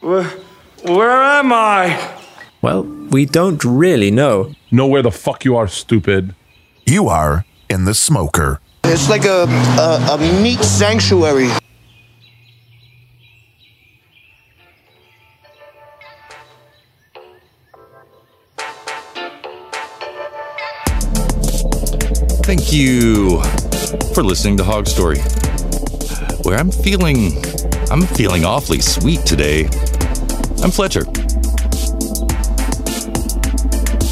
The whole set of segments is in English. Where, where am I? Well, we don't really know. Know where the fuck you are, stupid. You are in the smoker. It's like a, a, a meat sanctuary. Thank you for listening to Hog Story. Where I'm feeling I'm feeling awfully sweet today. I'm Fletcher.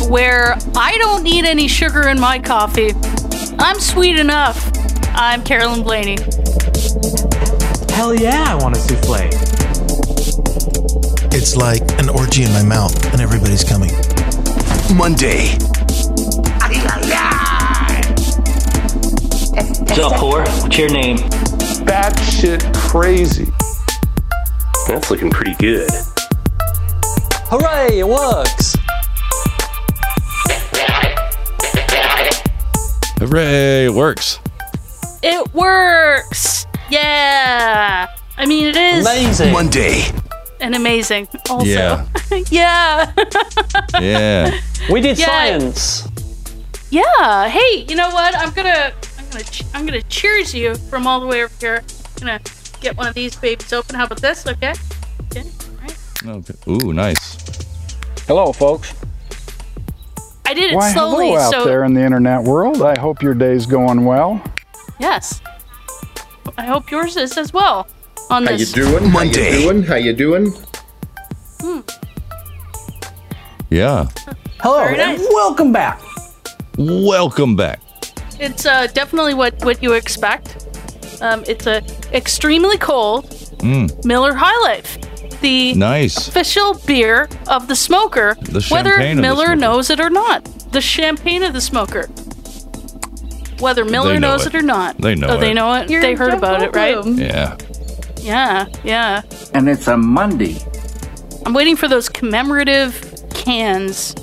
Where I don't need any sugar in my coffee. I'm sweet enough. I'm Carolyn Blaney. Hell yeah, I want a souffle. It's like an orgy in my mouth, and everybody's coming. Monday. What's up, whore? What's your name? Batshit crazy. That's looking pretty good. Hooray, it works! Hooray, it works. It works. Yeah. I mean, it is Amazing! Monday. an amazing. Also, Yeah. yeah, Yeah. We did Yeah. science! yeah. Hey, you know what? I'm gonna, I'm gonna, ch- I'm gonna cheers you from all the way over here. I'm gonna get one of these babies open. How about this? Okay. Okay. All right. Okay. Ooh, nice. Hello, folks. I did it Why, slowly, hello out so there in the internet world. I hope your day's going well. yes. I hope yours is as well. On How you this, doing? How Monday. you doing? How you doing? Hmm. Yeah. Hello, Very nice. and welcome back! Welcome back. it's uh, definitely what what you expect. Um, it's a extremely cold Mm. Miller High Life. The Nice. official beer of the smoker, The whether champagne of the Miller smoker. knows it or not. The champagne of the smoker. Whether Miller know knows it. it. or not. They know oh, it. They know it. they heard about it, right? Yeah. Yeah, yeah. And it's a Monday. I'm waiting for those commemorative cans.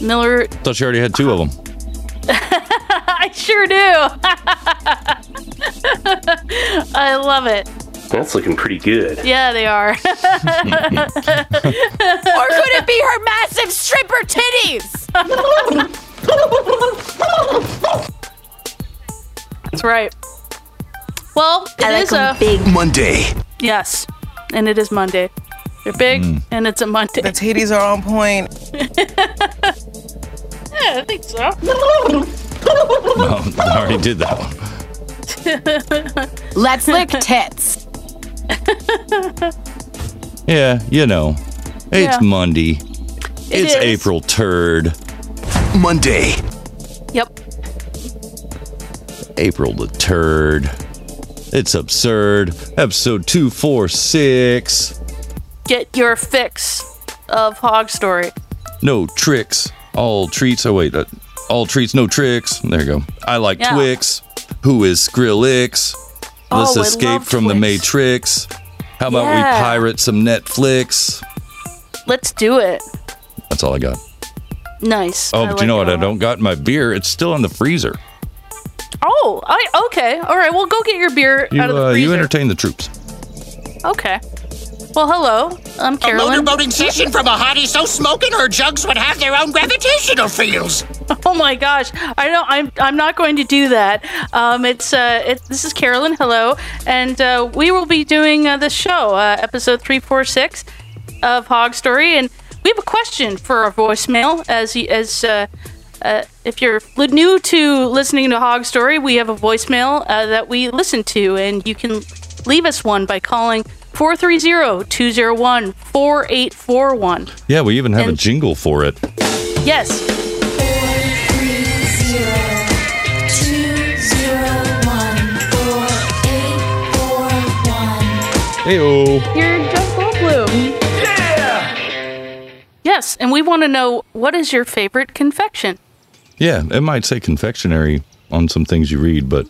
Miller, Thought you already had two of them. I sure do. I love it. That's looking pretty good. Yeah, they are. Or could it be her massive stripper titties? That's right. Well, it is I like 'em a big. Monday. yes, and it is Monday. They're big, and it's a Monday. The titties are on point. yeah, I think so. No, I already did that one. Let's lick tits. Yeah, you know. It's Yeah. Monday. It it's is. April 3rd. Monday. Yep. April the 3rd. It's absurd. Episode 246. Get your fix of Hog Story. No tricks. All treats. Oh, wait. Uh, all treats, no tricks. There you go. I like Yeah. Twix. Who is Skrillex? Let's Oh, I escape love from the Twix. Matrix. How about Yeah. we pirate some Netflix? Let's do it. That's all I got. Nice. Oh, I but like you know it what? a I lot. don't got my beer. It's still in the freezer. Oh, I okay. All right. Well, go get your beer You, out of the uh, freezer. you entertain the troops. okay. Well, hello. I'm Carolyn. motorboating session from a hottie so smoking her jugs would have their own gravitational fields. Oh my gosh. I don't. I'm. I'm not going to do that. Um. It's. Uh. It, this is Carolyn. Hello. And uh, we will be doing uh, this show, uh, episode three four six, of Hog Story, and we have a question for our voicemail. As y- as uh, uh, if you're li- new to listening to Hog Story, we have a voicemail uh, that we listen to, and you can leave us one by calling 430-201-4841. Yeah, we even have a And- jingle for it. Yes, Heyo. you're Jeff Goldblum. Yeah. Yes, and we want to know what is your favorite confection? Yeah, it might say confectionery on some things you read, but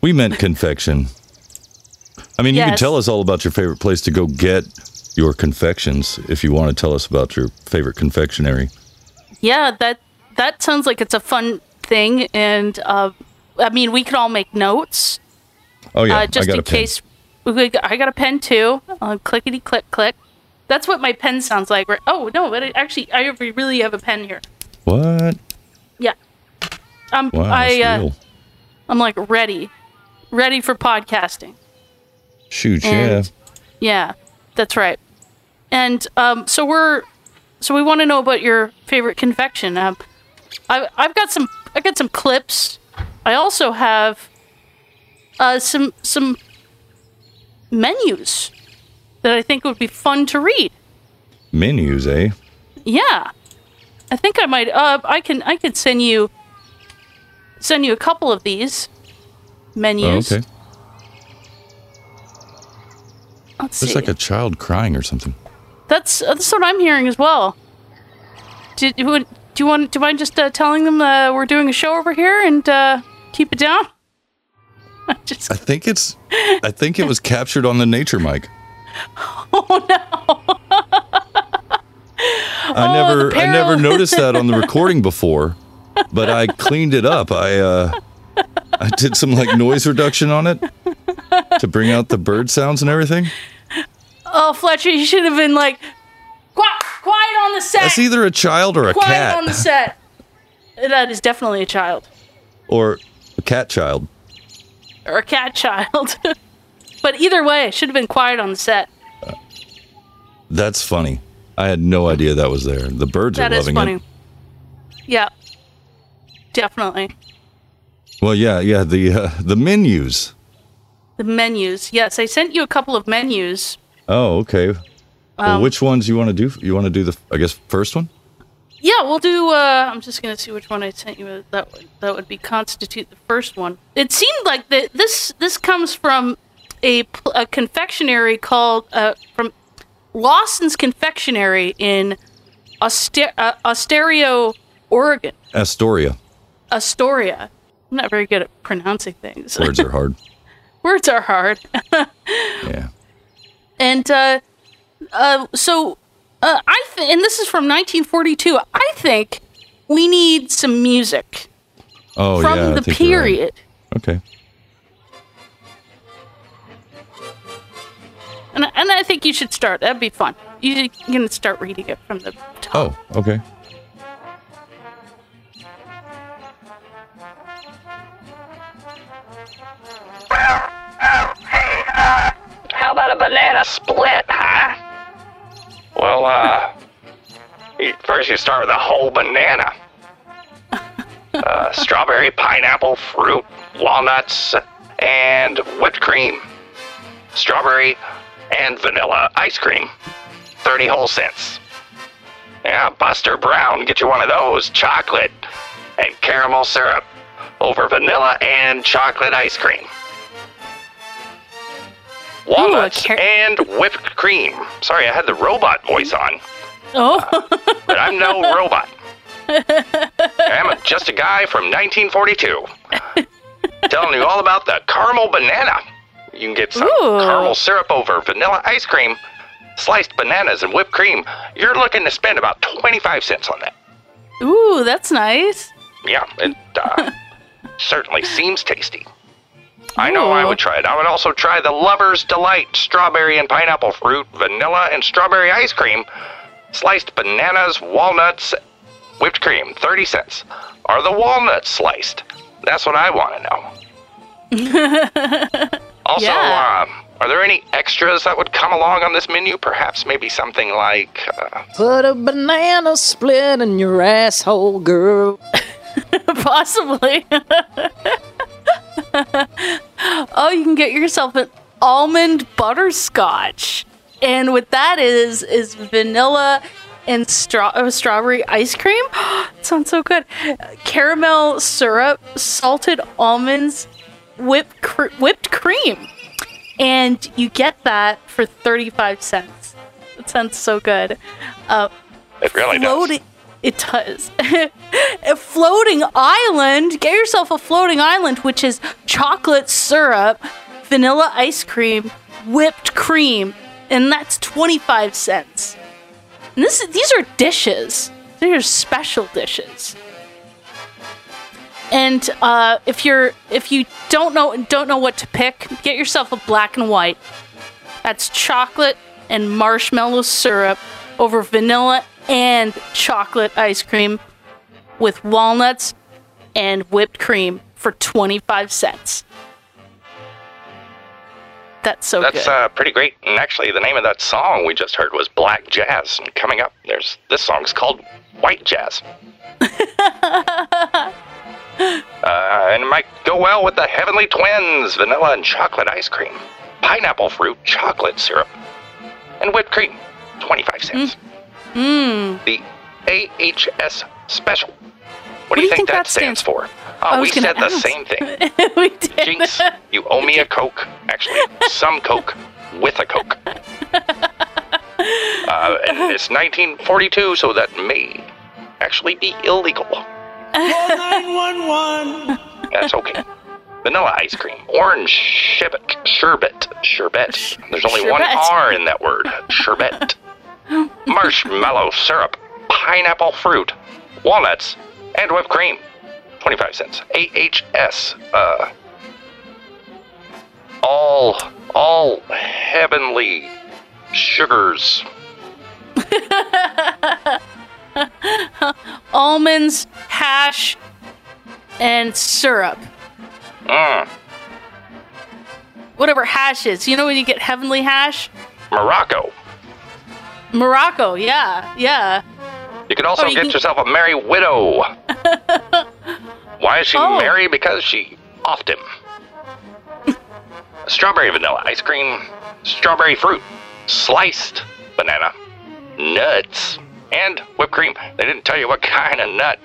we meant confection. I mean, you can Yes. tell us all about your favorite place to go get your confections if you want to tell us about your favorite confectionery. Yeah, that that sounds like it's a fun thing, and uh, I mean we could all make notes. Oh yeah, uh, I just got in a pen. case. We, I got a pen too. Uh, clickety click click. That's what my pen sounds like. Where, oh no, but it, actually, I re- really have a pen here. What? Yeah. I'm Wow, I that's uh, real. I'm like ready, ready for podcasting. Shoot, yeah. And- Yeah, that's right. And um, so we're so we want to know about your favorite confection. Um, I I've got some I got some clips. I also have uh, some some menus that I think would be fun to read. Menus, eh? Yeah, I think I might. Uh, I can I can send you send you a couple of these menus. Oh, okay. Let's There's see. like a child crying or something. That's uh, that's what I'm hearing as well. Did you would, do you want do you mind just uh, telling them uh, we're doing a show over here and uh, keep it down? I think it's. I think it was captured on the nature mic. Oh no! I never. I never noticed that on the recording before, but I cleaned it up. I. uh I did some like noise reduction on it to bring out the bird sounds and everything. Oh, Fletcher, you should have been like quiet, quiet on the set. That's either a child or a quiet cat on the set. That is definitely a child or a cat child. or a cat child. but either way, should have been quiet on the set. That's funny. I had no idea that was there. The birds That are is loving funny. it. Yeah, definitely. Well, yeah, yeah. The uh, the menus. The menus. Yes, I sent you a couple of menus. Oh, okay. well, Um, which ones you want to do? You want to do the I guess first one? Yeah, we'll do. Uh, I'm just gonna see which one I sent you. uh, That would- that would be constitute the first one. It seemed like that this this comes from a, pl- a confectionery called uh, from Lawson's Confectionery in Auster- uh, Osterio, Oregon, Astoria. Astoria. I'm not very good at pronouncing things. Words are hard. Words are hard. Yeah. And uh, uh, so uh, I th- and this is from 1942. I think we need some music Oh from yeah. I the think you're right. period. Okay. And, and I think you should start. That'd be fun. You can start reading it from the. Oh, okay. How about a banana split, huh? Well, uh, you- first you start with a whole banana. Uh, strawberry, pineapple, fruit, walnuts, and whipped cream. Strawberry and vanilla ice cream. 30 whole cents. Yeah, Buster Brown, get you one of those. Chocolate and caramel syrup over vanilla and chocolate ice cream. Walnuts and whipped cream. Sorry, I had the robot voice on, Oh. but I'm no robot. I'm a- just a guy from 1942 telling you all about the caramel banana. You can get some caramel syrup over vanilla ice cream, sliced bananas, and whipped cream. You're looking to spend about 25 cents on that. Ooh, that's nice. Yeah, it uh, certainly seems tasty. I know I would try it. I would also try the Lover's Delight strawberry and pineapple fruit, vanilla and strawberry ice cream, sliced bananas, walnuts, whipped cream, 30 cents. Are the walnuts sliced? That's what I want to know. Also, Yeah. um, are there any extras that would come along on this menu? Perhaps maybe something like. Uh, Put a banana split in your asshole, girl. Possibly. oh, you can get yourself an almond butterscotch, and what that is is vanilla and straw oh, strawberry ice cream. It sounds so good. Caramel syrup, salted almonds, whipped cr- whipped cream, and you get that for thirty five cents. That sounds so good. Uh, it really does. floating- It does. a floating island. Get yourself a floating island, which is chocolate syrup, vanilla ice cream, whipped cream, and that's 25 cents. And this is, these are dishes. These are special dishes. And uh, if you're if you don't know don't know what to pick, get yourself a black and white. That's chocolate, and marshmallow syrup over vanilla and chocolate ice cream with walnuts and whipped cream for 25 cents. That's so That's good. uh, pretty great. And actually, the name of that song we just heard was Black Jazz. And coming up, there's this song's called White Jazz. uh, and it might go well with the Heavenly Twins vanilla and chocolate ice cream, pineapple fruit chocolate syrup, and whipped cream. 25 cents. Mm. The AHS special. What, do you think, that stands, for? Uh, I we was gonna said the ask. same thing. we did. Jinx, you owe me a Coke. Actually, some Coke with a Coke. Uh, and it's 1942, so that may actually be illegal. That's okay. Vanilla ice cream, orange sherbet, sherbet, sherbet. There's only one Sherbet. R in that word, sherbet. Marshmallow syrup, pineapple fruit, walnuts, and whipped cream. 25 cents. AHS, uh, all, all heavenly sugars. Almonds, hash, and syrup. Mm, Whatever hash is. You know when you get heavenly hash? Morocco. Morocco, yeah, yeah. You could also Oh, you get can- yourself a merry widow. Why is she Oh. merry? Because she offed him. strawberry vanilla ice cream, strawberry fruit, sliced banana, nuts, and whipped cream. They didn't tell you what kind of nut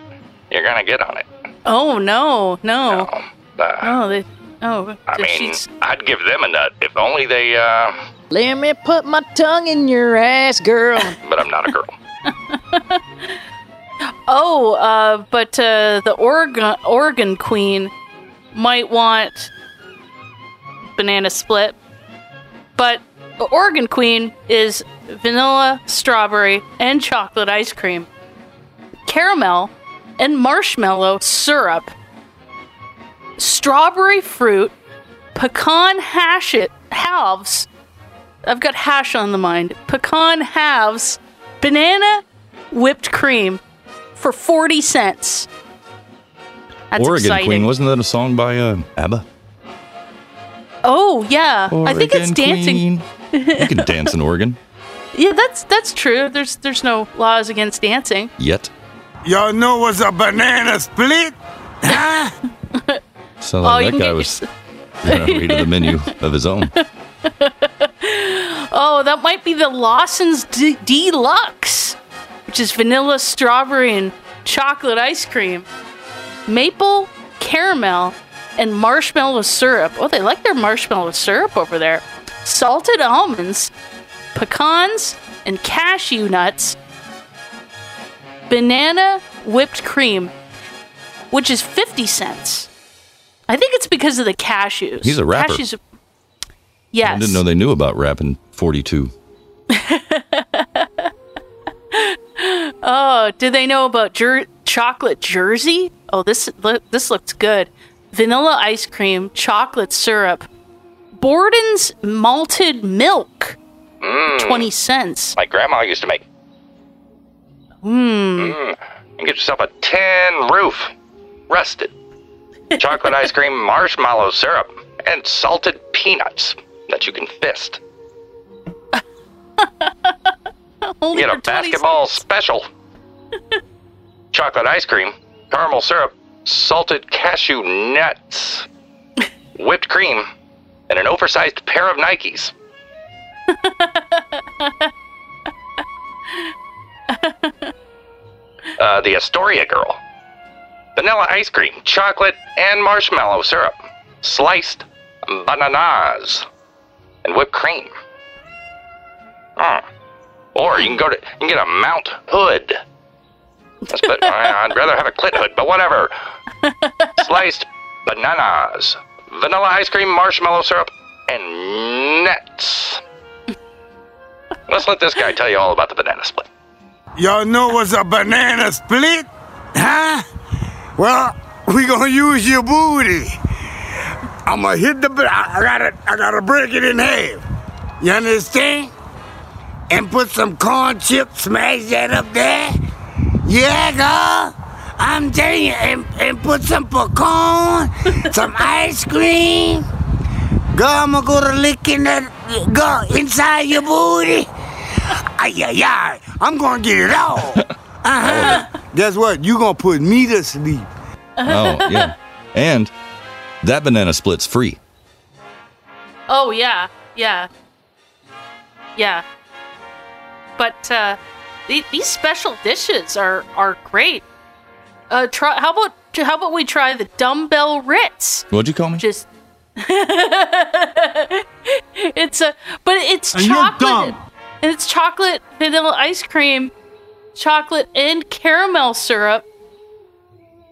you're gonna get on it. Oh no, no. Uh, Oh, they, oh. I did mean, I'd give them a nut if only they. Uh, Let me put my tongue in your ass, girl. but I'm not a girl. Oh, uh, but uh, the Oregon Oregon Queen might want banana split, but the Oregon Queen is vanilla, strawberry, and chocolate ice cream, caramel, and marshmallow syrup, strawberry fruit, pecan hash it halves. I've got hash on the mind. Pecan halves, banana, whipped cream for 40 cents. That's Oregon exciting. Queen. Wasn't that a song by uh, ABBA? Oh, yeah. I think it's Oregon dancing. You can dance in Oregon. yeah, that's that's true. There's there's no laws against dancing. Yet. Y'all know what's a banana split? Sounds Oh, you like that can guy get was gonna read the menu of his own. Oh, that might be the Lawson's D- Deluxe, which is vanilla, strawberry, and chocolate ice cream, maple, caramel, and marshmallow syrup. Oh, they like their marshmallow syrup over there. Salted almonds, pecans, and cashew nuts, banana whipped cream, which is 50 cents. I think it's because of the cashews. He's a rapper. Cashews. Yes. I didn't know they knew about rap in 42. Oh, do they know about jer- chocolate jersey? Oh, this look, this looks good. Vanilla ice cream, chocolate syrup, Borden's malted milk, Mm. twenty cents. My grandma used to make. Mmm. Mm. And get yourself a tin roof, rusted, chocolate ice cream, marshmallow syrup, and salted peanuts that you can fist. Only get a for 20 basketball special, chocolate ice cream, caramel syrup, salted cashew nuts, whipped cream, and an oversized pair of Nikes. uh, the Astoria Girl. Vanilla ice cream, chocolate, and marshmallow syrup. Sliced bananas and whipped cream. Mm. Or you can go to you can get a Mount Hood. That's but I- I'd rather have a clit hood, but whatever. Sliced bananas, vanilla ice cream, marshmallow syrup, and nuts. Let's let this guy tell you all about the banana split. Y'all know what's a banana split? Huh? Well, we gonna use your booty. I'ma hit the. ba- I I gotta. I gotta break it in half. You understand? and put some corn chips, smash that up there. Yeah, girl. I'm telling you, and, and put some pecan, some ice cream. Girl, I'm gonna go to licking that girl inside your booty. Ay, ay, ay. I'm gonna get it all. Uh huh. Guess what? You gonna put me to sleep. Oh, yeah. And that banana split's free. Oh yeah, yeah, yeah. But uh, the, these special dishes are are great. Uh, try how about how about we try the dumbbell Ritz? What'd you call me? Just it's a but it's And you're chocolate dumb. and it's chocolate vanilla ice cream, chocolate and caramel syrup,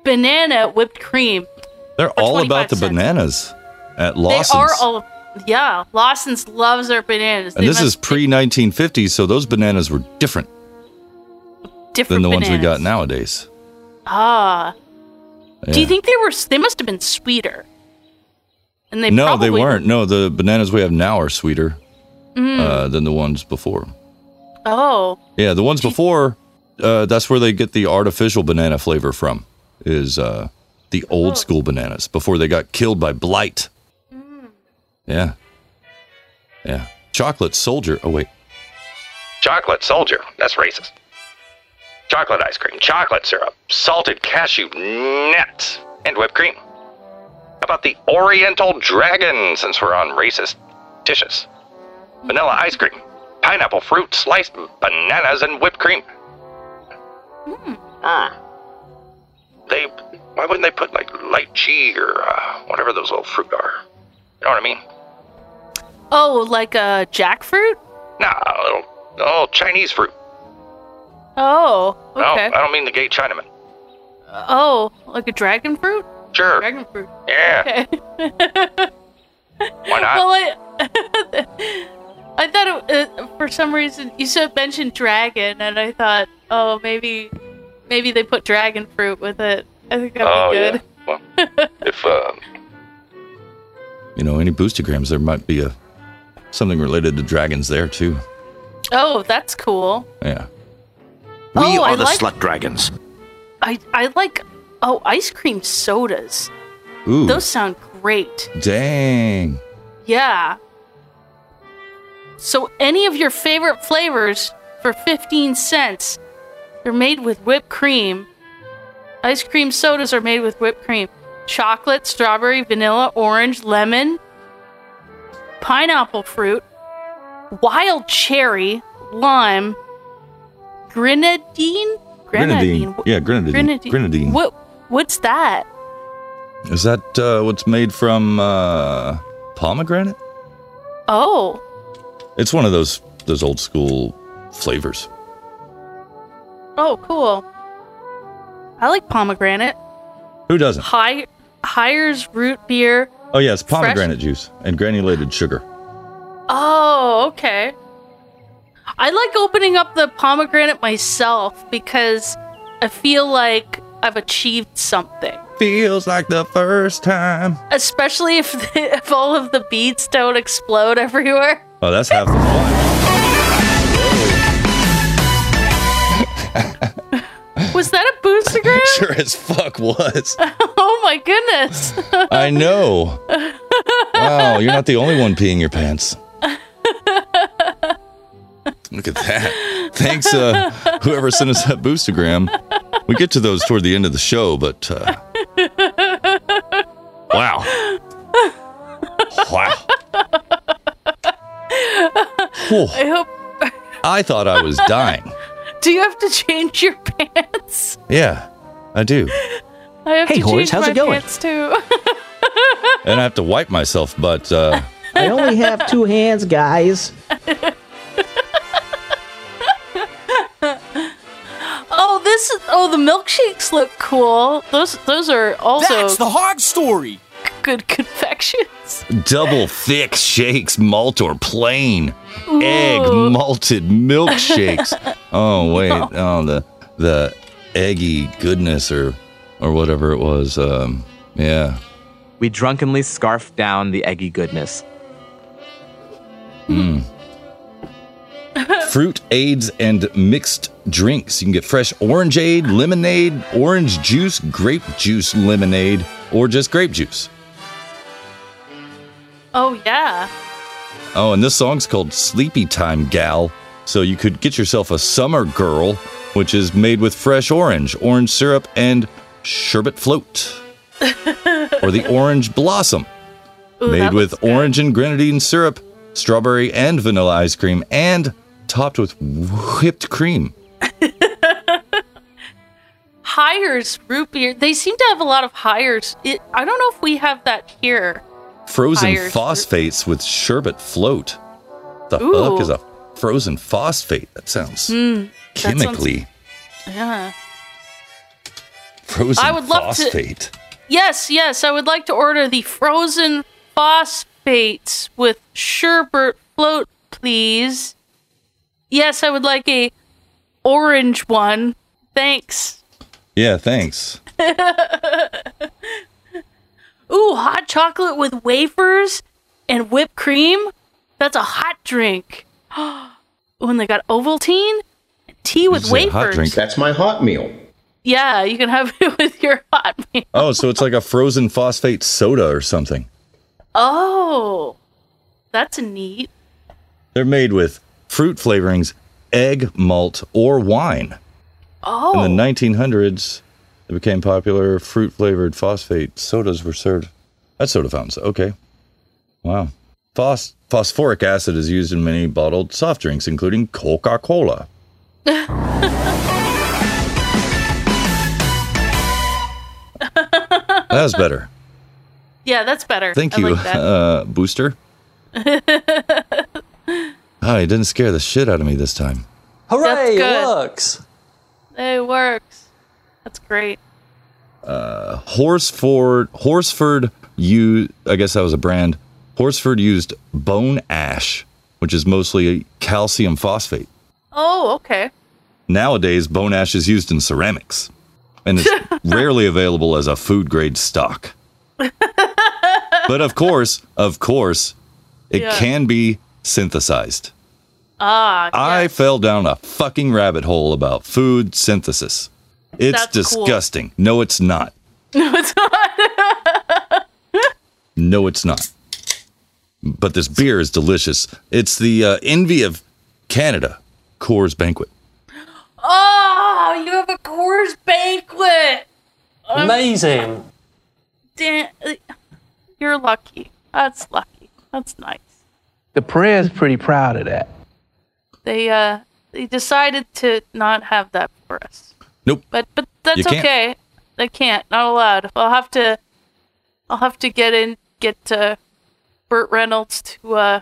banana whipped cream. They're all about the bananas at Lawson's. They are all yeah. Lawson's loves their bananas. and They this must is pre 1950s, so those bananas were different than different the ones we bananas. got nowadays. Ah. Do Yeah. you think they were? They must have been sweeter. And they no, probably, they weren't. No, the bananas we have now are sweeter Mm. uh, than the ones before. oh, Yeah, the ones before, uh, that's where they get the artificial banana flavor from, is uh, the Oh. old school bananas before they got killed by blight. Hmm. Yeah. Yeah. Chocolate soldier. Oh, wait. Chocolate soldier. That's racist. Chocolate ice cream, chocolate syrup, salted cashew nuts, and whipped cream. How about the Oriental Dragon, since we're on racist dishes? Vanilla ice cream, pineapple fruit, sliced bananas, and whipped cream. Hmm. They, why wouldn't they put like lychee or uh, whatever those little fruit are? You know what I mean? oh, like a jackfruit. Nah, a little, a little Chinese fruit. Oh, okay. No, I don't mean the gay Chinaman. Oh, like a dragon fruit. Sure. Dragon fruit. Yeah. Okay. Why not? Well, I, I thought it, uh, for some reason you said mentioned dragon, and I thought, oh, maybe, maybe they put dragon fruit with it. I think that'd Oh, be yeah. um, good. if uh, You know, any boostograms, there might be a something related to dragons there, too. Oh, that's cool. Yeah. oh, I like dragons. I I like oh ice cream sodas. Ooh. Those sound great. Dang. Yeah. So any of your favorite flavors for 15 cents. They're made with whipped cream. Ice cream sodas are made with whipped cream. Chocolate, strawberry, vanilla, orange, lemon, pineapple fruit, wild cherry, lime, grenadine? Grenadine. Yeah, grenadine. Grenadine. Grenadine. What? What's that? Is that uh, what's made from uh, pomegranate? Oh, It's one of those those old school flavors. oh, cool. I like pomegranate. Who doesn't? High, Hires root beer. Oh yeah, it's Fresh- pomegranate juice and granulated sugar. Oh, okay. I like opening up the pomegranate myself because I feel like I've achieved something. Feels like the first time. Especially if the, if all of the beads don't explode everywhere. Oh, that's half the fun. Was that a boostagram? sure as fuck was. oh my goodness. I know. Wow, you're not the only one peeing your pants. Look at that. Thanks, uh, whoever sent us that boostagram. We get to those toward the end of the show, but uh, wow, wow. Whew. I hope. I thought I was dying. Do you have to change your pants? Yeah, I do. I have Hey, to Horace, change how's my it going? pants too. And I have to wipe myself, but uh, I only have two hands, guys. oh, this is. Oh, the milkshakes look cool. Those those are also. That's the hog story. Good confections. double thick shakes, malt or plain, egg Ooh. malted milkshakes. oh wait, oh the the eggy goodness or or whatever it was. Um, yeah, We drunkenly scarfed down the eggy goodness. Mm. Hmm. fruit aids and mixed drinks. You can get fresh orangeade, lemonade, orange juice, grape juice lemonade, or just grape juice. Oh yeah. Oh, and this song's called Sleepy Time Gal. So you could get yourself a summer girl, which is made with fresh orange, orange syrup, and sherbet float. or the orange blossom, Ooh, made that with orange and grenadine syrup, strawberry and vanilla ice cream, and topped with whipped cream. Hires root beer. They seem to have a lot of hires. It, I don't know if we have that here. Frozen Hires root- phosphates with sherbet float. The Ooh. fuck is a frozen phosphate? That sounds Mm, that sounds- chemically Yeah. frozen I would love to- phosphate. Yes, yes. I would like to order the frozen phosphates with sherbet float, please. Yes, I would like a orange one. Thanks. Yeah, thanks. Ooh, hot chocolate with wafers and whipped cream. That's a hot drink. when they got Ovaltine, tea with wafers. That's my hot meal. Yeah, you can have it with your hot meal. Oh, so it's like a frozen phosphate soda or something. Oh, that's neat. They're made with fruit flavorings, egg, malt, or wine. Oh, In the 1900s, they became popular. Fruit flavored phosphate sodas were served at soda fountains. Okay. Wow. Phos- phosphoric acid is used in many bottled soft drinks, including Coca Cola. That's better. yeah, that's better. Thank I you, like that. uh, Booster. Oh, you didn't scare the shit out of me this time. Hooray, it good. works. it works. That's great. uh, Horsford Horsford used I guess that was a brand. Horsford used bone ash, which is mostly calcium phosphate. Oh, okay. Nowadays, bone ash is used in ceramics and is rarely available as a food grade stock. but of course, of course, it Yeah. can be synthesized. Ah, I fell down a fucking rabbit hole about food synthesis. It's That's cool. disgusting. No, it's not. no, it's not. No, it's not. But this beer is delicious. It's the uh, envy of Canada, Coors Banquet. Oh, you have a Coors banquet. I'm- Amazing. Dan- You're lucky. That's lucky. That's nice. The press pretty proud of that. They uh they decided to not have that for us. Nope. But but that's You can't. okay. They can't. Not allowed. I'll have to I'll have to get in get uh Burt Reynolds to uh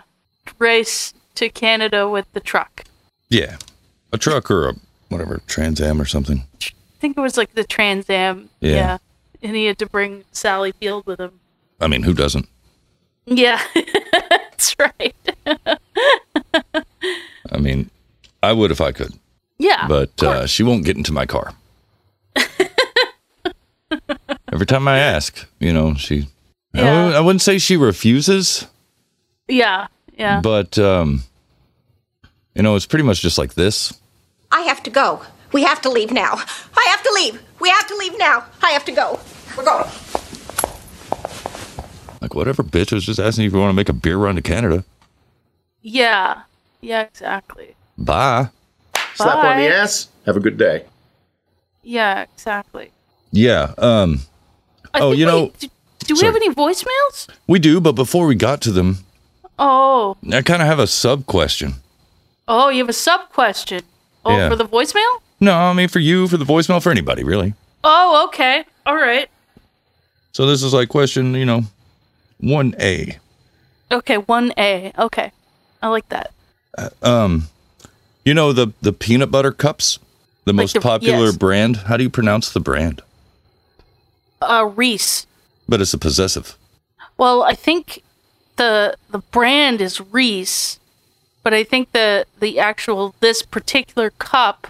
race to Canada with the truck. Yeah, a truck or a whatever Trans Am or something. I think it was like the Trans Am. Yeah. And he had to bring Sally Field with him. I mean, who doesn't? Yeah. that's right. I mean, I would if I could, Yeah. but uh, she won't get into my car. Every time I ask, you know, she. I Yeah. wouldn't- I wouldn't say she refuses, yeah. Yeah. but um, you know, it's pretty much just like this. I have to go. We have to leave now. I have to leave. We have to leave now. I have to go. We're going. Like whatever, bitch. I was just asking if you want to make a beer run to Canada. yeah. Yeah, exactly. Bye. Slap on the Bye. ass. Have a good day. Yeah, exactly. Yeah. Um. I oh, think you know, Do we have any voicemails? we do, but before we got to them, Oh, I kind of have a sub question. oh, you have a sub question. Oh, Yeah. for the voicemail? No, I mean for you, for the voicemail, for anybody really. Oh, okay. All right. So this is like question, you know, one A. Okay, 1A. Okay. I like that. Um, you know the the peanut butter cups, the most the- popular yes. brand. How do you pronounce the brand? Uh Reese. But it's a possessive. Well, I think the the brand is Reese, but I think the the actual this particular cup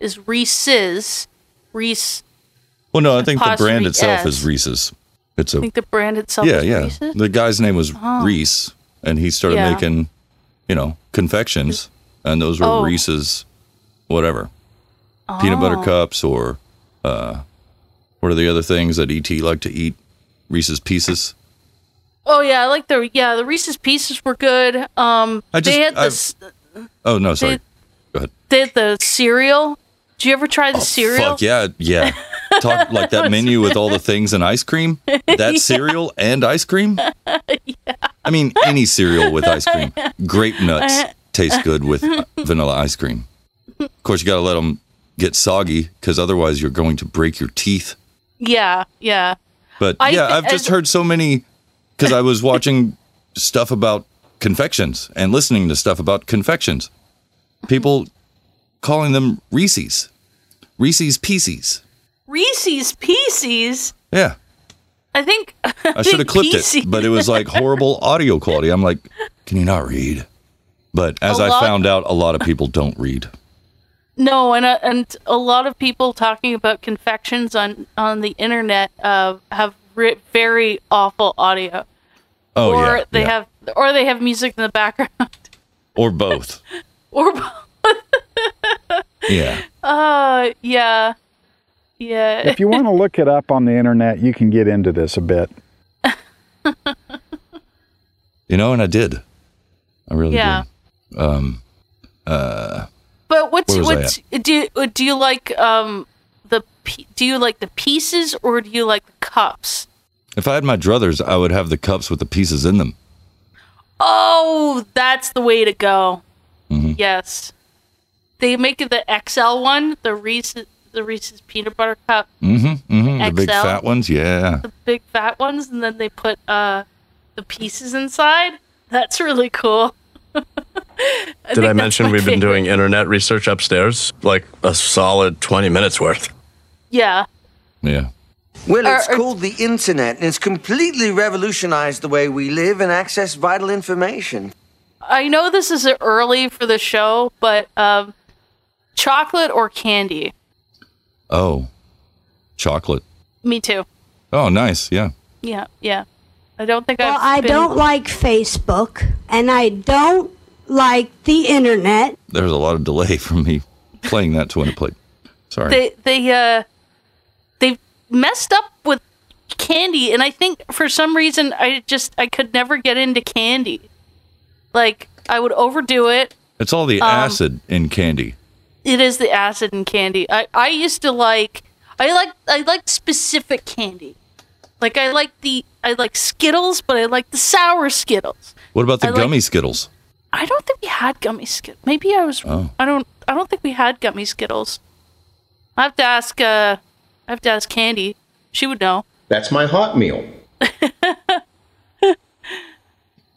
is Reese's. Reese. Well, no, I think the brand Apostrophe itself S. is Reese's. It's I a think the brand itself yeah, is yeah. Reese's. The guy's name was Oh. Reese, and he started Yeah. making, you know, confections. and those were Oh. Reese's, whatever, peanut butter Oh. cups or uh, what are the other things that ET like to eat? Reese's Pieces. Oh yeah, I like the yeah the Reese's Pieces were good. Um, I just- they had the I've- s- Oh no, sorry. Go ahead. they had the cereal. Did you ever try the cereal? Oh, Fuck yeah, yeah. Talk like that menu with all the things and ice cream. That Yeah. cereal and ice cream. I mean, any cereal with ice cream. Grape nuts taste good with uh, vanilla ice cream. Of course, you got to let them get soggy because otherwise you're going to break your teeth. Yeah, yeah. But I- uh, yeah, I've just I- heard so many because I was watching stuff about confections and listening to stuff about confections. People calling them Reese's, Reese's Pieces. Reese's Pieces. Yeah, I think I should have clipped Pieces. it, but it was like horrible audio quality. I'm like, can you not read? But as A I lot- found out, a lot of people don't read. No, and uh, and a lot of people talking about confections on on the internet uh, have ri very awful audio, Oh or yeah, they yeah. have or they have music in the background, or both. or both. Yeah. uh, yeah, yeah. if you want to look it up on the internet, you can get into this a bit. You know, and I did. I really Yeah. did. Um, uh, But what's Where was I what's do you- do you like um the pi- do you like the pieces or do you like the cups? if I had my druthers, I would have the cups with the pieces in them. Oh, that's the way to go. Mm-hmm. Yes, they make it the XL one, the Reese's the Reese's peanut butter cup, Mm-hmm. mm-hmm. The big XL? fat ones. Yeah. the big fat ones, and then they put uh the pieces inside. That's really cool. Did I that's mention my we've been favorite. doing internet research upstairs? Like a solid 20 minutes worth. Yeah. Yeah. Well, Or- it's or- called the internet, and it's completely revolutionized the way we live and access vital information. I know this is early for the show, but um, chocolate or candy? Oh, chocolate. Me too. Oh, nice. Yeah. Yeah, yeah. I don't think Well, I've. I been- don't like Facebook, and I don't like the internet. There's a lot of delay from me playing that to when it played. Sorry. They they uh they messed up with candy, and I think for some reason I just I could never get into candy. Like I would overdo it. it's all the um, acid in candy. It is the acid in candy. I I used to like I like I like specific candy. Like I like the I like Skittles, but I like the sour Skittles. What about the I like- gummy Skittles? I don't think we had gummy skittles. Maybe I was. Oh. I don't. I don't think we had gummy skittles. I have to ask. Uh, I have to ask Candy. She would know. That's my hot meal.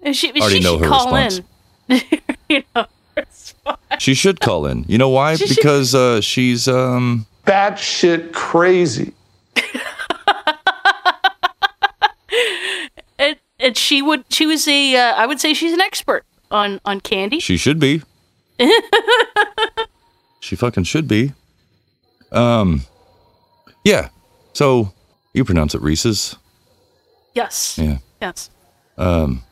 And She, Already she know should her call response. in. you know. She should call in. You know why? She should- Because uh, she's um batshit crazy. And, and she would. She was a. Uh, I would say she's an expert on on candy. She should be. she fucking should be. Um, yeah. So you pronounce it Reese's. yes. Yeah. Yes. Um,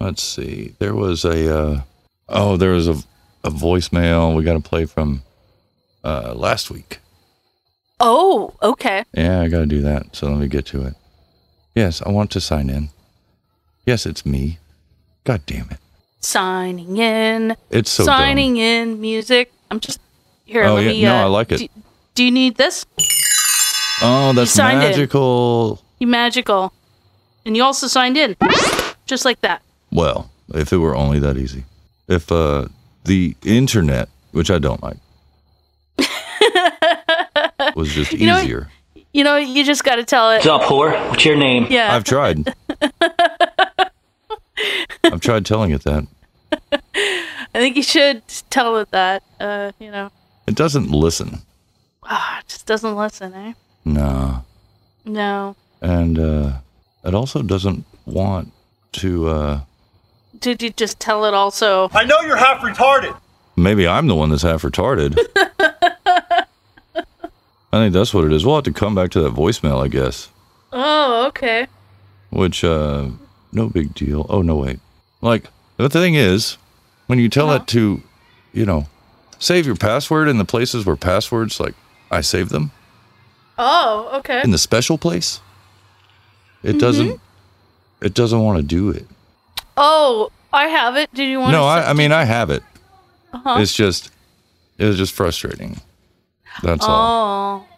let's see. There was a uh, oh, there was a a voicemail we got to play from uh, last week. Oh. Okay. Yeah, I got to do that. So let me get to it. Yes, I want to sign in. Yes, it's me. God damn it! Signing in. It's so dumb. signing in music. I'm just here. Oh, let yeah. me. No, uh, I like it. Do, do you need this? Oh, that's signed in. magical. You magical. And you also signed in. Just like that. Well, if it were only that easy. If uh, the internet, which I don't like, was just You know what? easier. You know, you just got to tell it. What's your name? Yeah. I've tried. I've tried telling it that. I think you should tell it that. Uh, you know, It doesn't listen. ah, it just doesn't listen, eh? Nah. No. And uh, it also doesn't want to. Uh, Did you just tell it also? I know you're half retarded. maybe I'm the one that's half retarded. I think that's what it is. We'll have to come back to that voicemail, I guess. Oh, okay. which uh no big deal oh no wait like the thing is when you tell it to you know, save your password in the places where passwords, like I save them Oh, okay. in the special place. It doesn't. It doesn't want to do it. Oh, I have it. Did you want? No, to I, I mean I have it. Uh-huh. It's just, it was just frustrating. That's oh. all.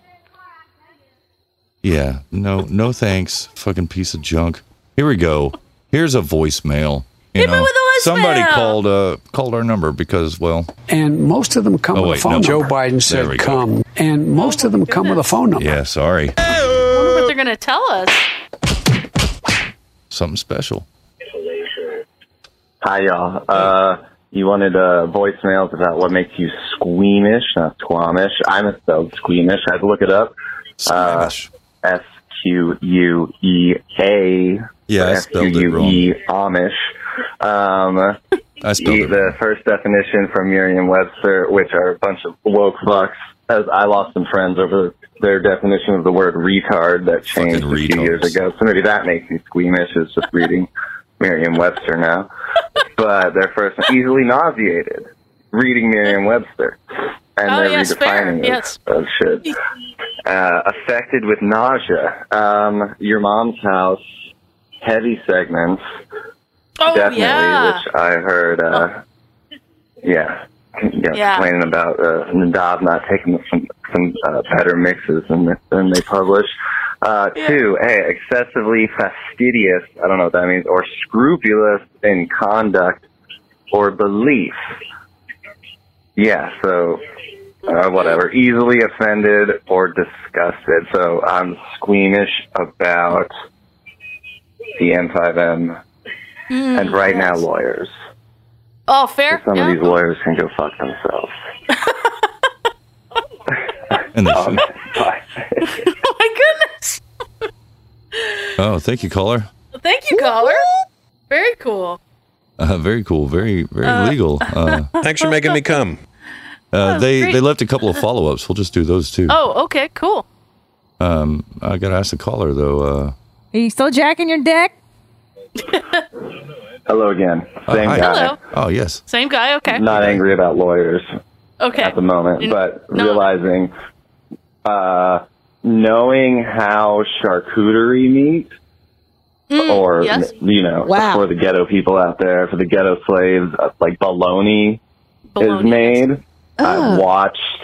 Yeah. No. No thanks. Fucking piece of junk. Here we go. Here's a voicemail. You Hit me know, with a somebody voicemail. called uh called our number because well, And most of them come Oh, with wait, a phone no. number. Joe There Biden we said go. come. And most of them Oh, come with a phone number. yeah. Sorry, I wonder what they're gonna tell us. something special. Hi, y'all. Uh, you wanted uh, voicemails about what makes you squeamish, not squamish. I misspelled squeamish. I had to look it up. Uh, Squeamish. S Q U E A. Yeah, I E spelled it wrong. Amish. Um, I spelled it The first definition from Merriam-Webster, which are a bunch of woke fucks. As I lost some friends over their definition of the word retard that changed a few years ago. So maybe that makes me squeamish. Is just reading Merriam-Webster now. but their first easily nauseated reading Merriam-Webster, and Oh, they're yes, fair. redefining it Yes. of shit. Uh, affected with nausea. Um, your mom's house. Heavy segments. Oh definitely, yeah. Oh. which I heard. Uh, Yeah. Yeah, Yeah. complaining about uh, Nadav not taking some some uh, better mixes than than they publish. Uh, Two, hey, excessively fastidious. I don't know what that means, or scrupulous in conduct or belief. Yeah, so uh, whatever. Easily offended or disgusted. So I'm squeamish about the M5M Mm, and right now yes. lawyers. Oh, fair. Some yeah. of these lawyers can go fuck themselves. And they should. oh my goodness. Oh, thank you, caller. Well, Thank you, caller. Very cool. Uh, very cool. Very very Uh, legal. Uh, Thanks for making me come. Oh, Uh, they great. they left a couple of follow ups. We'll just do those too. Oh, okay, cool. Um, I gotta ask the caller though. Uh, Are you still jacking your dick? Hello again. Oh, Same hi. guy. Hello. Oh yes. Same guy. Okay. Not angry about lawyers Okay. at the moment, N- but realizing, uh, knowing how charcuterie meat, or yes. you know, Wow. for the ghetto people out there, for the ghetto slaves, uh, like bologna, is made. I've watched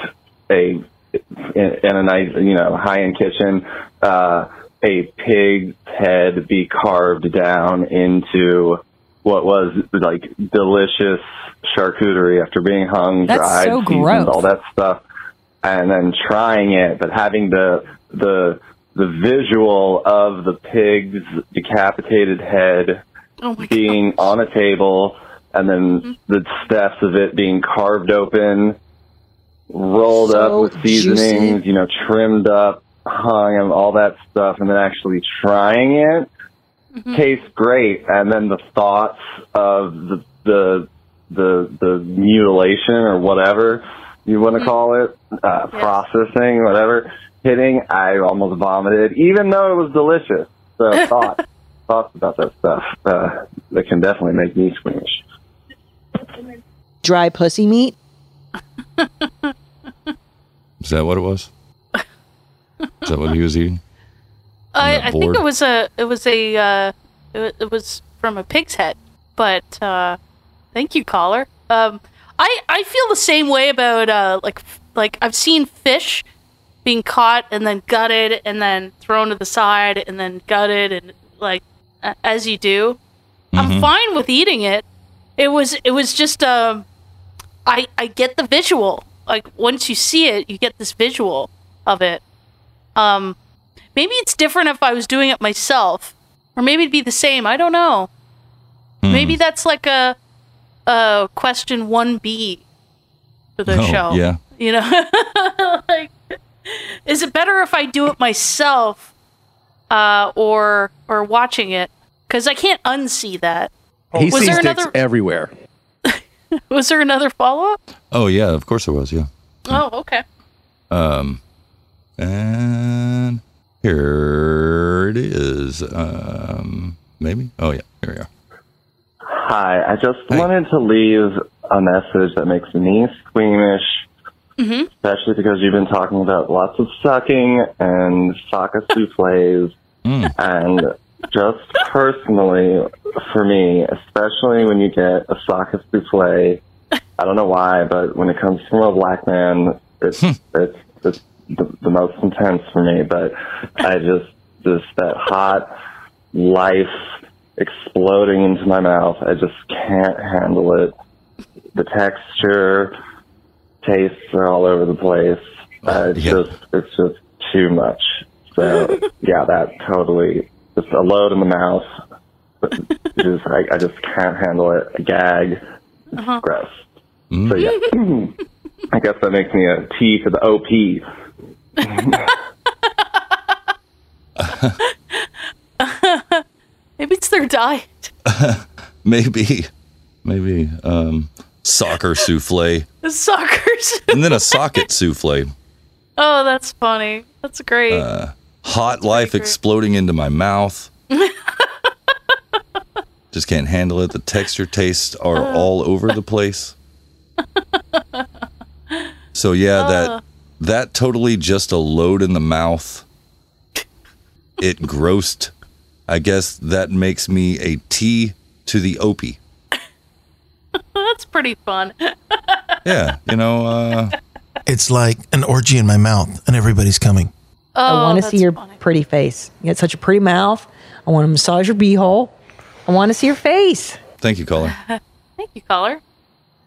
a in, in a nice, you know, high end kitchen, uh, a pig's head be carved down into what was like delicious charcuterie after being hung, That's dried, so seasoned, gross. all that stuff, and then trying it, but having the the the visual of the pig's decapitated head Oh being on a table and Mm-hmm. then the steps of it being carved open, rolled up with seasonings, you know, trimmed up, hung, and all that stuff, and then actually trying it tastes great. And then the thoughts of the the the, the mutilation or whatever you want to call it, uh, processing, whatever, hitting, I almost vomited, even though it was delicious. So thoughts, thoughts about that stuff uh, that can definitely make me squeamish. Dry pussy meat. Is that what it was? Is that what he was eating? I, not I think bored. it was a it was a uh, it, wa- it was from a pig's head. But uh, thank you, caller. Um, I I feel the same way about uh, like like I've seen fish being caught and then gutted and then thrown to the side and then gutted and like a- as you do. I'm fine with eating it. It was it was just um I I get the visual. Like once you see it, you get this visual of it. Um maybe it's different if I was doing it myself or maybe it'd be the same. I don't know. Maybe that's like a uh question 1B for the Oh, show. yeah. You know. like is it better if I do it myself uh or or watching it cuz I can't unsee that. He was sees there dicks another everywhere. was there another follow-up? Oh yeah, of course it was. Yeah. Oh, okay. Um, and here it is. Um, maybe. Oh yeah, Oh, here we are. Hi, I just wanted to leave a message that makes me squeamish, Mm-hmm. especially because you've been talking about lots of sucking and soccer souffles. And just personally, for me, especially when you get a soccer souffle, I don't know why, but when it comes from a black man, it's, it's, it's the, the most intense for me. But I just, just that hot life exploding into my mouth. I just can't handle it. The texture, tastes are all over the place. Uh, it's just it's just too much. So yeah, that totally just a load in the mouth. just I, I just can't handle it. A gag. It's Uh-huh. gross. So yeah, I guess that makes me a T for the OP. Mm-hmm. Maybe it's their diet. Maybe, maybe um, soccer souffle, Suckers. and then a socket souffle. Oh, that's funny. That's great. Uh, hot life exploding into my mouth. Just can't handle it. The texture tastes are Uh. all over the place. So yeah, Uh. that that totally just a load in the mouth. It grossed. I guess that makes me a T to the opie. that's pretty fun. Yeah, you know. Uh... It's like an orgy in my mouth, and everybody's coming. Oh, I want to see your pretty face. You got such a pretty mouth. I want to massage your beehole. I want to see your face. Thank you, caller. Thank you, caller.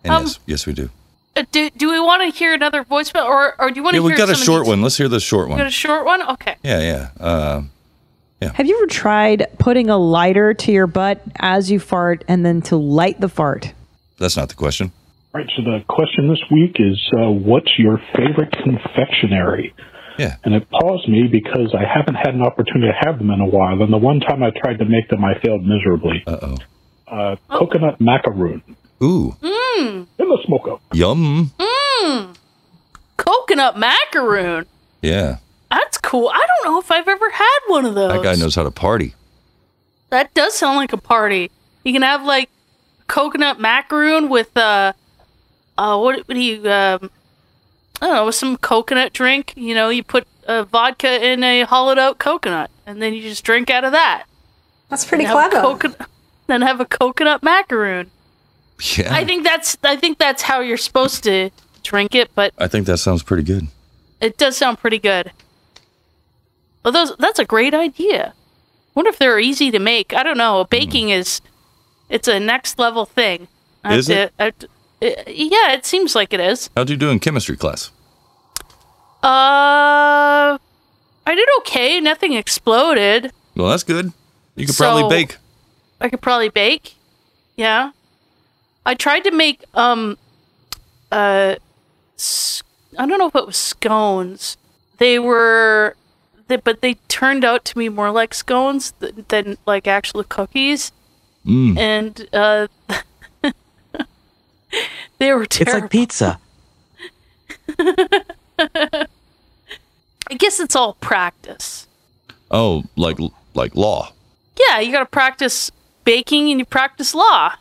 And Um, yes, yes, we do. Uh, do do we want to hear another voicemail, or or do you want to Yeah, hear? we got a some of short these- one. Let's hear the short You got a one. short one. Okay. Yeah, yeah. Uh, Have you ever tried putting a lighter to your butt as you fart and then to light the fart? that's not the question. All right, so the question this week is uh, what's your favorite confectionery? Yeah. And it paused me because I haven't had an opportunity to have them in a while, and the one time I tried to make them, I failed miserably. Uh-oh. Uh Coconut macaroon. Ooh. Mmm. In the smoker. Yum. Mmm. Coconut macaroon. Yeah. That's cool. I don't know if I've ever had one of those. That guy knows how to party. That does sound like a party. You can have like coconut macaroon with uh, uh, what, what do you um, I don't know, with some coconut drink. You know, you put uh, vodka in a hollowed out coconut, and then you just drink out of that. That's pretty Then have a clever. coconut- then have a coconut macaroon. Yeah. I think that's I think that's how you're supposed to drink it, but I think that sounds pretty good. it does sound pretty good. But those that's a great idea. Wonder if they're easy to make. I don't Hmm. know. Baking is it's a next level thing. I have Is it? I have to- uh, yeah, it seems like it is. How'd you do in chemistry class? Uh I did okay. Nothing exploded. Well, that's good. You could So- probably bake. I could probably bake. Yeah. I tried to make um uh s- I don't know if it was scones. They were they, but they turned out to be more like scones th- than like actual cookies. Mm. And uh they were It's terrible. like pizza. I guess it's all practice. Oh, like like law. Yeah, you got to practice baking and you practice law.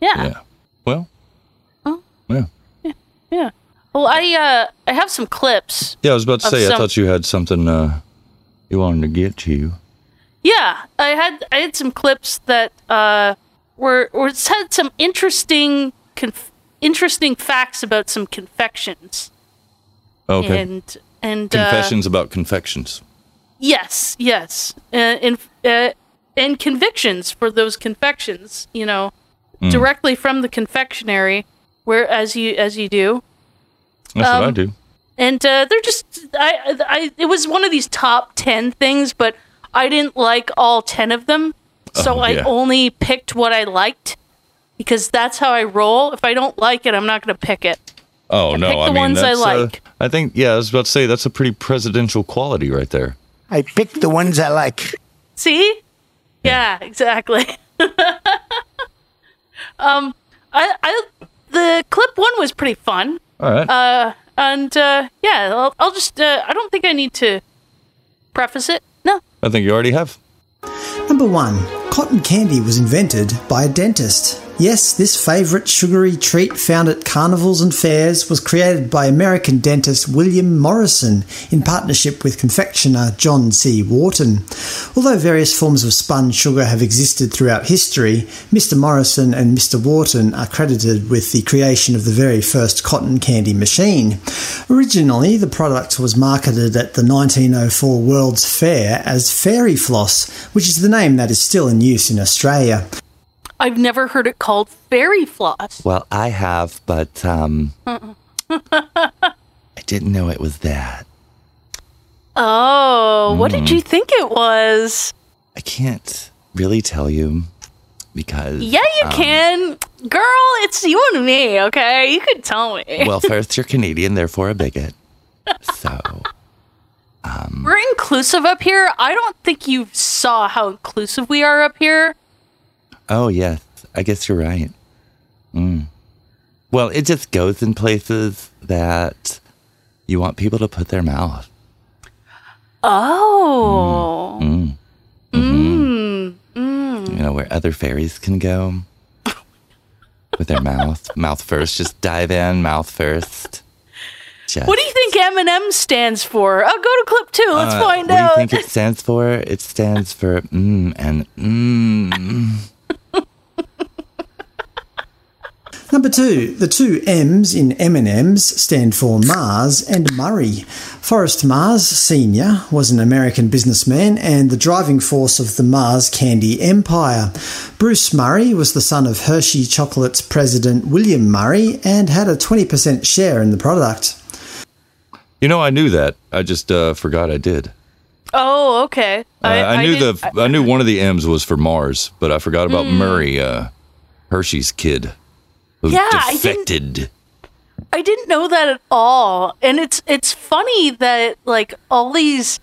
Yeah. Well, Yeah. Well, I uh I have some clips. yeah. I was about to of say. I some- thought you had something uh, you wanted to get to. you. Yeah, I had I had some clips that uh, were were had some interesting conf- interesting facts about some confections. Okay. And and Confessions Uh, about confections. yes, yes, uh, and uh, and convictions for those confections. You know, Mm. directly from the confectionery, where as you as you do. That's what I um, do. and uh, they're just I, I it was one of these top 10 things but i didn't like all 10 of them so Oh, i yeah. only picked what i liked because that's how i roll if i don't like it i'm not going to pick it Oh no! picked I the mean, ones I that's, uh, like. I think yeah. I was about to say that's a pretty presidential quality right there. I pick the ones I like. see yeah, exactly um i i the clip one was pretty fun All right. uh and uh yeah i'll, I'll just uh, i don't think i need to preface it no I think you already have. Number one, cotton candy was invented by a dentist. Yes, this favourite sugary treat found at carnivals and fairs was created by American dentist William Morrison in partnership with confectioner John C. Wharton. Although various forms of spun sugar have existed throughout history, Mr. Morrison and Mr. Wharton are credited with the creation of the very first cotton candy machine. Originally, the product was marketed at the 1904 World's Fair as Fairy Floss, which is the name that is still in use in Australia. I've never heard it called fairy floss. Well, I have, but um, Uh-uh. I didn't know it was that. Oh, what did Mm. you Hmm. think it was? I can't really tell you because. Yeah, you um, can. Girl, it's you and me, okay? You could tell me. Well, first, you're Canadian, therefore a bigot. So, We're inclusive up here. I don't think you saw how inclusive we are up here. oh, yes, I guess you're right. Mm. Well, it just goes in places that you want people to put their mouth. Oh. Mm. Mm-hmm. Mm. Mm. You know, where other fairies can go with their mouth. mouth first. Just dive in, mouth first. Just, What do you think M&M stands for? Oh, go to clip two. Let's uh, find What do you out. think it stands for? It stands for mm and mm. Number two, the two M's in M&M's stand for Mars and Murray. Forrest Mars Sr. was an American businessman and the driving force of the Mars candy empire. Bruce Murray was the son of Hershey Chocolate's president William Murray and had a 20% share in the product. You know, I knew that. I just uh, forgot I did. Oh, okay. Uh, I, knew didn't- the I, knew one of the M's was for Mars, but I forgot about Mm. Murray, uh, Hershey's kid, who Yeah, I didn't- defected. I didn't know that at all, and it's it's funny that like all these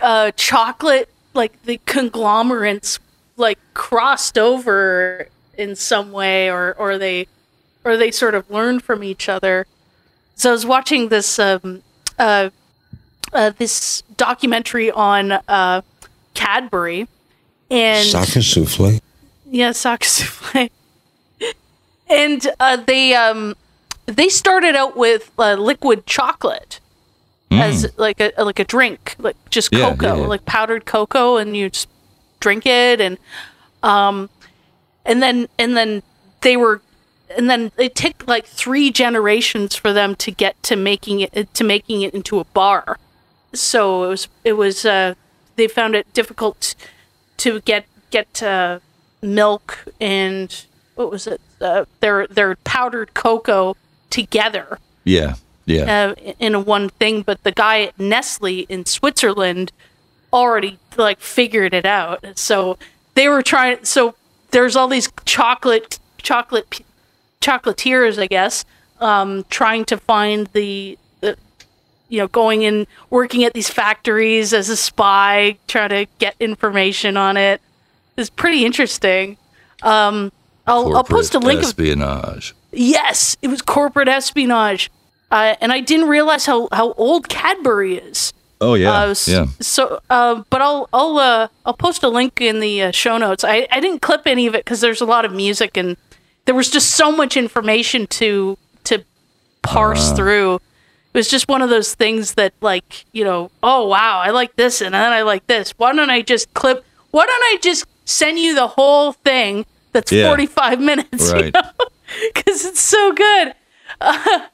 uh, chocolate like the conglomerates like crossed over in some way, or or they or they sort of learned from each other. So I was watching this um, uh, uh, this documentary on uh, Cadbury, and Soccer souffle. yeah, sock souffle. and uh, they um, they started out with uh, liquid chocolate as like a like a drink, like just Mm. Yeah, yeah, cocoa, yeah. like powdered cocoa, and you just drink it, and um, and then and then they were, and then it took like three generations for them to get to making it to making it into a bar. So it was it was uh, they found it difficult to get get uh, milk and what was it uh, their their powdered cocoa together Yeah, yeah. uh, in a one thing, but the guy at Nestle in Switzerland already like figured it out. So they were trying. So there's all these chocolate, chocolate, p- chocolatiers, I guess, um, trying to find the, the, you know, going in working at these factories as a spy, trying to get information on it. It's pretty interesting. Um, I'll, I'll post a Corporate link of espionage. Yes, it was corporate espionage, uh, and I didn't realize how, how old Cadbury is. Oh yeah, Uh, s- yeah. So, uh, but I'll I'll uh, I'll post a link in the uh, show notes. I, I didn't clip any of it because there's a lot of music and there was just so much information to to parse Ah. Uh. through. It was just one of those things that like you know, oh wow, I like this and then I like this. Why don't I just clip? Why don't I just send you the whole thing? That's Yeah. 45 minutes. you Right. know? because it's so good. Uh,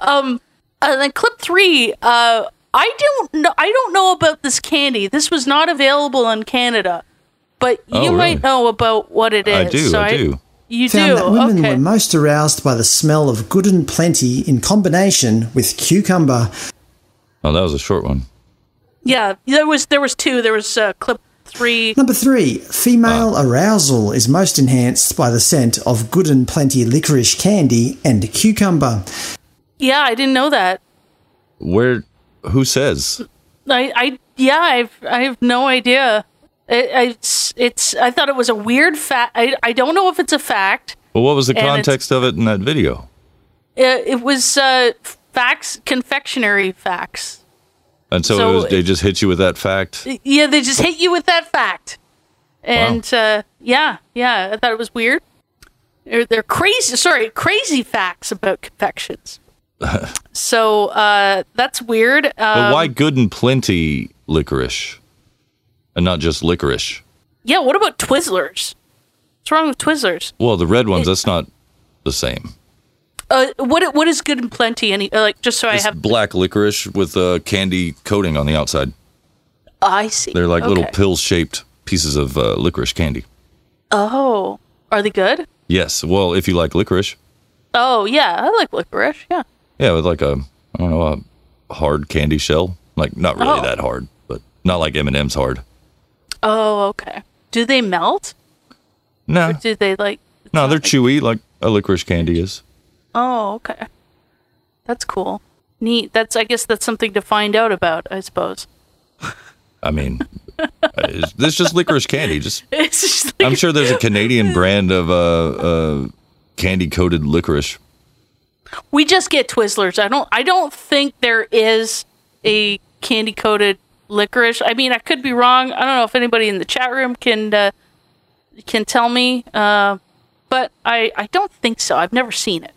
um, and then clip three. Uh, I don't know. I don't know about this candy. This was not available in Canada, but you Oh, really? might know about what it is. so You found do. That women okay. were most aroused by the smell of good and plenty in combination with cucumber. Oh, that was a short one. Yeah. There was. There was two. There was uh, clip three. Number three, female Ah. arousal is most enhanced by the scent of good and plenty licorice candy and cucumber. Yeah, I didn't know that. Where? Who says? I. I. Yeah. I've. I have no idea. It, it's. It's. I thought it was a weird fact. I. I don't know if it's a fact. Well, what was the And it's- context of it in that video? It, it was uh, facts, confectionery facts. And so, So it was, it- they just hit you with that fact. Yeah, they just hit you with that fact. And uh, yeah, yeah, I thought it was weird. They're, they're crazy. Sorry, crazy facts about confections. so uh, that's weird. Um, But why good and plenty licorice, and not just licorice? Yeah, what about Twizzlers? What's wrong with Twizzlers? Well, the red ones. That's not the same. Uh, what what is good and plenty? Any uh, like just so I have. Black licorice with a candy coating on the outside. I see. They're like little Okay. pill-shaped pieces of uh, licorice candy. Oh, are they good? Yes. Well, if you like licorice, Oh yeah, I like licorice. Yeah. yeah, with like a I don't know a hard candy shell. Like not really Oh. that hard, but not like M and M's hard. Oh okay. Do they melt? No. Or do they like? No, they're chewy like a licorice candy is. Oh okay. That's cool. Neat. That's I guess that's something to find out about. I suppose. I mean, uh, it's, it's just licorice candy. Just It's just I'm sure there's a Canadian brand of uh, uh, candy coated licorice. we just get Twizzlers. I don't. I don't think there is a candy coated licorice. I mean, I could be wrong. I don't know if anybody in the chat room can uh, can tell me, uh, but I I don't think so. I've never seen it.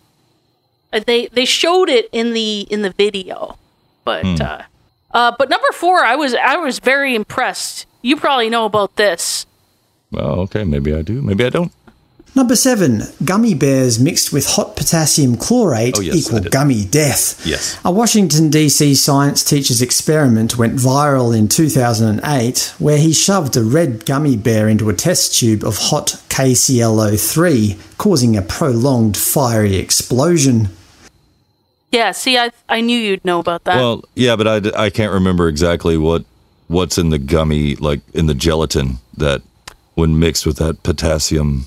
Uh, They they showed it in the in the video, but Hmm. uh, uh, but number four, I was I was very impressed. You probably know about this. Oh, okay, maybe I do, maybe I don't. Number seven, gummy bears mixed with hot potassium chlorate Oh, yes, I equal did. gummy death. Yes. A Washington, D.C. science teacher's experiment went viral in 2008 where he shoved a red gummy bear into a test tube of hot KClO3, causing a prolonged fiery explosion. Yeah. See, I I knew you'd know about that. Well, yeah, but I, d- I can't remember exactly what what's in the gummy, like in the gelatin that when mixed with that potassium,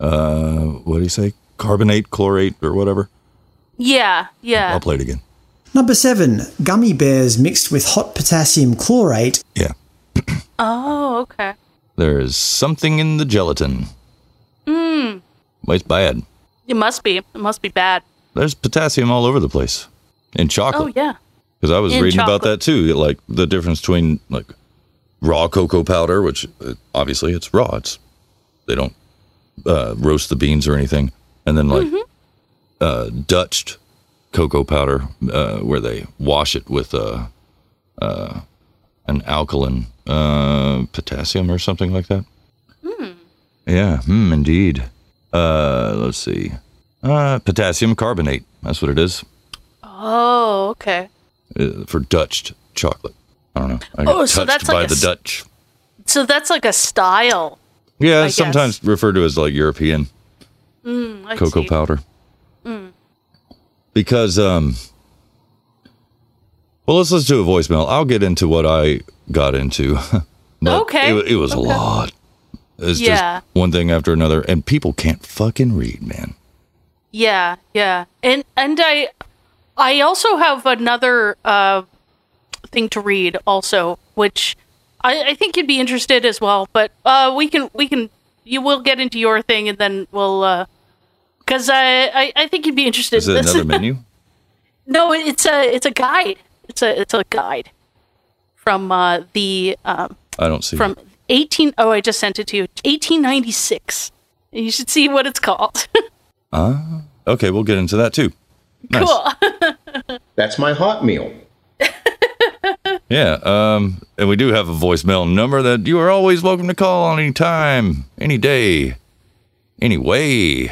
uh, what do you say, carbonate, chlorate, or whatever. yeah. Yeah. I'll play it again. Number seven, gummy bears mixed with hot potassium chlorate. Yeah, Oh, okay. there is something in the gelatin. Mm. It's bad. It must be. It must be bad. There's potassium all over the place in chocolate. Oh yeah. Because I was In reading about chocolate. that too, like the difference between like raw cocoa powder, which uh, obviously it's raw, it's they don't uh, roast the beans or anything, and then like uh, Dutched cocoa powder, uh, where they wash it with uh, uh, an alkaline uh, potassium or something like that. Yeah, hmm, indeed. Uh, let's see, uh, potassium carbonate. That's what it is Oh, okay. uh, for Dutch chocolate. I don't know. I Oh, got so touched that's by like the a s- Dutch. So that's like a style. Yeah, I it's sometimes referred to as like European Mm, I cocoa see. powder Mm. because um. Well, let's let's do a voicemail. I'll get into what I got into. But Okay. It, it was a lot. It's Yeah. just one thing after another, and people can't fucking read, man. Yeah, yeah. And and I I also have another uh thing to read also, which I, I think you'd be interested as well, but uh we can we can you will get into your thing and then we'll uh because I, I I think you'd be interested Is in it this. another menu? No, it's a it's a guide. It's a it's a guide from uh, the um, I don't see. from it. eighteen. Oh, I just sent it to you. Eighteen ninety six. You should see what it's called. Ah, okay. We'll get into that too. Nice. cool. That's my hot meal. Yeah, um, and we do have a voicemail number that you are always welcome to call on any time, any day, any way.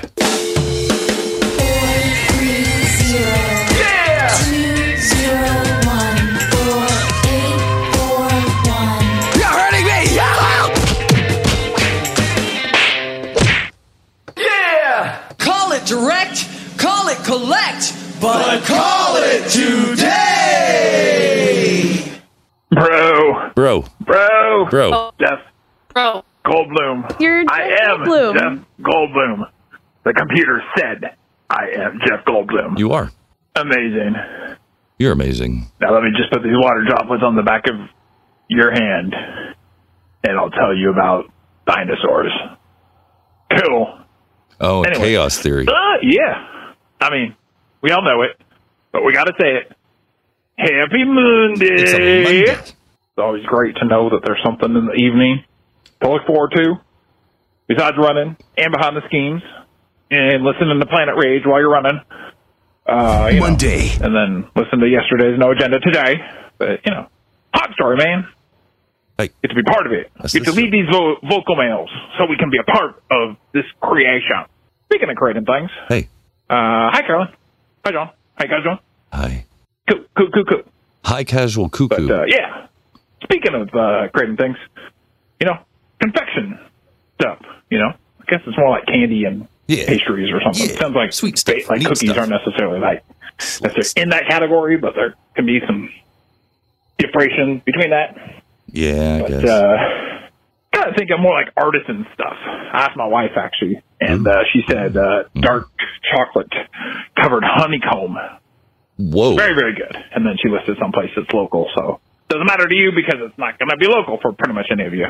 You're hurting me! Yeah! Call it direct, call it collect, but, call it today! Bro. Bro. Bro. Oh. Bro. Jeff Bro, Goldblum. You're I Jeff am Goldblum. Jeff Goldblum. The computer said I am Jeff Goldblum. You are. Amazing. You're amazing. Now let me just put these water droplets on the back of your hand, and I'll tell you about dinosaurs. Cool. Oh, and Anyway. chaos theory. Uh, yeah. I mean, we all know it, but we got to say it. Happy Monday. It's a Monday. It's always great to know that there's something in the evening to look forward to besides running and behind the schemes and listening to Planet Rage while you're running. Uh, you One know, day. And then listen to yesterday's No Agenda today. But, you know, hot story, man. Get to be part of it. Get to lead these vo- vocal males so we can be a part of this creation. Speaking of creating things. Hey. Uh, hi, Carolyn. Hi, John. Hi, guys, John. Hi. Cool, cool, cool, cool. High casual cuckoo. But, uh, yeah. Speaking of uh, creating things, you know, confection stuff. You know, I guess it's more like candy and pastries or something. Sounds like sweet stuff, like cookies aren't necessarily like necessarily in that category, but there can be some differentiation between that. Yeah, I But guess. uh, kind of think I'm more like artisan stuff. I asked my wife actually, and uh, she said uh, dark chocolate covered honeycomb. Whoa! Very very good. And then she listed someplace that's local, so doesn't matter to you because it's not going to be local for pretty much any of you.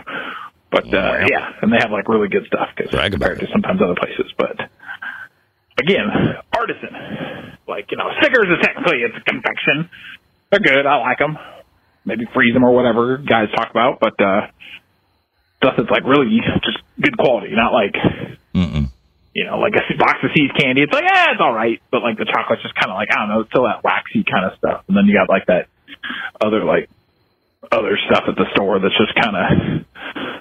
But uh, yeah, and they have like really good stuff because compared to sometimes other places. But again, artisan, like you know, Snickers is technically it's a confection. They're good. I like them. Maybe freeze them or whatever guys talk about. But uh, stuff that's like really just good quality, not like you know, like a box of seeds candy. It's like yeah, it's all right, but like the chocolate's just kind of like I don't know, it's still that waxy kind of stuff. And then you got like that other like other stuff at the store that's just kind of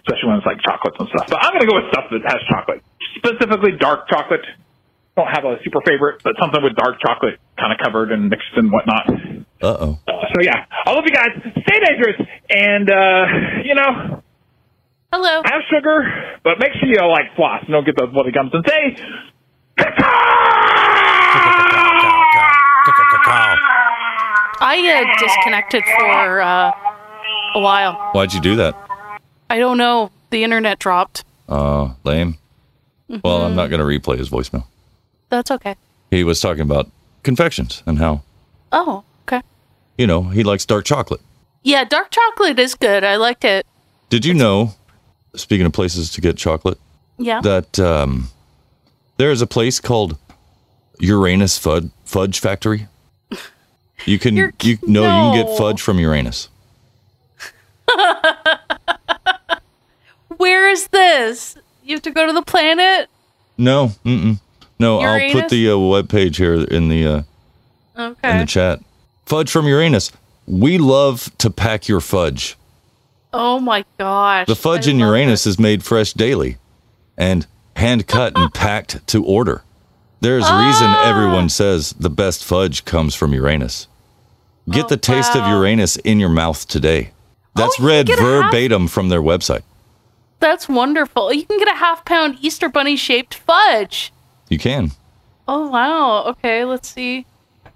especially when it's like chocolates and stuff. But I'm gonna go with stuff that has chocolate, specifically dark chocolate. Don't have a super favorite, but something with dark chocolate kind of covered and mixed and whatnot. Uh oh. Uh, so yeah, I love you guys. Stay dangerous, and uh, you know, hello. Have sugar, but make sure you like floss and don't get those bloody gums. And say, I uh, disconnected for uh, a while. Why'd you do that? I don't know. The internet dropped. Mm-hmm. Uh, lame. Mm-hmm. Well, I'm not going to replay his voicemail. That's okay. He was talking about confections and how, Oh, okay. you know, he likes dark chocolate. Yeah, dark chocolate is good. I liked it. Did you know, speaking of places to get chocolate, Yeah. that um, there is a place called Uranus Fud- Fudge Factory? You can, you no, you can no. get fudge from Uranus. Where is this? You have to go to the planet? No, mm-mm. no. I'll put Uranus? the uh, web page here in the uh, in Okay. the chat. Fudge from Uranus. We love to pack your fudge. Oh my gosh. The fudge in Uranus is made fresh daily and hand cut and packed to order. There's reason Ah. everyone says the best fudge comes from Uranus. Get Oh, the taste of Uranus in your mouth today. That's read get a half- verbatim from their website. That's wonderful. You can get a half pound Easter bunny shaped fudge. You can. Oh wow. Okay, let's see.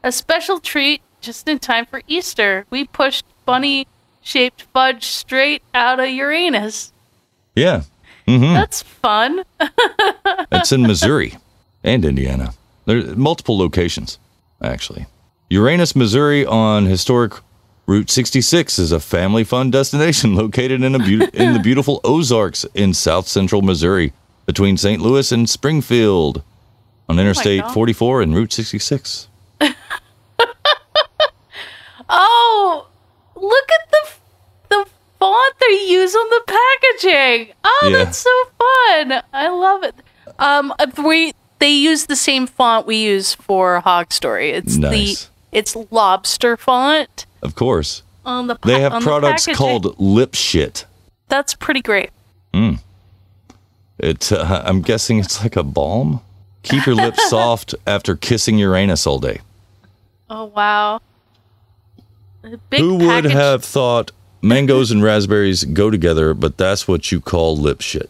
A special treat just in time for Easter. We pushed bunny shaped fudge straight out of Uranus. Yeah. hmm That's fun. It's in Missouri and Indiana. There are multiple locations, actually. Uranus, Missouri, on historic Route 66, is a family fun destination located in, a beau- in the beautiful Ozarks in south central Missouri, between St. Louis and Springfield, on Interstate Oh God. 44 and Route 66. Oh, look at the the font they use on the packaging. Oh, Yeah. that's so fun. I love it. Um, we they use the same font we use for Hog Story. It's Nice. the it's lobster font Of course, on the. pa- they have on the products packaging. called Lip Shit. That's pretty great. Mm. It, uh, I'm guessing it's like a balm. Keep your lips soft after kissing Uranus all day. Oh wow. A Big Who would package- have thought mangoes and raspberries go together, but that's what you call lip shit?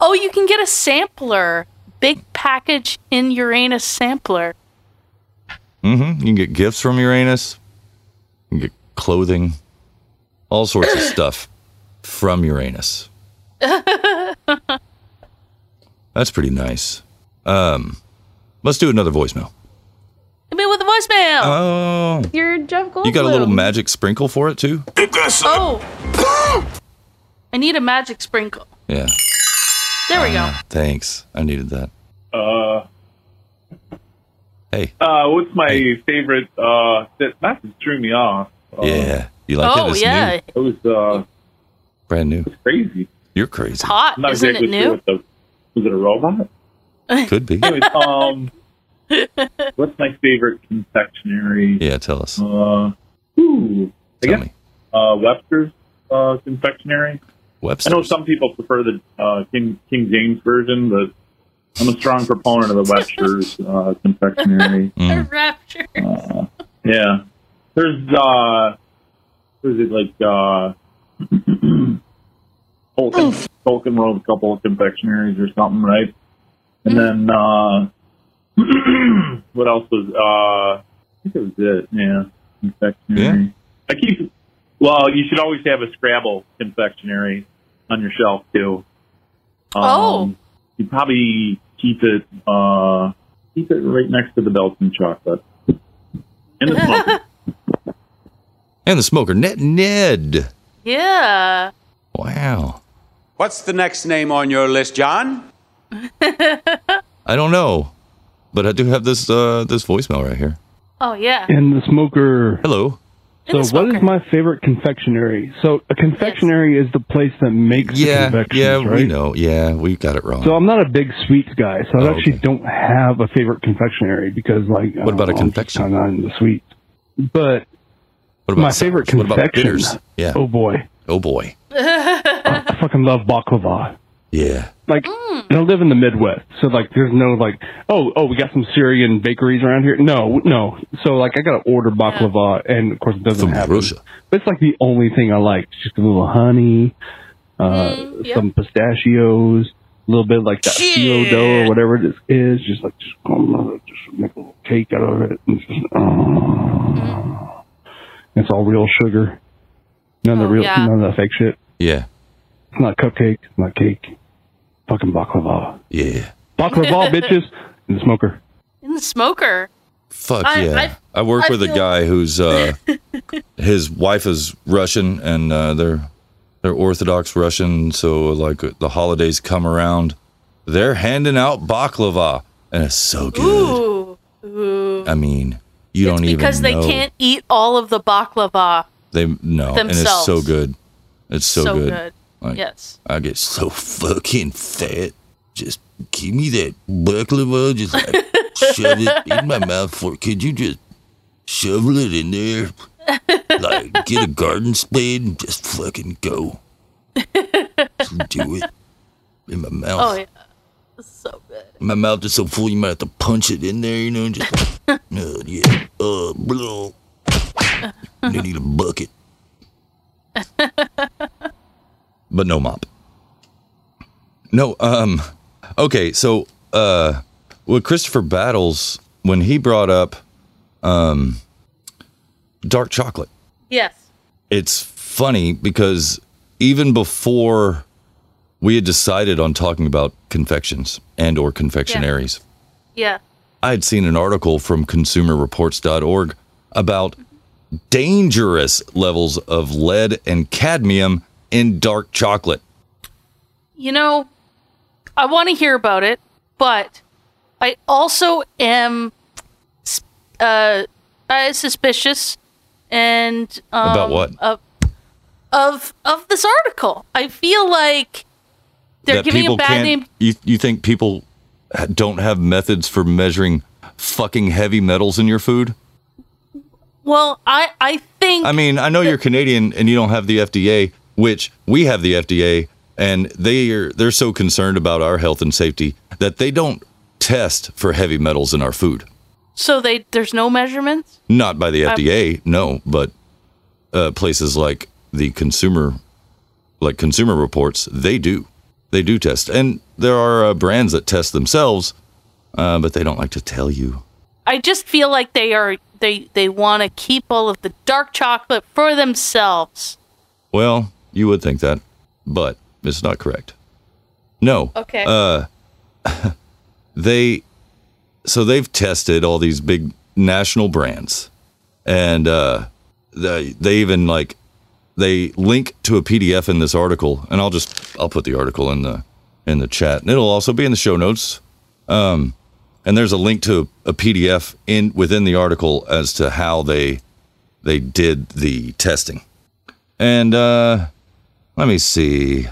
Oh, you can get a sampler. Big package in Uranus sampler. Mm-hmm. You can get gifts from Uranus, you can get clothing, all sorts of stuff from Uranus. That's pretty nice. Um, let's do another voicemail. I mean, with a voicemail. Oh, You're Jeff Goldblum. you got a little magic sprinkle for it too? Oh. I need a magic sprinkle. Yeah. There we go. Ah, thanks. I needed that. Uh, Hey. Uh, what's my favorite? Uh, that that threw me off. Uh, Oh. yeah. You like that? It's new. It was uh, Brand new. Crazy. You're crazy. hot, isn't it new? Was it a robot? Could be. Anyways, um, what's my favorite confectionery? Yeah, tell us. Uh, ooh, I guess uh, Webster's uh, confectionery. Webster's. I know some people prefer the uh, King King James version, but I'm a strong proponent of the Webster's uh, confectionery. Mm. Rapture. Uh, yeah, there's uh, what is it like uh, Tolkien, Tolkien wrote a couple of confectionaries or something, right? And then uh, what else was? Uh, I think it was it. Yeah, confectionery. I keep. Well, you should always have a Scrabble confectionery on your shelf too. Um, Oh. You probably keep it uh, keep it right next to the Belton chocolate. And the smoker. And the smoker, Ned. Ned. Yeah. Wow. What's the next name on your list, John? I don't know, but I do have this uh, this voicemail right here. Oh yeah. And the smoker. Hello. So, what is my favorite confectionery? So, a confectionery is the place that makes the Yeah, confections, yeah, right? we know. Yeah, we got it wrong. So, I'm not a big sweets guy, so I actually don't have a favorite confectionery because, like, Oh, What about a confection? I'm on the sweets. But What about my favorite sours? What confection. about bitters? Yeah. Oh boy, Oh boy. I fucking love baklava. Yeah. Like, and I live in the Midwest, so like, there's no like, oh, oh, we got some Syrian bakeries around here. No, no. So like, I gotta order baklava, and of course, it doesn't happen. But it's like the only thing I like. It's just a little honey, uh, some pistachios, a little bit of, like that filo dough or whatever it is. Just like, just, just make a little cake out of it. And it's just, uh, oh. It's all real sugar. None of the real, yeah. none of that fake shit. Yeah. It's not cupcake. It's not cake. Fucking baklava. Yeah. Baklava, bitches. And the smoker. In the smoker. Fuck I- yeah. I, work I with a feel- guy who's uh, his wife is Russian and uh, they're they're Orthodox Russian. So like the holidays come around, they're handing out baklava, and it's so good. Ooh. Ooh. I mean, you don't even Because they know. can't eat all of the baklava. They no, and it's so themselves. good. It's so, So good. good. Yes. I get so fucking fat. Just give me that baklava. Just like shove it in my mouth. For could you just shovel it in there? Like get a garden spade and just fucking go. Just do it in my mouth. Oh yeah. So good. My mouth is so full, you might have to punch it in there, you know, and just, uh, yeah, uh, blah. They need a bucket. but no mop. No, um, okay, so, uh, with Christopher Battles, when he brought up, um, dark chocolate, Yes. it's funny because even before we had decided on talking about confections and or confectionaries, Yeah. I had seen an article from consumerreports.org about dangerous levels of lead and cadmium in dark chocolate. You know, I want to hear about it, but I also am s- uh, uh suspicious and um, About what? Of, of of this article. I feel like they're giving a bad name. You, you think people ha- don't have methods for measuring fucking heavy metals in your food? Well, I I think I mean, I know you're Canadian and you don't have the FDA, which we have the FDA, and they are they're so concerned about our health and safety that they don't test for heavy metals in our food. so. They there's no measurements. Not by the Um, FDA, no, but uh, places like the consumer, like Consumer Reports, they do. They do test. And there are uh, brands that test themselves, uh, but they don't like to tell you. I just feel like they are they they want to keep all of the dark chocolate for themselves. Well, you would think that, but it's not correct. No. Okay. Uh, they, so they've tested all these big national brands, and uh, they they even like they link to a PDF in this article, and I'll just I'll put the article in the in the chat, and it'll also be in the show notes. Um, and there's a link to a PDF in within the article as to how they they did the testing. And uh, Let me see.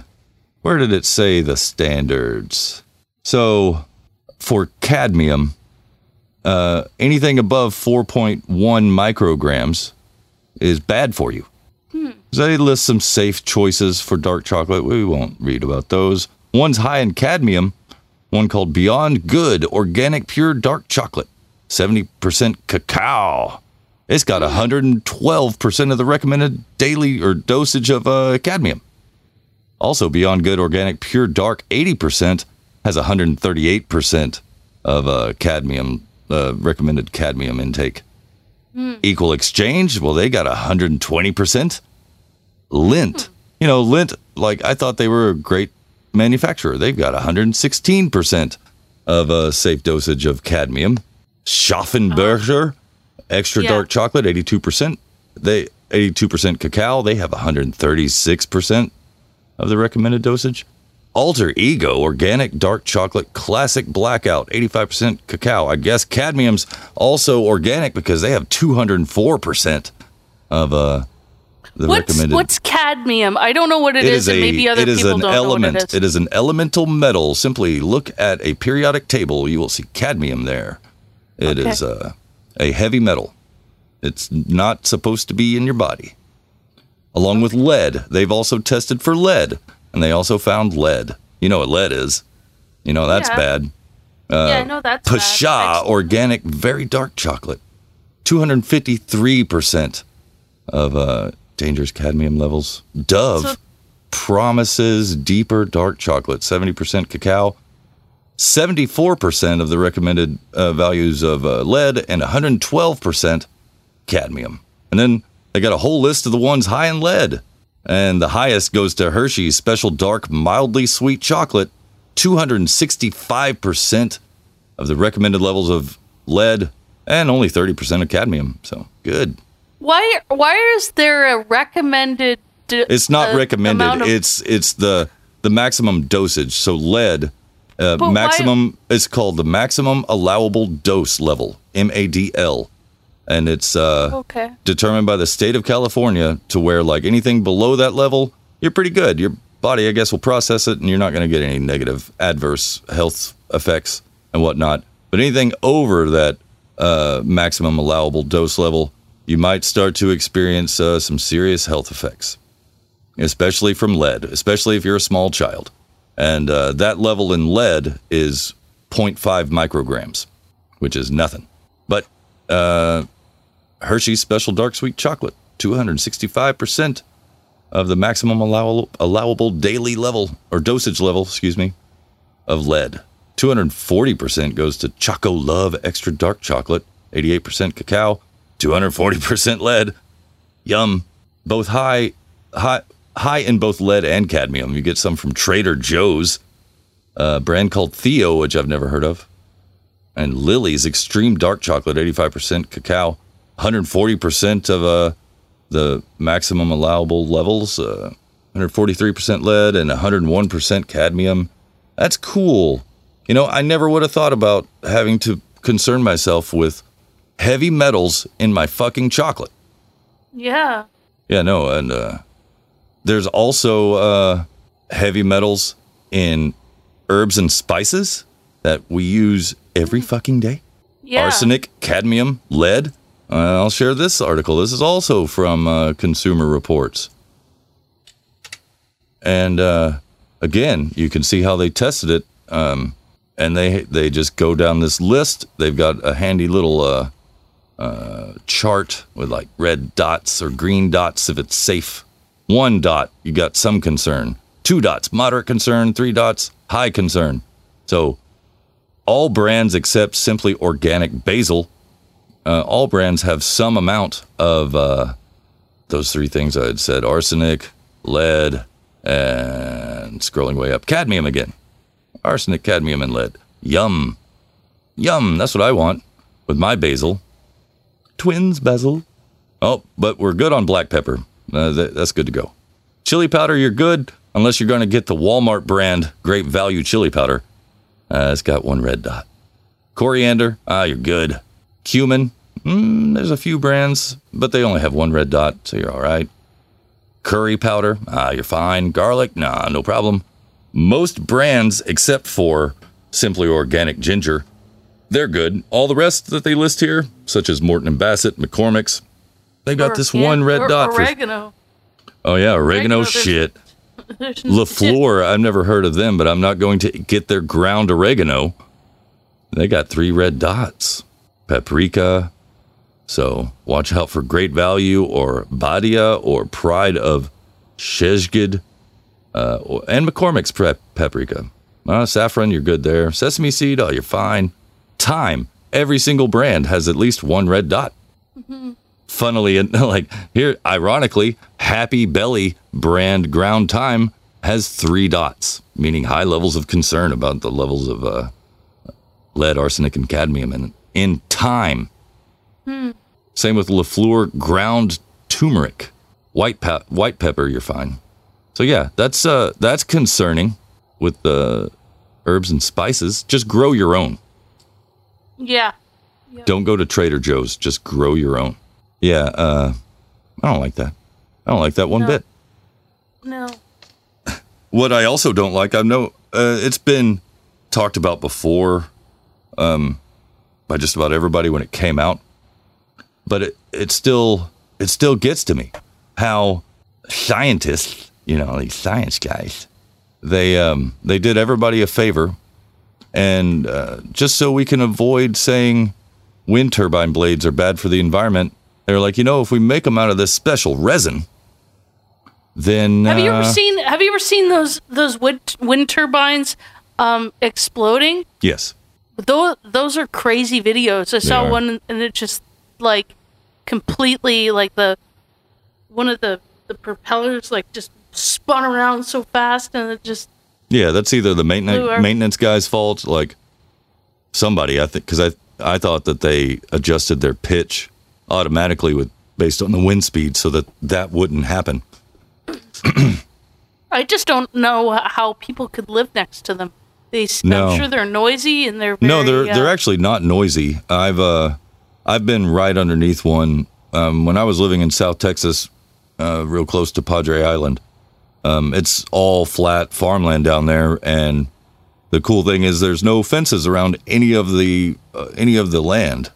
Where did it say the standards? So for cadmium, uh, anything above 4.1 micrograms is bad for you. They list some safe choices for dark chocolate. We won't read about those. One's high in cadmium, one called Beyond Good Organic Pure Dark Chocolate, 70% cacao. It's got 112% of the recommended daily or dosage of uh, cadmium. Also, Beyond Good Organic Pure Dark 80% has 138% of uh, cadmium, uh, recommended cadmium intake. Equal Exchange, well, they got 120%. Lint, you know, Lint, like I thought they were a great manufacturer. They've got 116% of a safe dosage of cadmium. Schaffenberger, extra Yeah. dark chocolate, 82%. They 82% cacao, they have 136% of the recommended dosage. Alter Ego Organic Dark Chocolate Classic Blackout, 85% cacao. I guess cadmium's also organic because they have 204% of uh, the What's, recommended. what's cadmium? I don't know what it is, and maybe other it is people an don't element. know what it is. it is an elemental metal. Simply look at a periodic table. You will see cadmium there. It is Okay. uh, a heavy metal. It's not supposed to be in your body. Along with lead, they've also tested for lead, and they also found lead. You know what lead is? You know that's Yeah. bad. Uh, Yeah, I know Oh, that's bad. Pasha organic, very dark chocolate, two hundred fifty-three percent of uh, dangerous cadmium levels. Dove So- promises deeper dark chocolate, 70% cacao, 74% of the recommended uh, values of uh, lead, and 112% cadmium. And then they got a whole list of the ones high in lead. And the highest goes to Hershey's special dark, mildly sweet chocolate, 265% of the recommended levels of lead, and only 30% of cadmium. So good. Why? Why is there a recommended? d- It's not uh, amount recommended. of- it's it's the the maximum dosage. So lead uh, But why- maximum it's called the maximum allowable dose level (MADL), and it's uh, Okay. determined by the state of California to where like anything below that level, you're pretty good. Your body, I guess, will process it, and you're not going to get any negative adverse health effects and whatnot. But anything over that uh, maximum allowable dose level, you might start to experience uh, some serious health effects especially from lead, especially if you're a small child. And uh, that level in lead is 0.5 micrograms, which is nothing. But uh, Hershey's Special Dark Sweet Chocolate, 265% of the maximum allow- allowable daily level or dosage level, excuse me, of lead. 240% goes to Choco Love Extra Dark Chocolate, 88% cacao, 240% lead. Yum. Both high high high in both lead and cadmium. You get some from Trader Joe's, a brand called Theo, which I've never heard of. And Lily's Extreme Dark Chocolate, 85% cacao, 140% of uh, the maximum allowable levels, uh, 143% lead, and 101% cadmium. That's cool. You know, I never would have thought about having to concern myself with heavy metals in my fucking chocolate. Yeah. Yeah, no, and uh, there's also uh, heavy metals in herbs and spices that we use every fucking day. Yeah. Arsenic, cadmium, lead. Uh, I'll share this article. This is also from uh, Consumer Reports. And uh, again, you can see how they tested it. Um, and they they just go down this list. They've got a handy little uh, uh, chart with like red dots or green dots if it's safe. One dot, you got some concern. Two dots, moderate concern. Three dots, high concern. So all brands except simply organic basil, uh, all brands have some amount of uh, those three things I had said arsenic, lead, and scrolling way up, cadmium again. Arsenic, cadmium, and lead. Yum. Yum. That's what I want with my basil. Twins basil. Oh, but we're good on black pepper. Uh, tha- that's good to go. Chili powder, you're good unless you're going to get the Walmart brand Great Value Chili Powder. Uh, it's got one red dot. Coriander, ah, you're good. Hmm, Cumin, mm, there's a few brands, but they only have one red dot, so you're all right. Curry powder, ah, you're fine. Garlic, nah, no problem. Most brands, except for Simply Organic Ginger, they're good. All the rest that they list here, such as Morton and Bassett, McCormick's, they got Or- this yeah, one red or dot for. Oregano. Oh yeah, oregano Oregano, there's- shit. There's- LaFleur, I've never heard of them, but I'm not going to get their ground oregano. They got three red dots. Paprika. So watch out for Great Value or Badia or Pride of Shezgid uh, or- and McCormick's prep paprika. Uh, saffron, you're good there. Sesame seed, oh, you're fine. Thyme, every single brand has at least one red dot funnily and like here ironically happy belly brand ground time has three dots meaning high levels of concern about the levels of uh, lead arsenic and cadmium in, in time Hmm. same with lafleur ground turmeric white pe- white pepper you're fine so yeah that's uh that's concerning with the herbs and spices just grow your own Yeah. don't go to Trader Joe's. Just grow your own. Yeah, uh, I don't like that. I don't like that one bit. No. What I also don't like, I know uh, it's been talked about before um, by just about everybody when it came out, but it, it still it still gets to me how scientists, you know, these science guys, they um, they did everybody a favor, and uh, just so we can avoid saying wind turbine blades are bad for the environment, they're like, you know, if we make them out of this special resin, then Have you ever uh, seen Have you ever seen those those wood, wind turbines um, exploding? Yes. Those those are crazy videos. I They saw are. one and it just like completely like the one of the the propellers like just spun around so fast and it just Yeah, that's either the Who maintenance are- maintenance guy's fault, like somebody. I think because I I thought that they adjusted their pitch automatically with based on the wind speed, so that that wouldn't happen. I just don't know how people could live next to them. They s- No. I'm sure they're noisy and they're no, very, they're uh, they're actually not noisy. I've uh I've been right underneath one um, when I was living in South Texas, uh, real close to Padre Island. Um, it's all flat farmland down there, and the cool thing is there's no fences around any of the uh, any of the land,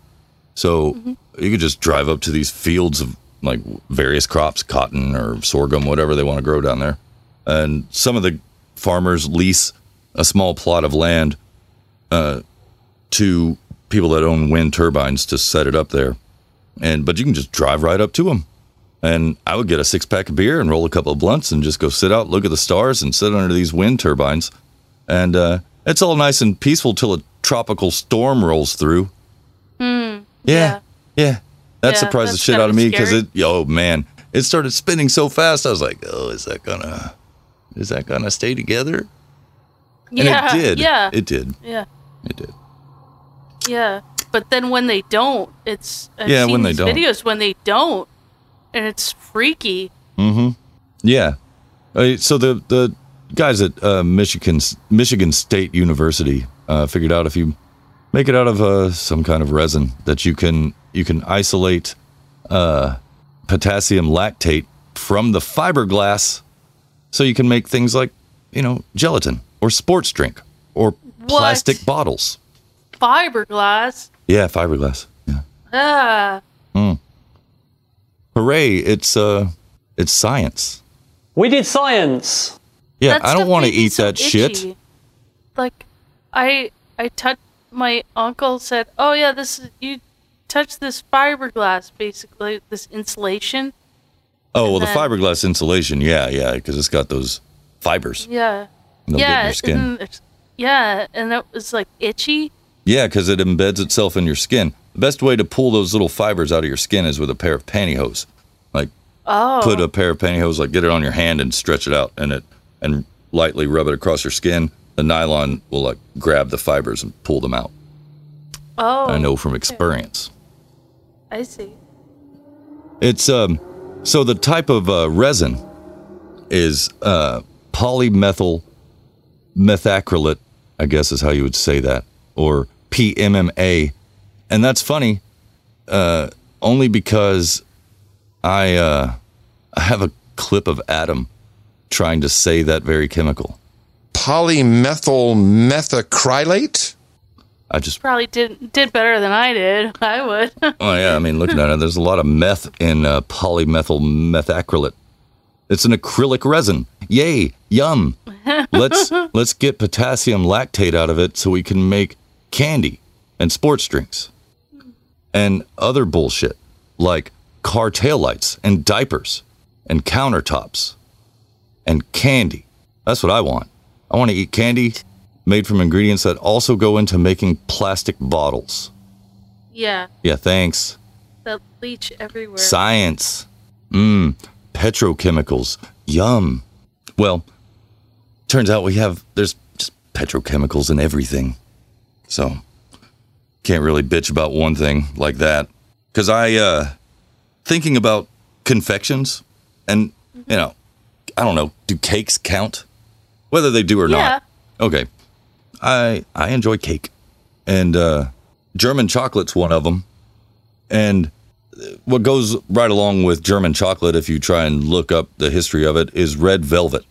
so Mm-hmm. you could just drive up to these fields of like various crops, cotton or sorghum, whatever they want to grow down there. And some of the farmers lease a small plot of land uh, to people that own wind turbines to set it up there. And but you can just drive right up to them. And I would get a six pack of beer and roll a couple of blunts and just go sit out, look at the stars, and sit under these wind turbines. And uh, it's all nice and peaceful till a tropical storm rolls through. Hmm. Yeah, yeah. That Yeah, surprised the that's shit kinda out of me because scary. it. Oh man, it started spinning so fast. I was like, oh, is that gonna, is that gonna stay together? yeah, and it did. Yeah. it did. Yeah. It did. Yeah, but then when they don't, it's I've Yeah, seen when they these don't. videos when they don't, and it's freaky. Mm-hmm. Yeah. Uh, so the the guys at uh, Michigan Michigan State University uh, figured out if you make it out of uh, some kind of resin that you can you can isolate uh, potassium lactate from the fiberglass, so you can make things like you know gelatin or sports drink or plastic bottles. Fiberglass. Yeah, fiberglass. Ah, Mm. Hooray! It's uh, it's science. We did science. Yeah, That I don't stuff want to made me eat so that shit. itchy. Like, I I touched my uncle said, "Oh yeah, this is you touch this fiberglass, basically this insulation." Oh well, the then- fiberglass insulation, yeah, yeah, because it's got those fibers. Yeah, They'll get in yeah, your skin. and it's- yeah, and it was like itchy. Yeah, because it embeds itself in your skin. The best way to pull those little fibers out of your skin is with a pair of pantyhose. Like, Oh, put a pair of pantyhose, like get it on your hand and stretch it out, and it and lightly rub it across your skin. The nylon will like grab the fibers and pull them out. oh, I know from experience. I see. It's um, so the type of uh, resin is uh, polymethyl methacrylate, I guess is how you would say that, or PMMA, and that's funny, uh, only because I uh, I have a clip of Adam trying to say that very chemical. Polymethyl methacrylate? I just Probably did did better than I did. I would. Oh yeah, I mean, looking at it, there's a lot of meth in uh, polymethyl methacrylate. It's an acrylic resin. Yay, yum. Let's let's get potassium lactate out of it so we can make candy and sports drinks and other bullshit like car taillights and diapers and countertops and candy. That's what I want. I want to eat candy made from ingredients that also go into making plastic bottles. yeah, Yeah, thanks. that leech everywhere. Science. Mmm. Petrochemicals. Yum. Well, turns out we have, there's just petrochemicals in everything. So, can't really bitch about one thing like that. Cause I, uh, thinking about confections and, you know, I don't know, do cakes count? Whether they do or not. Okay. I, I enjoy cake and, uh, German chocolate's one of them. And what goes right along with German chocolate, if you try and look up the history of it, is red velvet.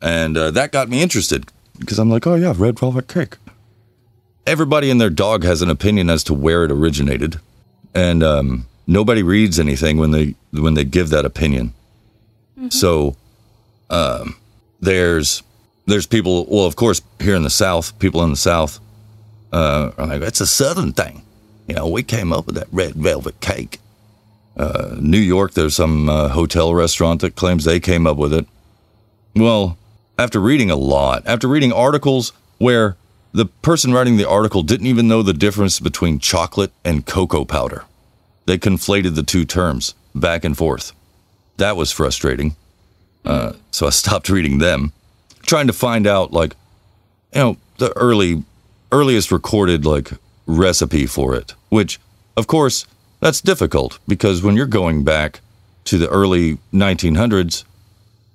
And uh, that got me interested because I'm like, oh, yeah, red velvet cake. Everybody and their dog has an opinion as to where it originated. And um, nobody reads anything when they when they give that opinion. So um, there's there's people. Well, of course, here in the South, people in the South uh, are like, that's a Southern thing. You know, we came up with that red velvet cake. Uh, New York, there's some uh, hotel restaurant that claims they came up with it. Well, after reading a lot, after reading articles where the person writing the article didn't even know the difference between chocolate and cocoa powder, they conflated the two terms back and forth. That was frustrating. Uh, so I stopped reading them, trying to find out, like, you know, the early, earliest recorded, like, recipe for it, which, of course, that's difficult because when you're going back to the early 1900s,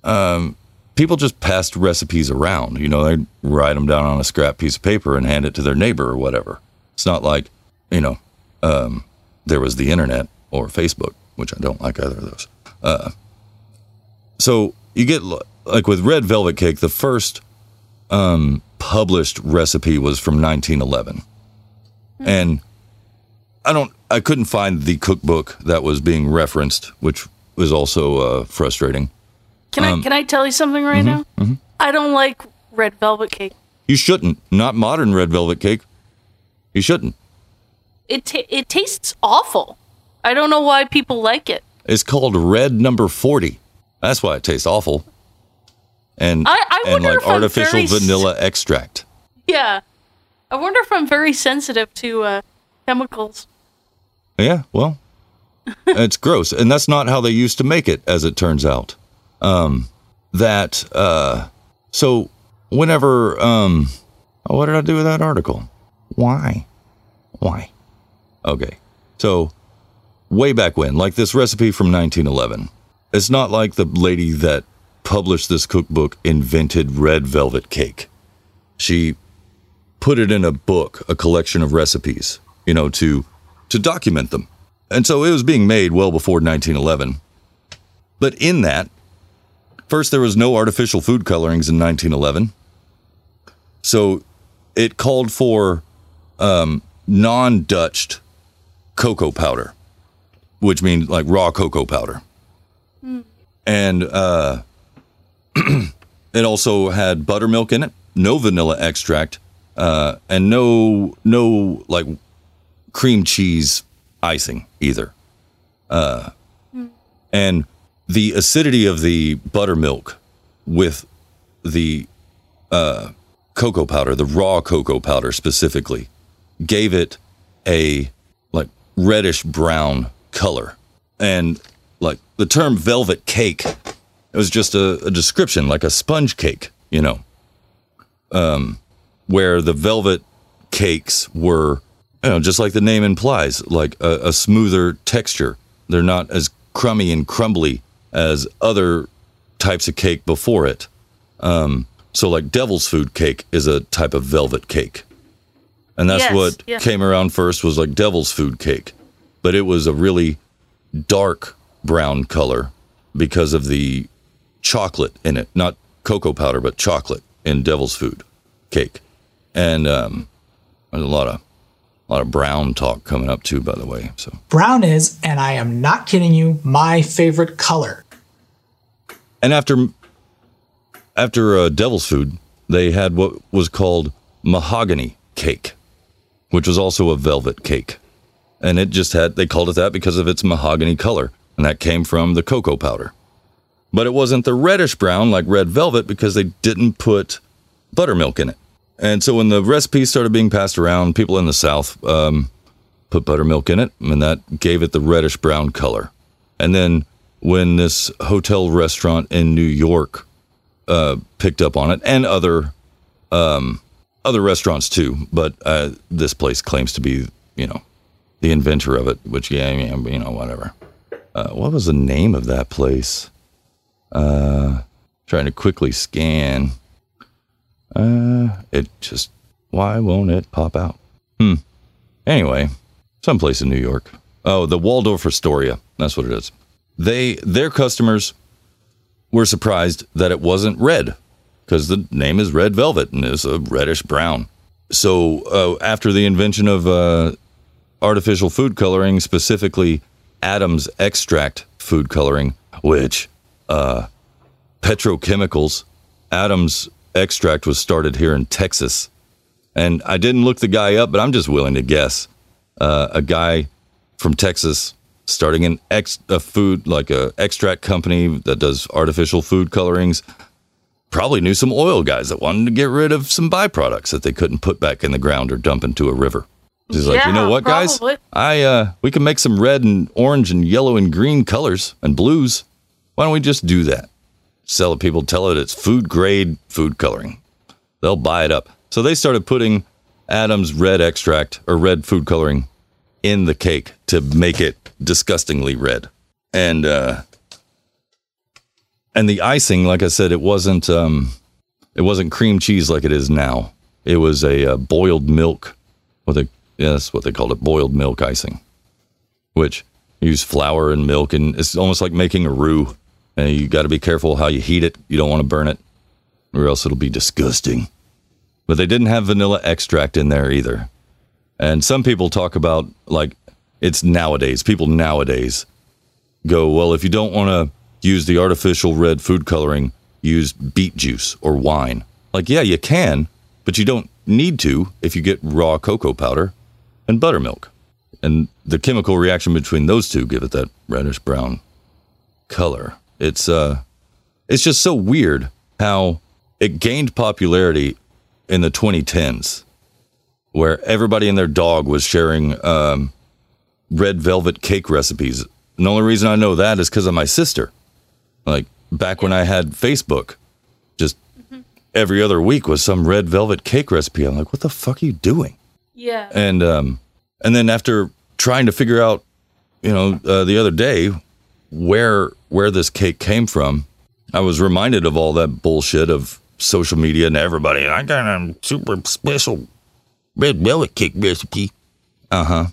um, people just passed recipes around. You know, they'd write them down on a scrap piece of paper and hand it to their neighbor or whatever. It's not like, you know, um, there was the internet or Facebook, which I don't like either of those. Uh, so you get l- like with red velvet cake, the first um, published recipe was from 1911, and I don't, I couldn't find the cookbook that was being referenced, which was also uh, frustrating. Can Um, I can I tell you something right now? mhm. I don't like red velvet cake. You shouldn't. Not modern red velvet cake. You shouldn't. It ta- it tastes awful. I don't know why people like it. It's called red number 40. That's why it tastes awful. And, I- I and wonder like if I'm artificial very s- vanilla extract. Yeah, I wonder if I'm very sensitive to uh, chemicals. Yeah, well, it's gross. And that's not how they used to make it, as it turns out. Um, that, uh, so whenever, um, oh, what did I do with that article? Why? Why? Okay. So, way back when, like this recipe from 1911, it's not like the lady that published this cookbook invented red velvet cake. She put it in a book, a collection of recipes, you know, to to document them. And so it was being made well before 1911. But in that, first there was no artificial food colorings in 1911. So it called for um, non-Dutched cocoa powder, which means like raw cocoa powder. And uh, it also had buttermilk in it, no vanilla extract, uh, and no no like cream cheese icing either. Uh, and the acidity of the buttermilk with the uh, cocoa powder, the raw cocoa powder specifically, gave it a like reddish brown color. And like the term velvet cake, it was just a, a description, like a sponge cake, you know, um, where the velvet cakes were, you know, just like the name implies, like a, a smoother texture. They're not as crummy and crumbly as other types of cake before it. Um, so, like devil's food cake is a type of velvet cake, and that's Yes, what yeah. came around first was like devil's food cake, but it was a really dark brown color because of the chocolate in it, not cocoa powder, but chocolate in devil's food cake. And um, there's a lot of a lot of brown talk coming up too, by the way. So Brown is, and I am not kidding you, my favorite color. and after after uh, devil's food, they had what was called mahogany cake, which was also a velvet cake, and it just had they called it that because of its mahogany color, and that came from the cocoa powder. But it wasn't the reddish brown like red velvet because they didn't put buttermilk in it. And so when the recipe started being passed around, people in the South um, put buttermilk in it, and that gave it the reddish brown color. And then when this hotel restaurant in New York uh, picked up on it, and other um, other restaurants too, but uh, this place claims to be, you know, the inventor of it. Which yeah, yeah you know, whatever. Uh, what was the name of that place? Uh, trying to quickly scan. Uh, it just why won't it pop out? Hmm. Anyway, someplace in New York. Oh, the Waldorf Astoria. That's what it is. They their customers were surprised that it wasn't red because the name is Red Velvet and is a reddish brown. So uh, after the invention of uh, artificial food coloring, specifically Adam's extract food coloring, which uh, petrochemicals. Adam's extract was started here in Texas. And I didn't look the guy up, but I'm just willing to guess. Uh, a guy from Texas starting an ex a food like a extract company that does artificial food colorings probably knew some oil guys that wanted to get rid of some byproducts that they couldn't put back in the ground or dump into a river. He's like, you Yeah, know what, guys? probably. I uh, we can make some red and orange and yellow and green colors and blues. Why don't we just do that? Sell it. People tell it it's food grade food coloring. They'll buy it up. So they started putting Adam's red extract or red food coloring in the cake to make it disgustingly red. And uh, and the icing, like I said, it wasn't um, it wasn't cream cheese like it is now. It was a uh, boiled milk with a yeah, that's what they called it, boiled milk icing, which you use flour and milk, and it's almost like making a roux. And you got to be careful how you heat it. You don't want to burn it, or else it'll be disgusting. But they didn't have vanilla extract in there either. And some people talk about like it's nowadays. People nowadays go, well, if you don't want to use the artificial red food coloring, use beet juice or wine. Like, yeah, you can, but you don't need to if you get raw cocoa powder and buttermilk. And the chemical reaction between those two give it that reddish brown color. It's uh it's just so weird how it gained popularity in the 2010s where everybody and their dog was sharing um, red velvet cake recipes. And the only reason I know that is because of my sister. Like back when I had Facebook, just every other week was some red velvet cake recipe. I'm like, what the fuck are you doing? Yeah. And um, and then after trying to figure out, you know, uh, the other day where where this cake came from, I was reminded of all that bullshit of social media and everybody. I got a super special red velvet cake recipe. Uh huh.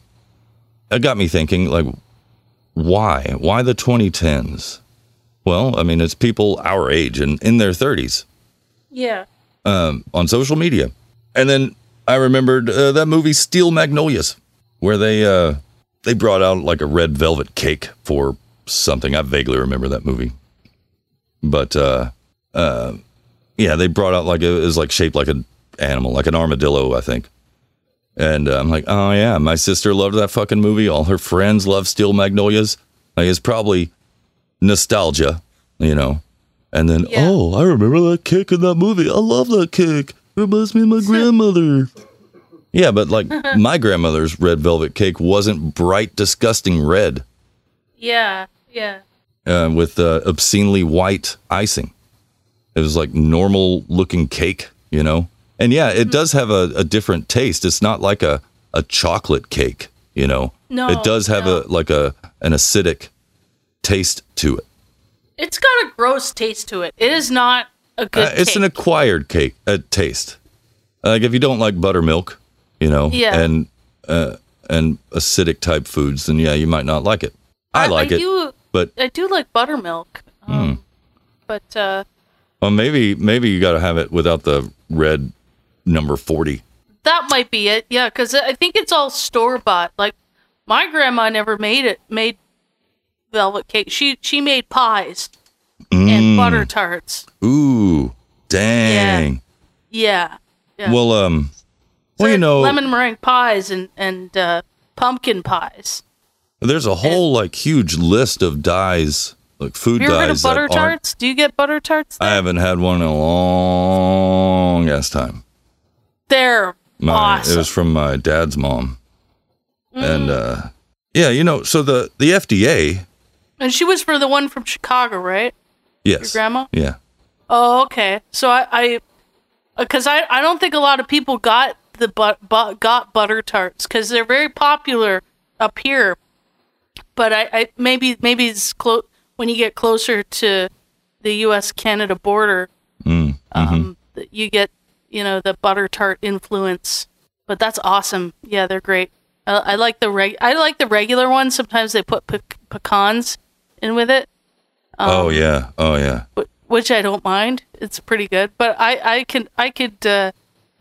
That got me thinking, like, why? Why the 2010s? Well, I mean, it's people our age and in their 30s Yeah. um, on social media. And then I remembered uh, that movie Steel Magnolias, where they uh, they brought out like a red velvet cake for something. I vaguely remember that movie, but uh, uh, yeah, they brought out like a, it was like shaped like an animal, like an armadillo, I think. And uh, I'm like, oh yeah, my sister loved that fucking movie. All her friends love Steel Magnolias. Like it's probably nostalgia, you know. And then oh, I remember that cake in that movie. I love that cake. Reminds me of my grandmother. Yeah, but like my grandmother's red velvet cake wasn't bright, disgusting red Yeah. Yeah. uh, with uh, obscenely white icing. It was like normal looking cake, you know? And yeah, Hmm. it does have a, a different taste. It's not like a, a chocolate cake, you know? No, it does have a like a an acidic taste to it. It's got a gross taste to it. It is not a good Uh, it's an acquired cake uh, taste. Like if you don't like buttermilk, you know, Yeah. and uh, and acidic type foods, then yeah, you might not like it. I like I it, do, but hmm. I do like buttermilk. But uh, Well, maybe maybe you got to have it without the red number forty. that might be it. Yeah, because I think it's all store bought. Like my grandma never made it. Made velvet cake. She she made pies and Mm. butter tarts. Ooh, dang. Yeah. yeah. Well, um, well, you know, lemon meringue pies and and uh, pumpkin pies. there's a whole like huge list of dyes, like food Have you ever heard of dyes that butter aren't. tarts? Do you get butter tarts? I haven't had one in a long ass time. They're My, awesome. It was from my dad's mom, and uh, yeah, you know, so the the FDA, and she was for the one from Chicago, right? yes, Your grandma? yeah, Oh, okay. So I, I, because I, I don't think a lot of people got the but, but got butter tarts because they're very popular up here. But I, I maybe maybe it's close when you get closer to the U.S. Canada border, Um, that you get you know the butter tart influence. But that's awesome. Yeah, they're great. I, I like the reg. I like the regular ones. Sometimes they put pe- pecans in with it. oh yeah, oh yeah. which I don't mind. It's pretty good, but I I can I could uh,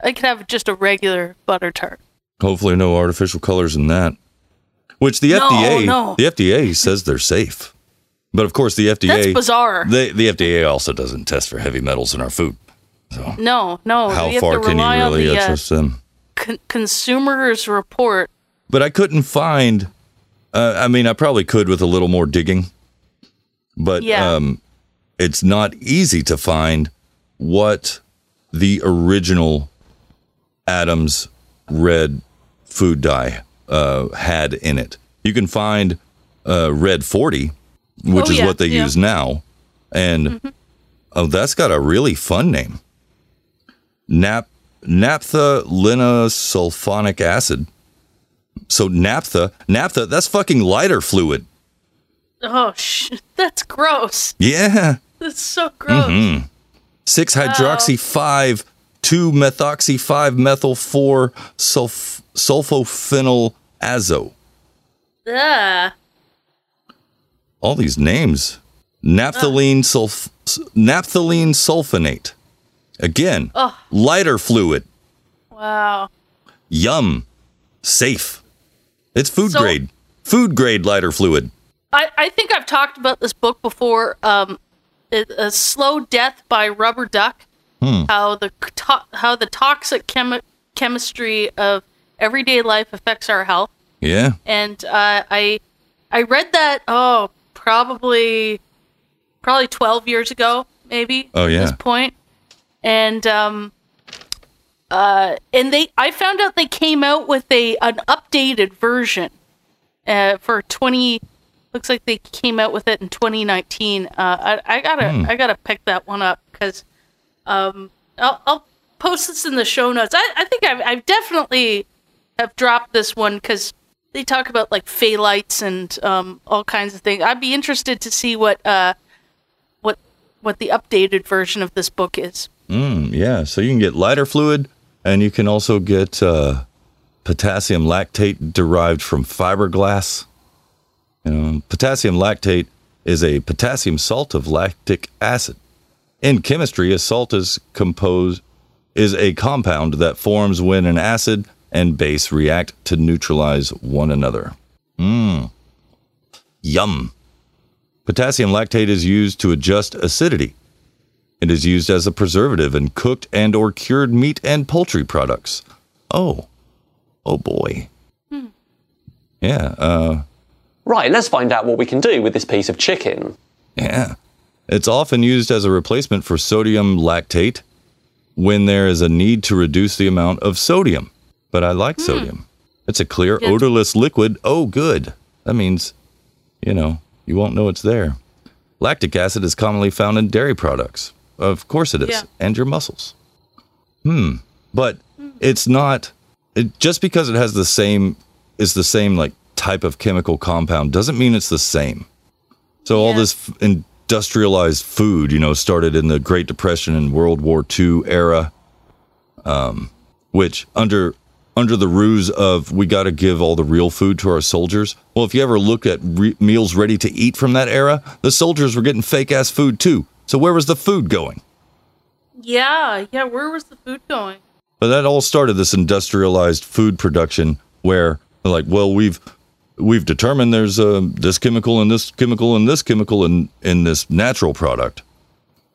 I could have just a regular butter tart. Hopefully, no artificial colors in that. Which the No, FDA, no. the FDA says they're safe, but of course the FDA That's bizarre. They, the FDA also doesn't test for heavy metals in our food. No, How no. we Oh, have far to can you rely on really the, uh, trust them? con- consumers report? But I couldn't find. Uh, I mean, I probably could with a little more digging, but Yeah. um, it's not easy to find what the original Adams red food dye uh, had in it. You can find uh, red forty, which Oh, is yeah, what they yeah. use Mm-hmm. now, and oh, that's got a really fun name. Nap naphtha linosulfonic acid. So naphtha, naphtha, that's fucking lighter fluid. Oh, sh- that's gross. Yeah. That's so gross. hmm Six hydroxy five, two methoxy five methyl four sulf- sulfophenyl azo. Yeah. All these names. Naphthalene sulf naphthalene sulfonate. Again, Ugh. lighter fluid. Wow. Yum. Safe. It's food So- grade. Food grade lighter fluid. I, I think I've talked about this book before. Um, it, a slow death by rubber duck. Hmm. How the to- how the toxic chemi- chemistry of everyday life affects our health. Yeah. and uh, I I read that oh probably probably twelve years ago maybe Oh, yeah. at this Uh. point and um uh and they I found out they came out with a an updated version uh for twenty looks like they came out with it in twenty nineteen uh I, I gotta Hmm. I gotta pick that one up because um I'll, I'll post this in the show notes I I think I've I've definitely have dropped this one because they talk about like phthalates and um, all kinds of things. I'd be interested to see what uh, what what the updated version of this book is. Mm, yeah. So you can get lighter fluid, and you can also get uh, potassium lactate derived from fiberglass. You know, potassium lactate is a potassium salt of lactic acid. In chemistry, a salt is composed is a compound that forms when an acid and base react to neutralize one another. Mmm. Yum. Potassium lactate is used to adjust acidity. It is used as a preservative in cooked and or cured meat and poultry products. Oh. Oh boy. Yeah, uh Right, let's find out what we can do with this piece of chicken. yeah. It's often used as a replacement for sodium lactate when there is a need to reduce the amount of sodium. But I like sodium. It's a clear, Good. odorless liquid. Oh good. That means you know, you won't know it's there. Lactic acid is commonly found in dairy products. Of course it is. Yeah. And your muscles. Hmm. But it's not it, just because it has the same is the same like type of chemical compound doesn't mean it's the same. So all this f- industrialized food, you know, started in the Great Depression and World War II era, um, which under under the ruse of we got to give all the real food to our soldiers. Well, if you ever look at re- meals ready to eat from that era, the soldiers were getting fake ass food too. So where was the food going? Yeah, yeah. Where was the food going? But that all started this industrialized food production where they're like, well, we've we've determined there's uh, this chemical and this chemical and this chemical and in this natural product.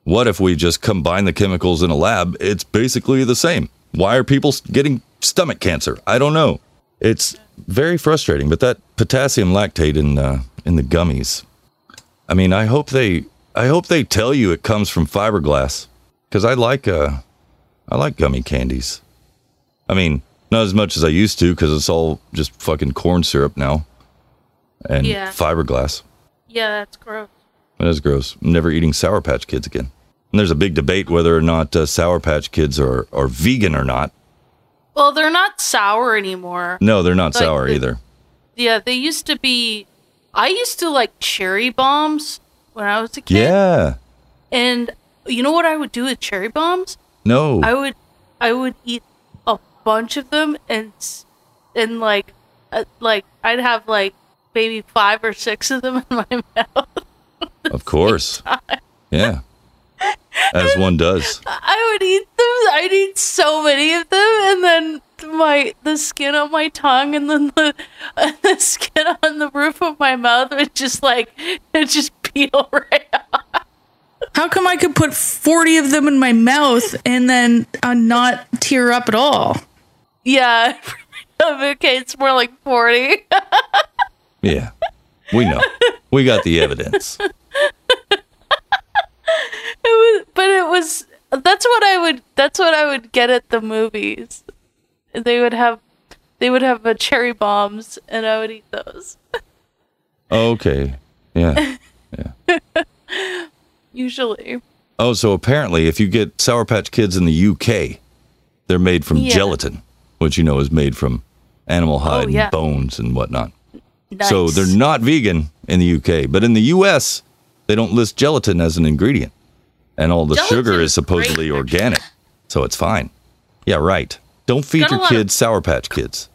What if we just combine the chemicals in a lab? It's basically the same. Why are people s- getting stomach cancer? I don't know. It's very frustrating. But that potassium lactate in uh, in the gummies. I mean, I hope they I hope they tell you it comes from fiberglass because I like uh I like gummy candies. I mean, not as much as I used to because it's all just fucking corn syrup now and Yeah. fiberglass. Yeah, that's gross. That is gross. I'm never eating Sour Patch Kids again. And there's a big debate whether or not uh, Sour Patch Kids are, are vegan or not. Well, they're not sour anymore. No, they're not Like sour the- either. Yeah, they used to be. I used to like cherry bombs when I was a kid, Yeah. and you know what I would do with cherry bombs? No. I would, I would eat a bunch of them, and s- and like, uh, like I'd have like maybe five or six of them in my mouth. of course. Yeah. As one does. I would eat them. I'd eat so many of them, and then my the skin on my tongue, and then the and the skin on the roof of my mouth would just like it just peel right How come I could put 40 of them in my mouth and then uh, not tear up at all? Yeah. okay, it's more like 40. Yeah. We know. We got the evidence. It was, but it was that's what I would that's what I would get at the movies. They would have they would have a cherry bombs and I would eat those. Okay. Yeah. Usually. Oh, so apparently, if you get Sour Patch Kids in the UK, they're made from Yeah. Oh, gelatin, which you know is made from animal hide yeah. and bones and whatnot. Nice. So they're not vegan in the UK, but in the US, they don't list gelatin as an ingredient. And all the sugar is supposedly organic. So it's fine. Yeah, right. Don't feed got a your lot of- kids Sour Patch Kids.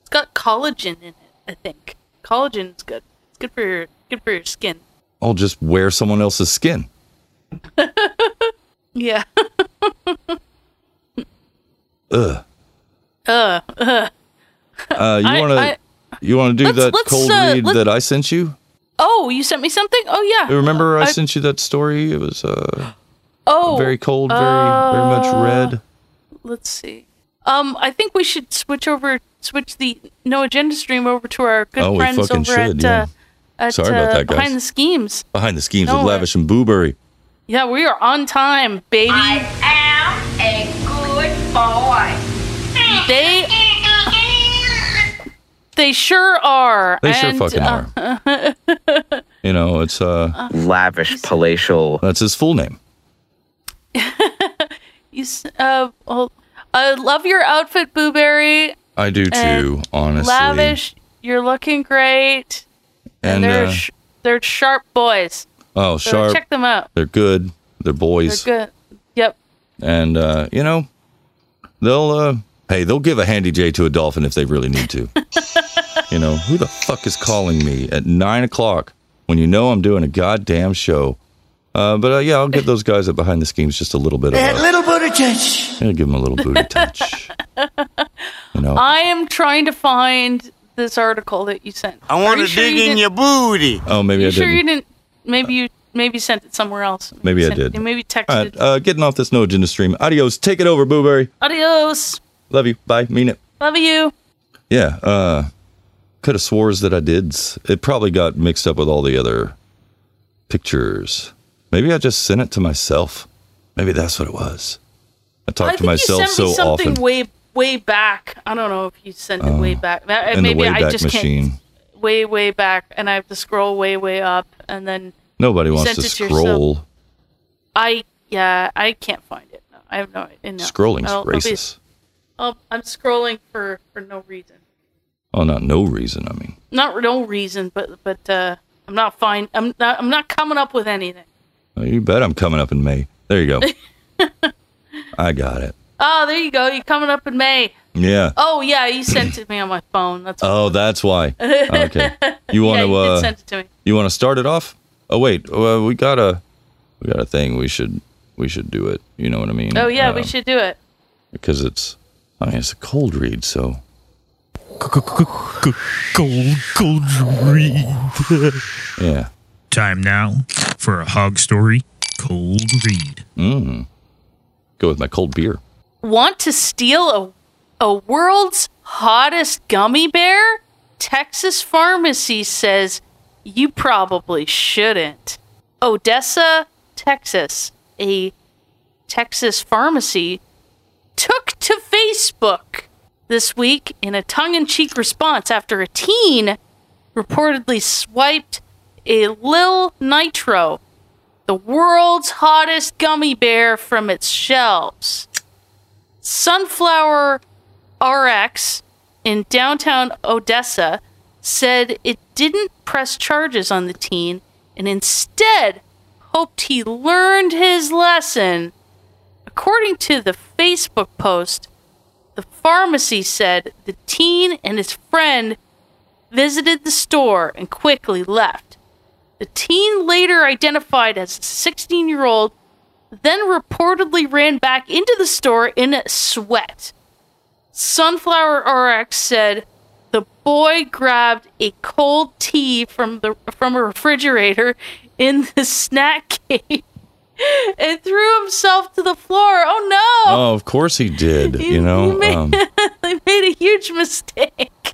It's got collagen in it, I think. Collagen's good. It's good for your good for your skin. I'll just wear someone else's skin. Yeah. Ugh. Uh, uh. Uh, I- you want I- to you want to do Let's- that let's, cold uh, read let's- that I sent you? Oh, you sent me something? Oh yeah. Remember I, I- sent you that story? It was uh Oh. very cold, very very much uh, red. Let's see. Um, I think we should switch over, switch the no agenda stream over to our good Oh, we friends fucking over should, at, yeah. uh, at Sorry about uh, that, guys. behind the schemes. Behind the schemes No, of we're- Lavish and Booberry. Yeah, we are on time, baby. am a good boy. They they sure are. uh, They sure fucking are. You know, it's uh Lavish Palatial. That's his full name. you s- uh, well, I love your outfit, Booberry. I do too, And honestly. Lavish, you're looking great. And, they're uh, sh- they're sharp boys. oh, So sharp. Check them out. They're good. They're boys. They're good. Yep. And uh, you know, they'll uh hey, they'll give a handy J to a dolphin if they really need to. you know, who the fuck is calling me at nine o'clock when you know I'm doing a goddamn show? Uh, but uh, yeah, I'll give those guys at Behind the Schemes just a little bit of That a, little Buddha touch. I'll give them a little booty touch. You know, I am trying to find this article that you sent. I want to Are you sure dig you in didn't- your booty. oh maybe you I sure didn't. you didn't? Maybe you maybe sent it somewhere else. Maybe I sent- did. Maybe texted. All right, uh, getting off this no agenda stream. Adios. Take it over, Booberry. Adios. Love you. Bye. Mean it. Love you. Yeah. Uh, could have swores that I did. It probably got mixed up with all the other pictures. Maybe I just sent it to myself. Maybe that's what it was. I talk I to think myself you sent so me something often. Oh. way way back. I don't know if you sent it way back. in That- the maybe I Wayback just Machine. can't. Way way back, and I have to scroll way way up, and then Nobody you wants sent to it yourself. scroll. I yeah, I can't find it. No, I have no. no. Scrolling's I'll- I'll be- racist. I'll- Oh, I'm scrolling for for no reason. Oh, not no reason. I mean, Not no reason, but but uh, I'm not fine. I'm not. I'm not coming up with anything. Oh, you bet I'm coming up in May. There you go. I got it. Oh, there you go. You're coming up in May. Yeah. Oh yeah, you sent it to me on my phone. That's Oh, that's why. Okay. You want yeah, to you did uh, send it to me. You want to start it off? Oh wait, uh, we got a we got a thing. We should we should do it. You know what I mean? Oh yeah, we Um, should do it. because it's I mean it's a cold read, so Gold, gold read. yeah. Time now for a hog story. Cold read. Mm. Go with my cold beer. Want to steal a a world's hottest gummy bear? Texas pharmacy says you probably shouldn't. Odessa, Texas. A Texas pharmacy took to Facebook this week in a tongue in cheek response after a teen reportedly swiped a Lil Nitro, the world's hottest gummy bear, from its shelves. Sunflower RX in downtown Odessa said it didn't press charges on the teen and instead hoped he learned his lesson. According to the Facebook post, the pharmacy said the teen and his friend visited the store and quickly left. The teen later identified as a 16 year old, then reportedly ran back into the store in a sweat. Sunflower RX said the boy grabbed a cold tea from the from a refrigerator in the snack cave and threw himself to the floor. Oh no! Oh, of course he did. You know, made, um, they made a huge mistake.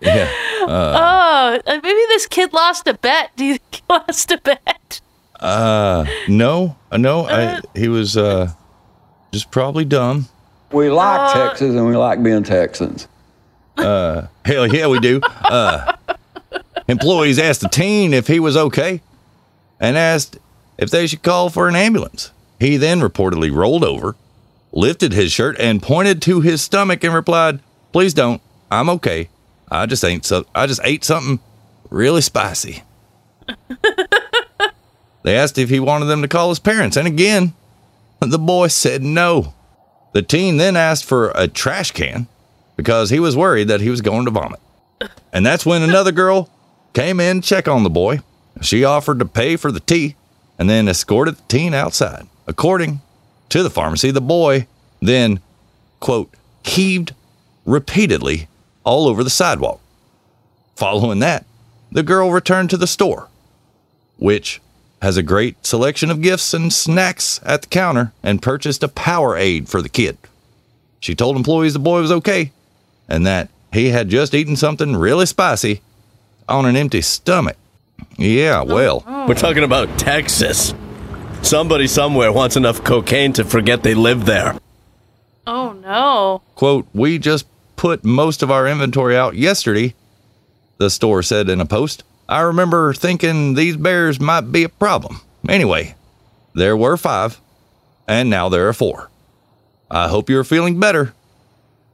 yeah. Uh, oh, uh, maybe this kid lost a bet. Do you think he lost a bet? uh, no, uh, no. I he was uh, just probably dumb. We like Texas and we like being Texans. Uh, hell yeah, we do. Uh, employees asked the teen if he was okay and asked if they should call for an ambulance. He then reportedly rolled over, lifted his shirt, and pointed to his stomach and replied, "Please don't. I'm okay. I just ain't so. I just ate something really spicy." they asked if he wanted them to call his parents, and again, the boy said no. The teen then asked for a trash can because he was worried that he was going to vomit. And that's when another girl came in to check on the boy. She offered to pay for the tea and then escorted the teen outside. According to the pharmacy, the boy then, quote, heaved repeatedly all over the sidewalk. Following that, the girl returned to the store, which has a great selection of gifts and snacks at the counter, and purchased a power aid for the kid. She told employees the boy was okay and that he had just eaten something really spicy on an empty stomach. Yeah, well. Oh. We're talking about Texas. Somebody somewhere wants enough cocaine to forget they live there. Oh no. Quote, we just put most of our inventory out yesterday, the store said in a post. I remember thinking these bears might be a problem. Anyway, there were five, and now there are four. I hope you're feeling better,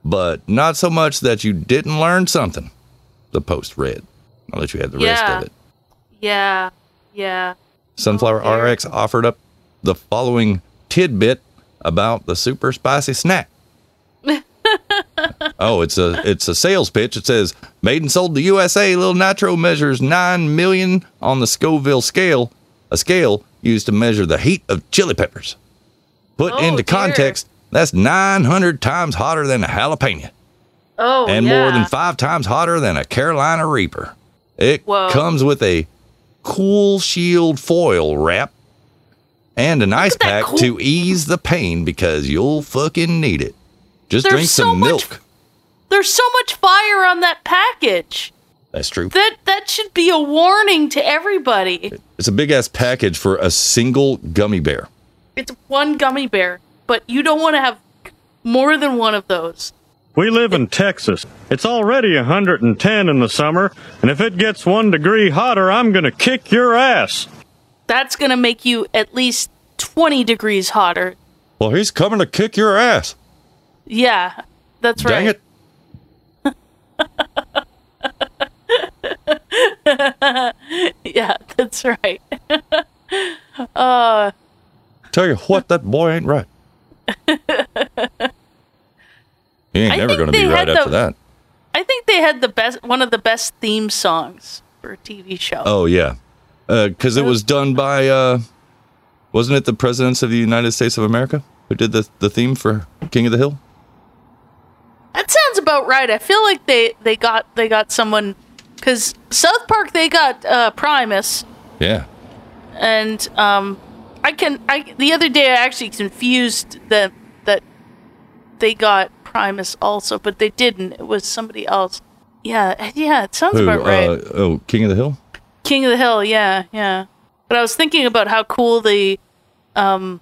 but not so much that you didn't learn something, the post read. I'll let you have the rest yeah. of it. Yeah. Yeah. Sunflower RX offered up the following tidbit about the super spicy snack. oh, it's a it's a sales pitch. It says made and sold to USA. Little Nitro measures nine million on the Scoville scale, a scale used to measure the heat of chili peppers. Put into context, that's nine hundred times hotter than a jalapeno Oh and yeah. more than five times hotter than a Carolina Reaper. It Whoa. comes with a cool shield foil wrap and an ice pack to ease the pain because you'll fucking need it. Just There's drink so some much- milk. There's so much fire on that package. That's true. That that should be a warning to everybody. it's a big ass package for a single gummy bear. It's one gummy bear, but you don't want to have more than one of those. We live in Texas. It's already 110 in the summer, and if it gets one degree hotter, I'm gonna kick your ass. That's gonna make you at least twenty degrees hotter. Well, he's coming to kick your ass. Yeah, that's right. Dang it. yeah, that's right. uh, Tell you what, that boy ain't right. He ain't I never think going to be they right had after the- that. I think they had the best, one of the best theme songs for a TV show. Oh yeah, because it was done by uh, wasn't it the presidents of the United States of America who did the the theme for King of the Hill? That sounds about right. I feel like they they got they got someone because South Park they got uh, Primus Yeah. and um, I can I the other day I actually confused that that they got Primus also, but they didn't. It was somebody else. Yeah, yeah, it sounds Who, about right. uh, oh, King of the Hill. King of the Hill, yeah, yeah. But I was thinking about how cool the um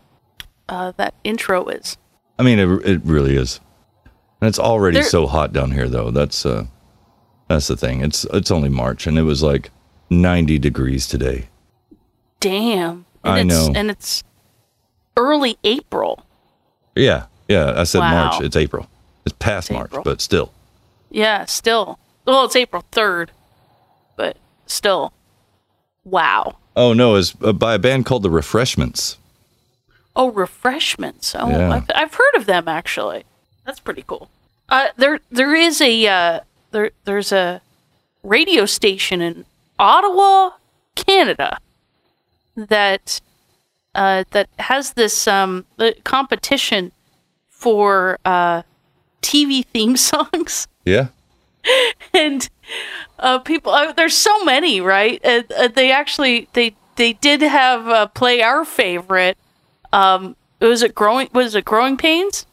uh that intro is. I mean, it it really is, and it's already There- so hot down here though. That's uh, that's the thing. It's it's only March, and it was like ninety degrees today. Damn. And I it's know. and it's early April. Yeah, yeah. I said Wow. March. It's April. It's past March, April. but still. Yeah, still. Well, it's April 3rd, but still. Wow. Oh no, it's uh, by a band called the Refreshments. Oh, refreshments. Oh, Yeah. I've, I've heard of them actually. That's pretty cool. Uh, there, there is a uh, there, there's a radio station in Ottawa, Canada, that uh, that has this um the competition for uh, TV theme songs. Yeah. and uh, people uh, there's so many right uh, uh, they actually they they did have uh, play our favorite um was it growing was it growing pains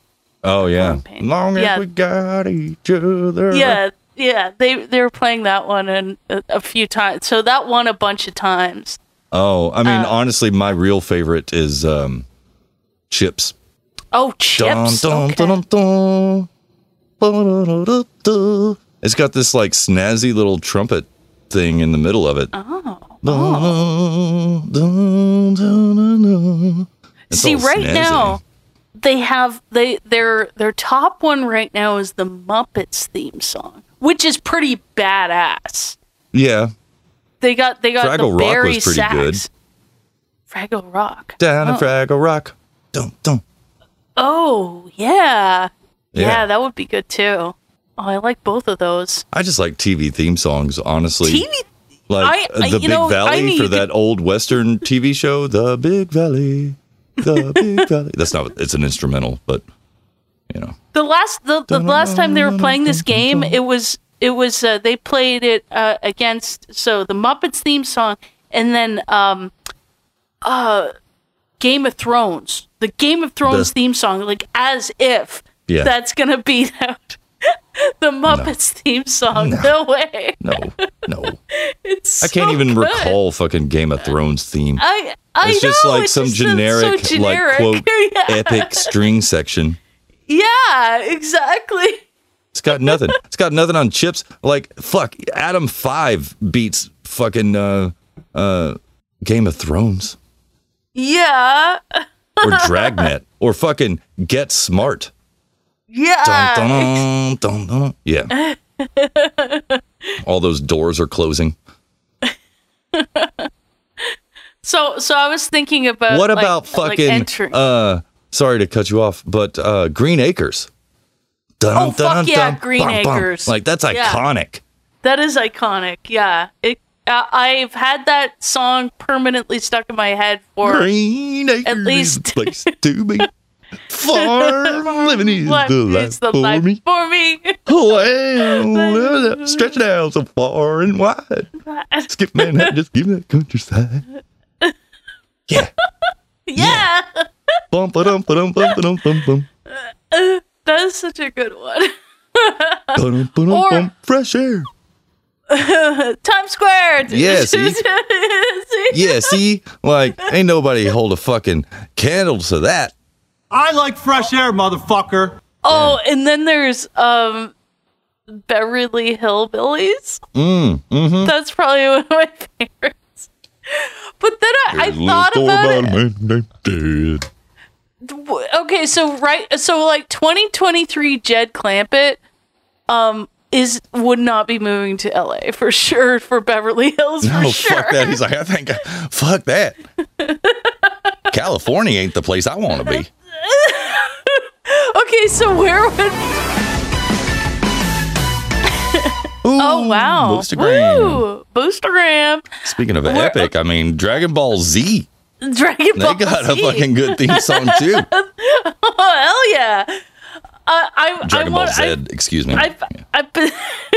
Oh yeah. Long Yeah. as we got each other. yeah yeah they they were playing that one and a, a few times so that won a bunch of times Oh, I mean, Uh, honestly, my real favorite is um, Chips. oh chips Dun, dun, dun, dun, dun, dun, dun, dun. It's got this like snazzy little trumpet thing in the middle of it. Uh-huh. Oh. It's Oh. see all right snazzy. now they have they their their top one right now is the muppets theme song which is pretty badass Yeah. they got they got Fraggle the Rock was Barry pretty Sachs. Fraggle Rock. Down Oh. in Fraggle Rock. Dum, dum. Oh yeah. yeah, Yeah. that would be good too. Oh, I like both of those. I just like TV theme songs, honestly. TV like uh, I- I- the you Big know, I Valley need for to- that old Western TV show, The Big Valley, The Big Valley. That's not. what- It's an instrumental, but The last the, the last time they were playing this game, it was it was uh, they played it uh, against so the Muppets theme song and then um uh Game of Thrones, the Game of Thrones theme song, like as if Yeah. that's gonna beat out the Muppets theme song. No, way. no, It's I can't so even good. recall fucking Game of Thrones theme. I I it's know just like it some just sounds so generic, like generic. quote Yeah. epic string section. Yeah, exactly. It's got nothing. it's got nothing on chips. Like fuck, Adam Five beats fucking uh, uh, Game of Thrones Yeah. or Dragnet or fucking Get Smart. Yeah. Dun, dun, dun, dun, dun. Yeah. all those doors are closing. So so I was thinking about what like- about like fucking? entering- uh, sorry to cut you off, but uh, Green Acres. Dun, Oh, fuck yeah, Green bum, bum. Acres. Like that's Yeah. iconic. that is iconic. Yeah. It uh, I've had that song permanently stuck in my head for Green Acres at least place to be. Farm living is Life the life is the for life me. Oh, for me. Well, uh, stretch it out so far and wide. Skip Manhattan, just give me that countryside. Yeah. Bum, ba-dum, ba-dum, bum, ba-dum, bum, bum. Uh, that is such a good one. Ba-dum, ba-dum, Or- bum. Fresh air. Times Square. Yeah, see? See? Yeah, see? Like, ain't nobody hold a fucking candle to that. I like fresh air, motherfucker. Oh, and then there's um Beverly Hillbillies. Mm, mm-hmm. That's probably one of my favorites. But then I, I thought about it. it. W- Okay, so right, so like 2023, Jed Clampett, um, is would not be moving to LA for sure for Beverly Hills for No, sure. fuck that. He's like, I think, fuck that. California ain't the place I want to be. okay, so where would oh wow! Boostergram. Woo, Boostergram. Speaking of We're- epic, I mean Dragon Ball Z. Dragon They Ball. got a Z. fucking good theme song, too. oh hell yeah! Uh, I Dragon I Ball want, Z, excuse me. I've, I've been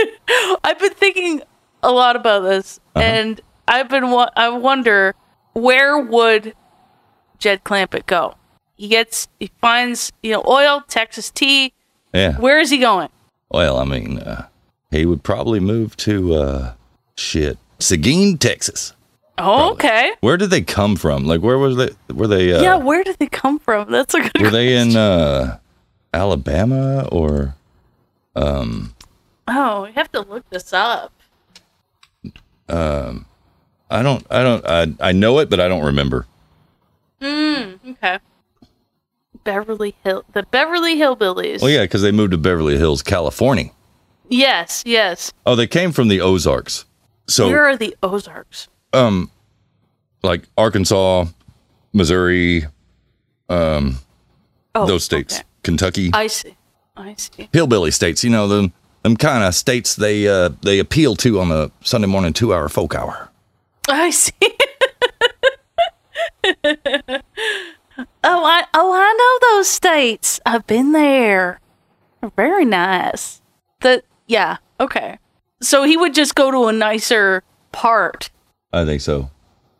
I've been thinking a lot about this, Uh-huh. and I've been wa- I wonder where would Jed Clampett go? He gets he finds you know oil, Texas tea. yeah. Where is he going? Well, I mean, uh, he would probably move to uh, shit Seguin, Texas. Oh, okay. Where did they come from? Like, where was they? Were they? Uh, Yeah. where did they come from? That's a good. Were they in uh, Alabama or? Um, Oh, we have to look this up. um, I don't. I don't. I I know it, but I don't remember. Mm, okay. Beverly Hill, the Beverly Hillbillies. Well, Oh, yeah, because they moved to Beverly Hills, California. Yes, yes. Oh, they came from the Ozarks. So where are the Ozarks? um like Arkansas, Missouri, um Oh, those states, Kentucky, I see. I see. hillbilly states, you know, them them kind of states they uh they appeal to on the Sunday morning 2-hour folk hour. I see. oh, I oh I know those states. I've been there. Very nice. The yeah okay. So he would just go to a nicer part. I think so.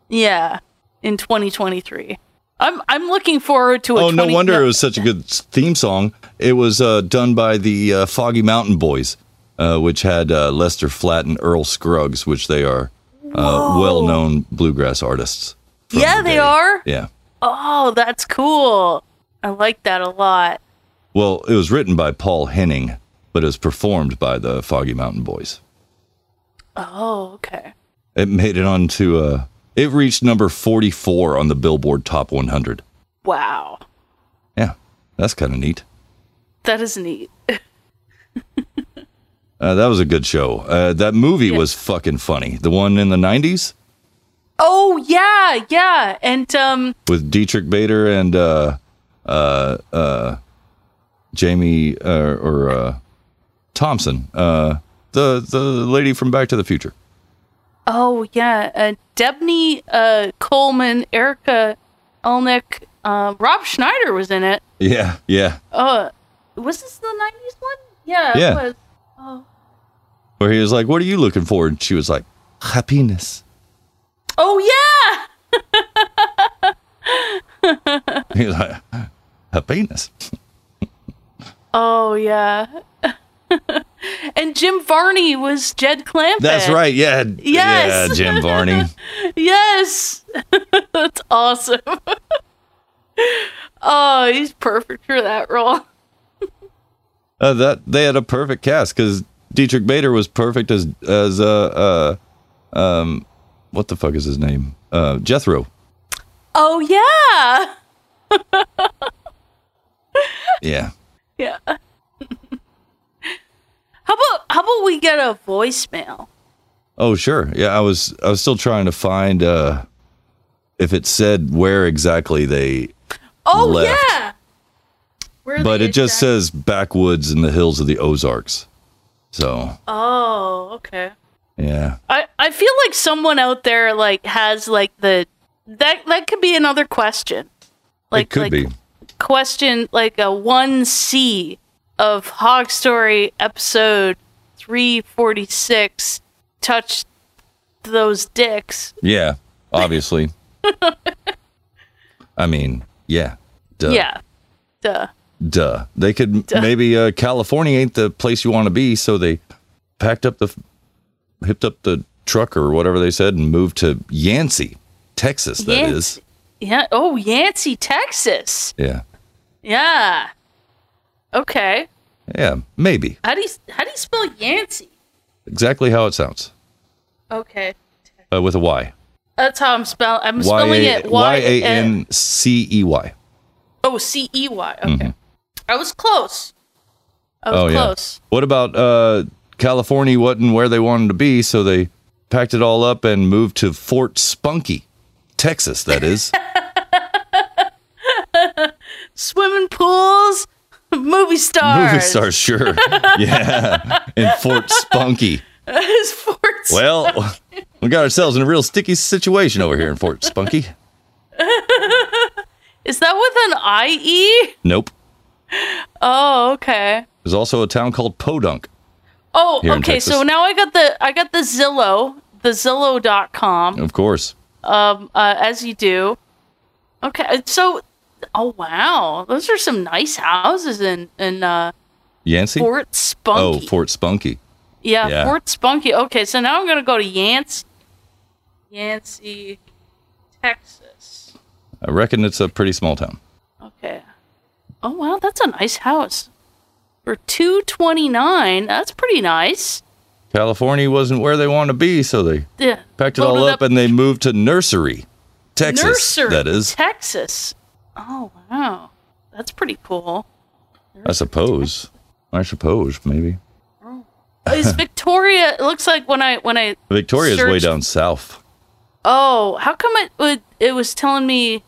Yeah, in 2023. I'm I'm looking forward to a Oh, no 20 wonder it was such a good s- theme song. It was uh done by the uh, Foggy Mountain Boys, uh which had uh, Lester Flatt and Earl Scruggs, which they are uh, well-known bluegrass artists. Yeah, they are. Yeah. Oh, that's cool. I like that a lot. Well, it was written by Paul Henning, but it was performed by the Foggy Mountain Boys. Oh, okay. It made it onto uh it reached number 44 on the Billboard Top 100. Wow. Yeah. That's kind of neat. That is neat. Uh, that was a good show. Uh, that movie was fucking funny. The one in the 90s Oh, yeah, yeah. And um with Dietrich Bader and uh uh uh Jamie uh, or uh Thompson, uh the the lady from Back to the Future. oh, yeah, uh, Debney uh Coleman, Erica Elnick, uh, Rob Schneider was in it. Yeah, yeah. Uh was this the 90s one? Yeah, Yeah. it was. Oh. Where he was like, "What are you looking for?" And she was like, "Happiness." Oh, yeah. He was like, "Happiness." Oh yeah. and Jim Varney was Jed Clampett. That's right. Yeah. Yes. Yeah, Jim Varney. Yes. That's awesome. oh, he's perfect for that role. Uh, that they had a perfect cast because Dietrich Bader was perfect as as uh, uh um what the fuck is his name uh Jethro. Oh yeah. Yeah. Yeah. how about how about we get a voicemail? Oh sure. Yeah. I was I was still trying to find uh if it said where exactly they Oh left, yeah. Where but they- it just says backwoods in the hills of the Ozarks. So Oh, okay. yeah. I, I feel like someone out there like has like the that that could be another question. Like it could like be. question like a one C of Hog Story episode three forty six touch those dicks. Yeah, obviously. I mean, yeah. Duh. Yeah. Duh. Duh. They could Duh. maybe uh, California ain't the place you want to be, so they packed up the hipped up the truck or whatever they said and moved to Yancey, Texas, that is. Yeah. Oh Yancey, Texas. Yeah. Yeah. Okay. Yeah, maybe. How do you how do you spell Yancey? Exactly how it sounds. Okay. Uh, with a Y. That's how I'm spell I'm spelling Y it A Y A N C E Y. Oh, C E Y. Okay. Mhm. I was close. I was Oh, close. Oh, yeah. What about uh, California wasn't where they wanted to be, so they packed it all up and moved to Fort Spunky, Texas. That is. Swimming pools, movie stars. Movie stars, sure. yeah, in Fort Spunky. It's Fort Well, we got ourselves in a real sticky situation over here in Fort Spunky. Is that with an IE? Nope. Oh, okay. There's also a town called Podunk. Oh, Here in okay. So Texas. now I got the I got the Zillow, the Zillow.com. Of course. Um, uh, as you do. Okay. uh, So, oh wow, those are some nice houses in in uh, Yancey? Fort Spunky. Oh, Fort Spunky. yeah, yeah. Fort Spunky. Okay, so now I'm gonna go to Yancey, Yancey, Texas. I reckon it's a pretty small town. Okay. Oh wow, that's a nice house for two twenty nine. That's pretty nice. California wasn't where they wanted to be, so they Yeah. packed it all Loaded up, and they moved to Nursery, Texas. Nursery, that is, Texas. Oh wow, that's pretty cool. I suppose. I suppose maybe Is Victoria? It looks like when I when I Victoria's way searched- down south. Oh, how come it would it was telling me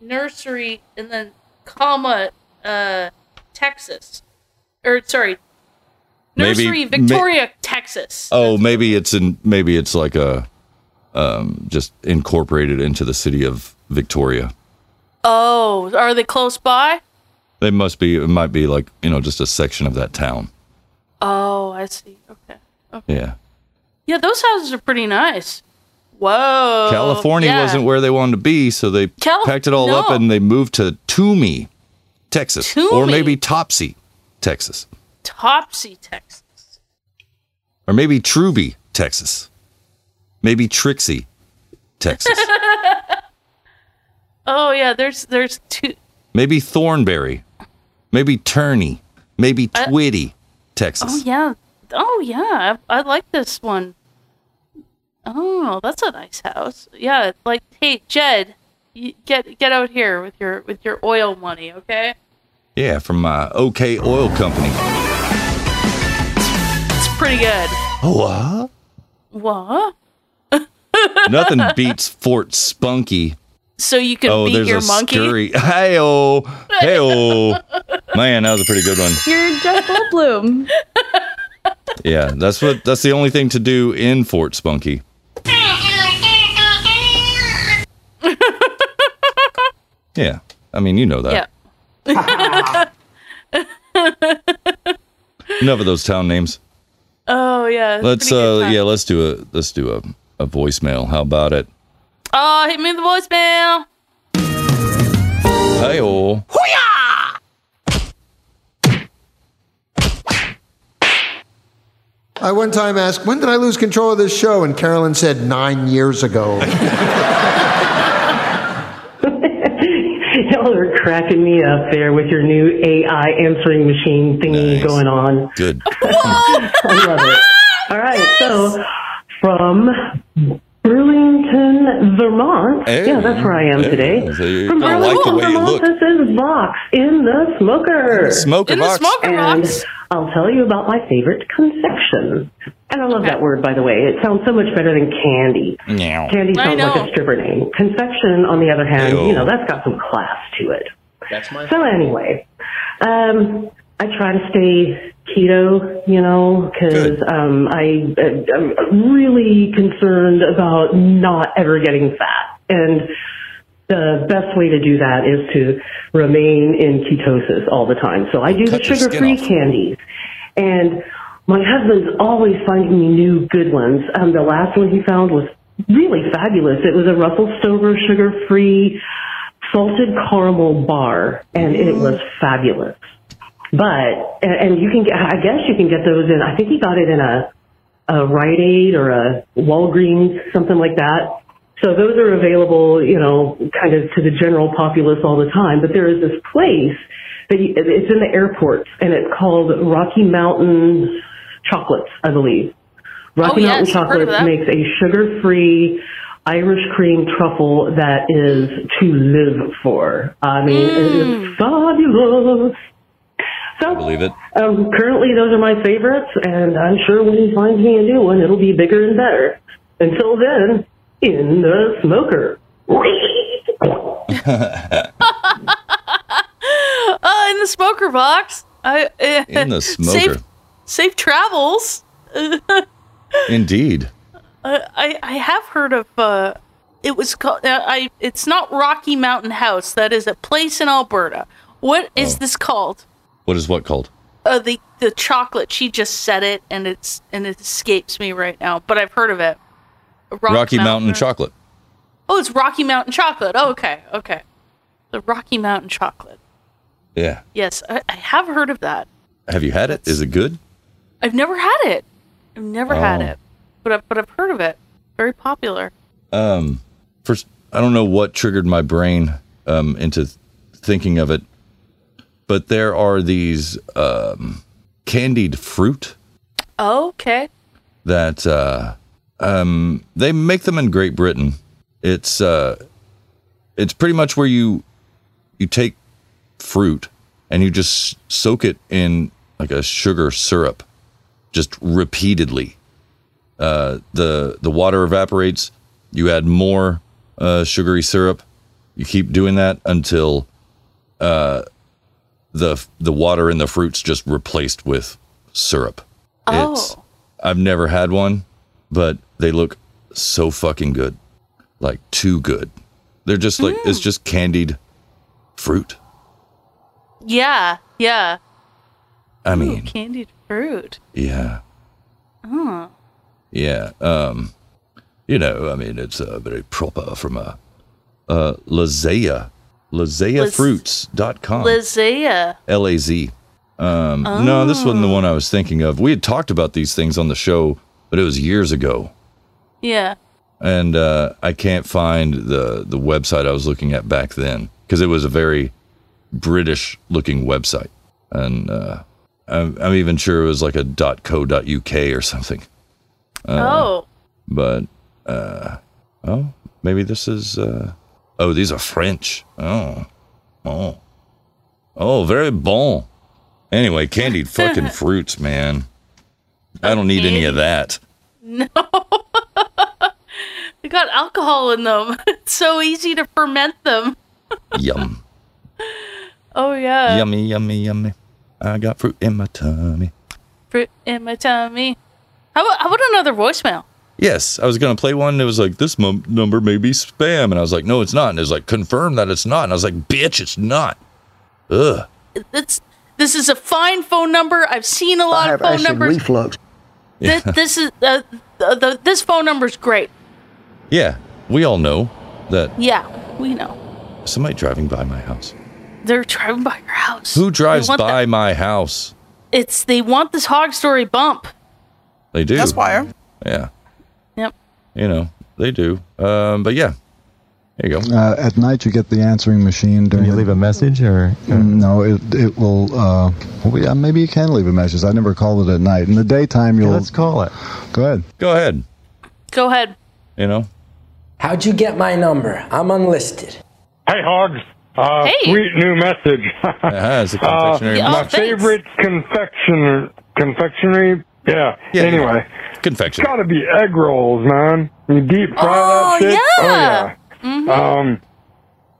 nursery and then comma uh Texas or sorry maybe nursery ma- Victoria Texas. oh, maybe it's in. Maybe it's like a um, just incorporated into the city of Victoria. Oh, are they close by? They must be. It might be like you know just a section of that town. Oh, I see. Okay. Yeah. Yeah, those houses are pretty nice. Whoa. California Oh, yeah. wasn't where they wanted to be, so they Cal- packed it all up no. and they moved to Toomey, Texas, or Toomey? maybe Topsy, Texas, Topsy Texas. or maybe Truby, Texas, maybe Trixie, Texas, oh yeah, there's there's two maybe Thornberry, maybe Turney, maybe I- Twitty, Texas. Uh, Oh yeah. Oh yeah. I, I like this one. Oh, that's a nice house. Yeah, like hey Jed, you get get out here with your with your oil money, okay? Yeah, from uh, OK Oil Company. It's pretty good. Oh, What? uh, nothing beats Fort Spunky. So you can oh, beat there's your a monkey. scurry. Hey-oh, hey-oh. Man, that was a pretty good one. You're Jeff Goldblum. Yeah, that's what. That's the only thing to do in Fort Spunky. Yeah, I mean, you know that. Yeah. Enough of those town names. oh yeah. it's let's pretty good uh, time. yeah, let's do a let's do a, a voicemail. How about it? Oh, hit me with the voicemail. Hey, oh, I one time asked, when did I lose control of this show? And Carolyn said, nine years ago. Y'all are cracking me up there with your new AI answering machine thingy going on. Good. I love it. All right, so from Burlington, Vermont. Hey. yeah, that's where I am Hey, today. so you- From I like the Burlington, way you look. Vermont, this is Vox in the Smoker. In the smoker In the box. smoker and box. I'll tell you about my favorite conception. And I love that word, by the way. It sounds so much better than candy. Meow. Candy I sounds like know. a stripper name. Confection, on the other hand, Ew. you know, that's got some class to it. That's my So anyway, um, I try to stay keto, you know, because um, I, I'm really concerned about not ever getting fat. And the best way to do that is to remain in ketosis all the time. So I do the Cut your skin sugar-free off. candies. And my husband's always finding me new good ones. Um, the last one he found was really fabulous. It was a Russell Stover sugar-free salted caramel bar, and it Mm. was fabulous. But and and you can get, I guess you can get those in. I think he got it in a a Rite Aid or a Walgreens, something like that. So those are available, you know, kind of to the general populace all the time. But there is this place that you, it's in the airports, and it's called Rocky Mountain Chocolates, I believe. Rocky Oh, Mountain yes, I've heard of Chocolates that. makes a sugar-free Irish cream truffle that is to live for. I mean, it Mm. is fabulous. So, believe it. um, currently, those are my favorites, and I'm sure when he finds me a new one, it'll be bigger and better. Until then, in the smoker. Oh, in the smoker box. I eh, In the smoker. Safe, safe travels. Indeed. Uh, I I have heard of uh, it was called uh, I. It's not Rocky Mountain House. That is a place in Alberta. What is Oh. this called? What is what called? Uh, the the chocolate. She just said it, and it's and it escapes me right now. But I've heard of it. Rock Rocky Mountain, chocolate. Oh, it's Rocky Mountain chocolate. Oh, okay, okay. The Rocky Mountain chocolate. Yeah. Yes, I, I have heard of that. Have you had it? Is it good? I've never had it. I've never had Oh. it, but I've, but I've heard of it. Very popular. Um, first, I don't know what triggered my brain um, into th- thinking of it, but there are these um, candied fruit Oh, okay. that uh, um, they make them in Great Britain. It's uh, it's pretty much where you you take fruit and you just soak it in like a sugar syrup, just repeatedly. Uh, the the water evaporates. You add more uh, sugary syrup. You keep doing that until uh, the the water in the fruits just replaced with syrup. It's I've never had one, but they look so fucking good. Like too good. They're just like it's just candied fruit. Yeah, yeah. I Ooh, mean, candied fruit. yeah. Oh, Yeah. Um you know, I mean it's uh, very proper from a uh Lazea. LazeaFruits.com. Lizia. L A Z. Um, No, this wasn't the one I was thinking of. We had talked about these things on the show, but it was years ago, Yeah. and uh, I can't find the the website I was looking at back then because it was a very British looking website, and uh, I'm, I'm even sure it was like a .co.uk or something. Uh, oh, but uh, oh, maybe this is. Uh, oh, these are French. Oh, oh, oh, very bon. Anyway, candied fucking fruits, man. I don't need any of that. no. they got alcohol in them. It's so easy to ferment them. Yum, Oh, yeah. yummy, yummy, yummy. I got fruit in my tummy. Fruit in my tummy. How about, how about another voicemail? Yes, I was gonna play one. And it was like this m- number may be spam, and I was like, no, it's not. And it was like, confirm that it's not. And I was like, bitch, it's not. Ugh. That's, this is a fine phone number. I've seen a lot of phone numbers. reflux. Th- this is uh, the, the, this phone number's great. Yeah, we all know that Yeah, we know. somebody driving by my house. They're driving by your house. Who drives They want by my house? the- it's they want this hog story bump. They do. That's why. Yeah, Yep. you know they do. Um, but yeah, there you go. Uh, at night, you get the answering machine. During can you leave a message, or no? It it will. Uh, well, yeah, maybe you can leave a message. I never called it at night. In the daytime, you'll. let's call it. Go ahead. Go ahead. Go ahead. You know. How'd you get my number? I'm unlisted. Hey, Hogs. Uh, Hey. Sweet new message. uh it's a confectionery. Yeah, oh, my thanks. favorite confectioner. Confectionery? Yeah. Yeah, anyway. Confection. Gotta be egg rolls, man. You deep fry Oh, that shit. yeah. Oh, yeah. Mm-hmm. Mhm. Um,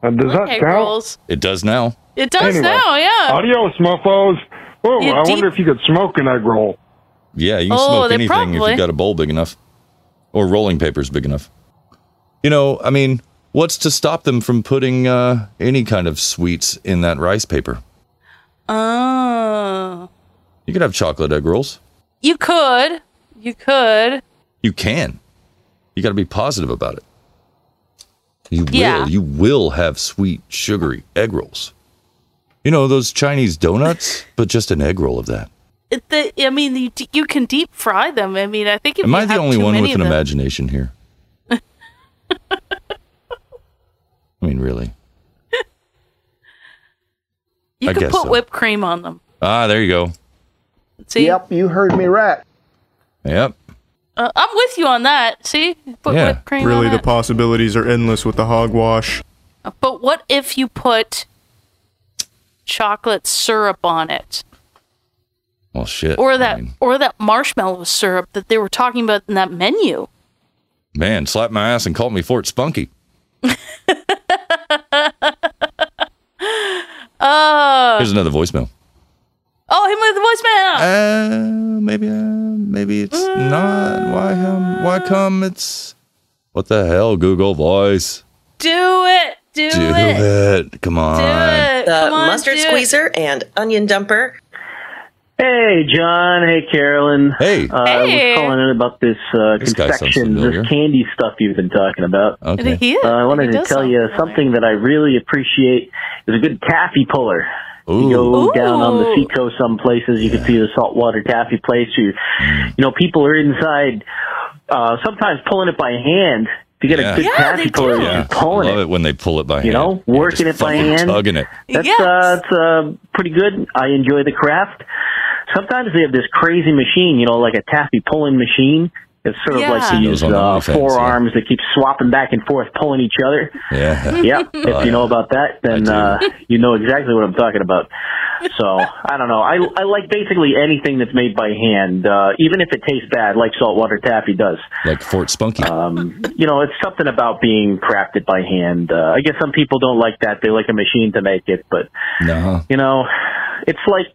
uh, does that Egg count? rolls. It does now. It does Anyway. now, yeah. Adios, mofos. Whoa, You I deep- wonder if you could smoke an egg roll. Yeah, you can Oh, smoke they anything if probably- you got a bowl big enough, or rolling papers big enough. You know, I mean, what's to stop them from putting uh, any kind of sweets in that rice paper? Oh, You could have chocolate egg rolls. you could, you could. You can. You got to be positive about it. You will. Yeah. You will have sweet, sugary egg rolls. You know those Chinese donuts, but just an egg roll of that. It, the, I mean, you, d- you can deep fry them. I mean, I think. If Am you I the have only too one many with an of them- imagination here? I mean, really? You I can guess put so. whipped cream on them. Ah, there you go. See, Yep, you heard me right. Yep. uh, I'm with you on that. See, put whipped cream really, on the it. possibilities are endless with the hogwash. But what if you put chocolate syrup on it, Well, shit. or that, or that marshmallow syrup that they were talking about in that menu? Man, slap my ass and call me Fort Spunky. Oh, Here's another voicemail. Uh. oh, him with the voicemail. Uh, maybe, uh, Maybe it's not. Why him? Why come? It's what the hell, Google Voice? Do it. Do, Do it. it. Come on. The Come on, mustard do it. squeezer and onion dumper. Hey, John. Hey, Carolyn. Hey. Uh, Hey. I was calling in about this uh, This guy sounds confection, familiar. this candy stuff you've been talking about. Okay. Uh, I wanted to tell you something that I really appreciate is a good taffy puller. You go down on the seacoast, some places you can see the saltwater taffy place. You, Mm. you know, people are inside, uh, sometimes pulling it by hand. If you get a good taffy puller, you're pulling it. Love it when they pull it by hand. You know, Yeah, working just it by fucking hand. tugging it. That's uh, it's, uh, pretty good. I enjoy the craft. Sometimes they have this crazy machine, you know, like a taffy pulling machine. It's sort of like Yeah. these Those on uh, offense, forearms that keep swapping back and forth, pulling each other. Yeah. Yep. Oh, if you know about that, then uh, you know exactly what I'm talking about. So I don't know. I, I like basically anything that's made by hand, uh, even if it tastes bad, like saltwater taffy does. Like Fort Spunky. Um, you know, it's something about being crafted by hand. Uh, I guess some people don't like that; they like a machine to make it. But No. you know, it's like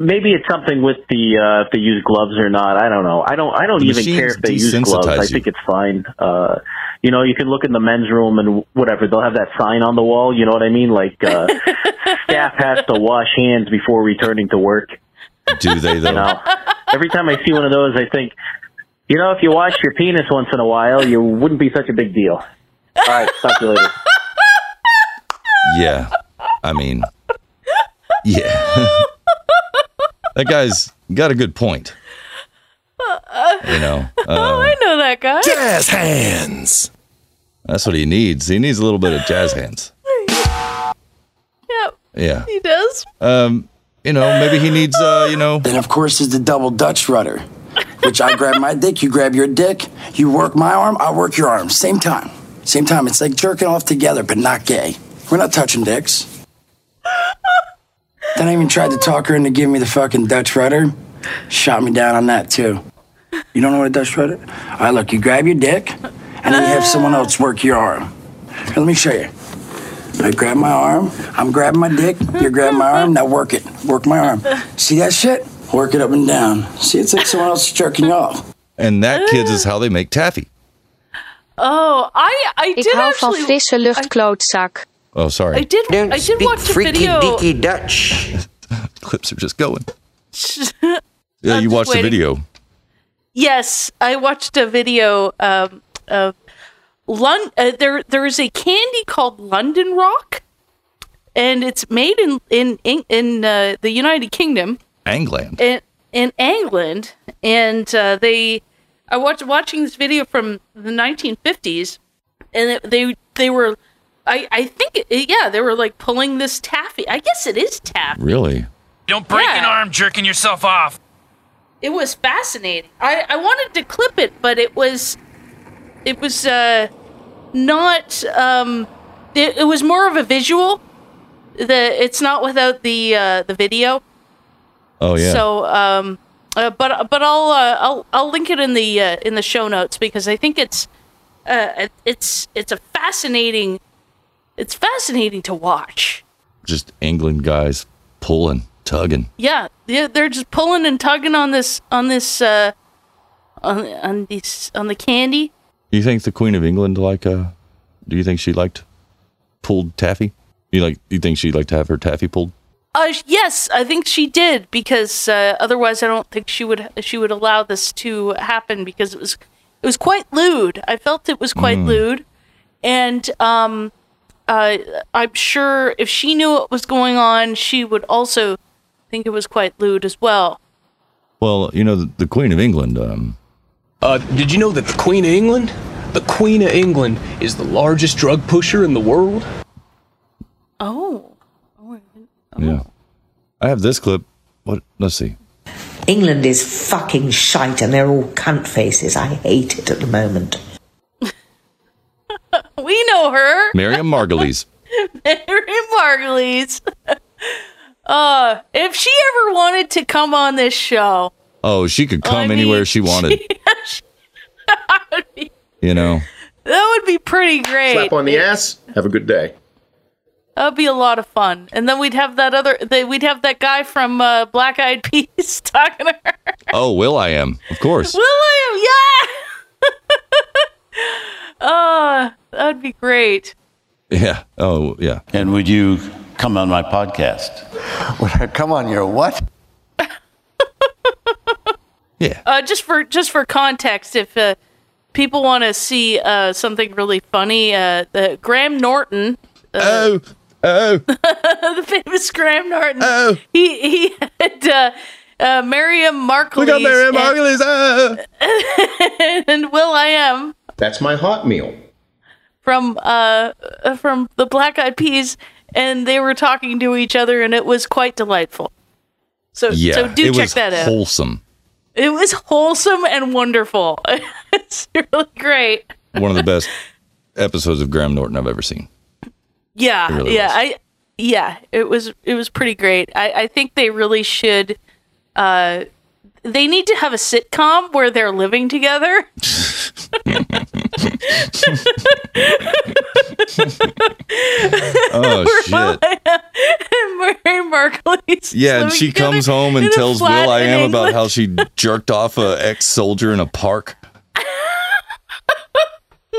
maybe it's something with the uh, if they use gloves or not. I don't know. I don't. I don't The even care machines if they use gloves. desensitize I you. think it's fine. Uh, you know, you can look in the men's room and whatever. They'll have that sign on the wall. You know what I mean? Like uh, staff has to wash hands before returning to work. Do they though? You know, every time I see one of those, I think, you know, if you wash your penis once in a while, you wouldn't be such a big deal. All right, talk to you later. Yeah. I mean, yeah. that guy's got a good point. You know, oh, uh, I know that guy. Jazz hands. That's what he needs. He needs a little bit of jazz hands. Yep. Yeah. He does. Um, you know, maybe he needs, uh, you know. Then, of course, is the double Dutch rudder, which I grab my dick, you grab your dick, you work my arm, I work your arm. Same time. Same time. It's like jerking off together, but not gay. We're not touching dicks. then I even tried to talk her into giving me the fucking Dutch rudder. Shot me down on that, too. You don't know what a Dutch rudder? All right, look, you grab your dick, and then you have someone else work your arm. Here, let me show you. I grab my arm. I'm grabbing my dick. You're grabbing my arm. Now work it. Work my arm. See that shit? Work it up and down. See, it's like someone else is jerking you off. And that, kids, is how they make taffy. Oh, I I Ik did hou van actually. frisse lucht, klootzak. Oh, sorry. I did. I did watch the video. Dutch. Clips are just going. Yeah, you watched the waiting. video. Yes, I watched a video um, of Lon- uh, there. There is a candy called London Rock, and it's made in in in, in uh, the United Kingdom Angland. in in England, and uh, they. I watched watching this video from the 1950s, and it, they they were, I I think yeah they were like pulling this taffy. I guess it is taffy. Really? Don't break an arm jerking yourself off. It was fascinating. I I wanted to clip it, but it was, it was uh, not um, it, it was more of a visual. The it's not without the uh, the video. Oh yeah. So, um, uh, but but I'll uh, I'll I'll link it in the uh, in the show notes because I think it's uh, it- it's it's a fascinating it's fascinating to watch. just England guys pulling, tugging. Yeah, they're, they're just pulling and tugging on this on this uh, on on these on the candy. Do you think the Queen of England like uh do you think she liked pulled taffy? You like you think she'd like to have her taffy pulled? Uh, yes, I think she did because uh, otherwise I don't think she would she would allow this to happen because it was it was quite lewd. I felt it was quite lewd, and um, uh, I'm sure if she knew what was going on, she would also think it was quite lewd as well. Well, you know the, the Queen of England um Uh, did you know that the Queen of England, the Queen of England, is the largest drug pusher in the world? Oh, yeah. I have this clip. What let's see. England is fucking shite and they're all cunt faces. I hate it at the moment. we know her, Miriam Margulies. Mary Margulies. uh, if she ever wanted to come on this show, Oh, she could come anywhere she wanted, you know. That would be pretty great. Slap on the ass. Have a good day. That'd be a lot of fun. And then we'd have that other, they, we'd have that guy from uh, Black Eyed Peas talking to her. Oh, Will I am, of course. William, yeah. oh, that'd be great. Yeah. Oh, yeah. And would you come on my podcast? Would I come on your what? Uh, just for just for context, if uh, people want to see uh, something really funny, uh, the Graham Norton. Uh, oh, oh. the famous Graham Norton. Oh, he he had uh, uh, Miriam Margolyes. We got Miriam oh. Margolyes. Oh. and, and Will I Am That's my hot meal. from uh from the Black Eyed Peas, and they were talking to each other, and it was quite delightful. So yeah. so do it check was that out. Wholesome. It was wholesome and wonderful. it's really great. One of the best episodes of Graham Norton I've ever seen. Yeah, It really yeah, was. I yeah, it was it was pretty great. I, I think they really should. Uh, they need to have a sitcom where they're living together. Oh Where Will shit. I Am and Mary Markley's. Yeah, and living she together comes home in and a tells Will flat I in am about England. how she jerked off a ex soldier in a park.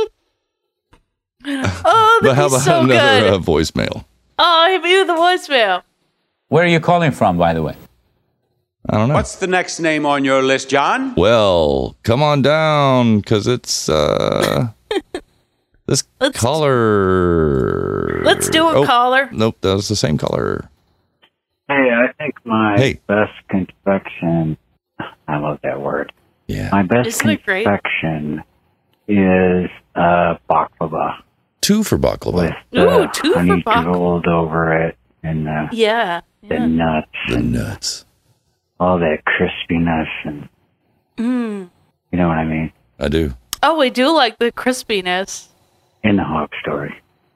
Oh, that'd but how be about so another good. uh, voicemail? oh, I mean the voicemail. Where are you calling from, by the way? I don't know. What's the next name on your list, John? Well, come on down because it's uh this caller. let's do a caller. Nope, that was the same caller. Hey, I think my Hey. best confection. I love that word. Yeah. My best Isn't it great? confection is uh, baklava. Two for baklava. With, uh, Ooh, two for honey baklava. drooled over it and uh, Yeah. the nuts. The nuts. All that crispiness and Mm. you know what I mean. I do. Oh, we do like the crispiness. In the hog story.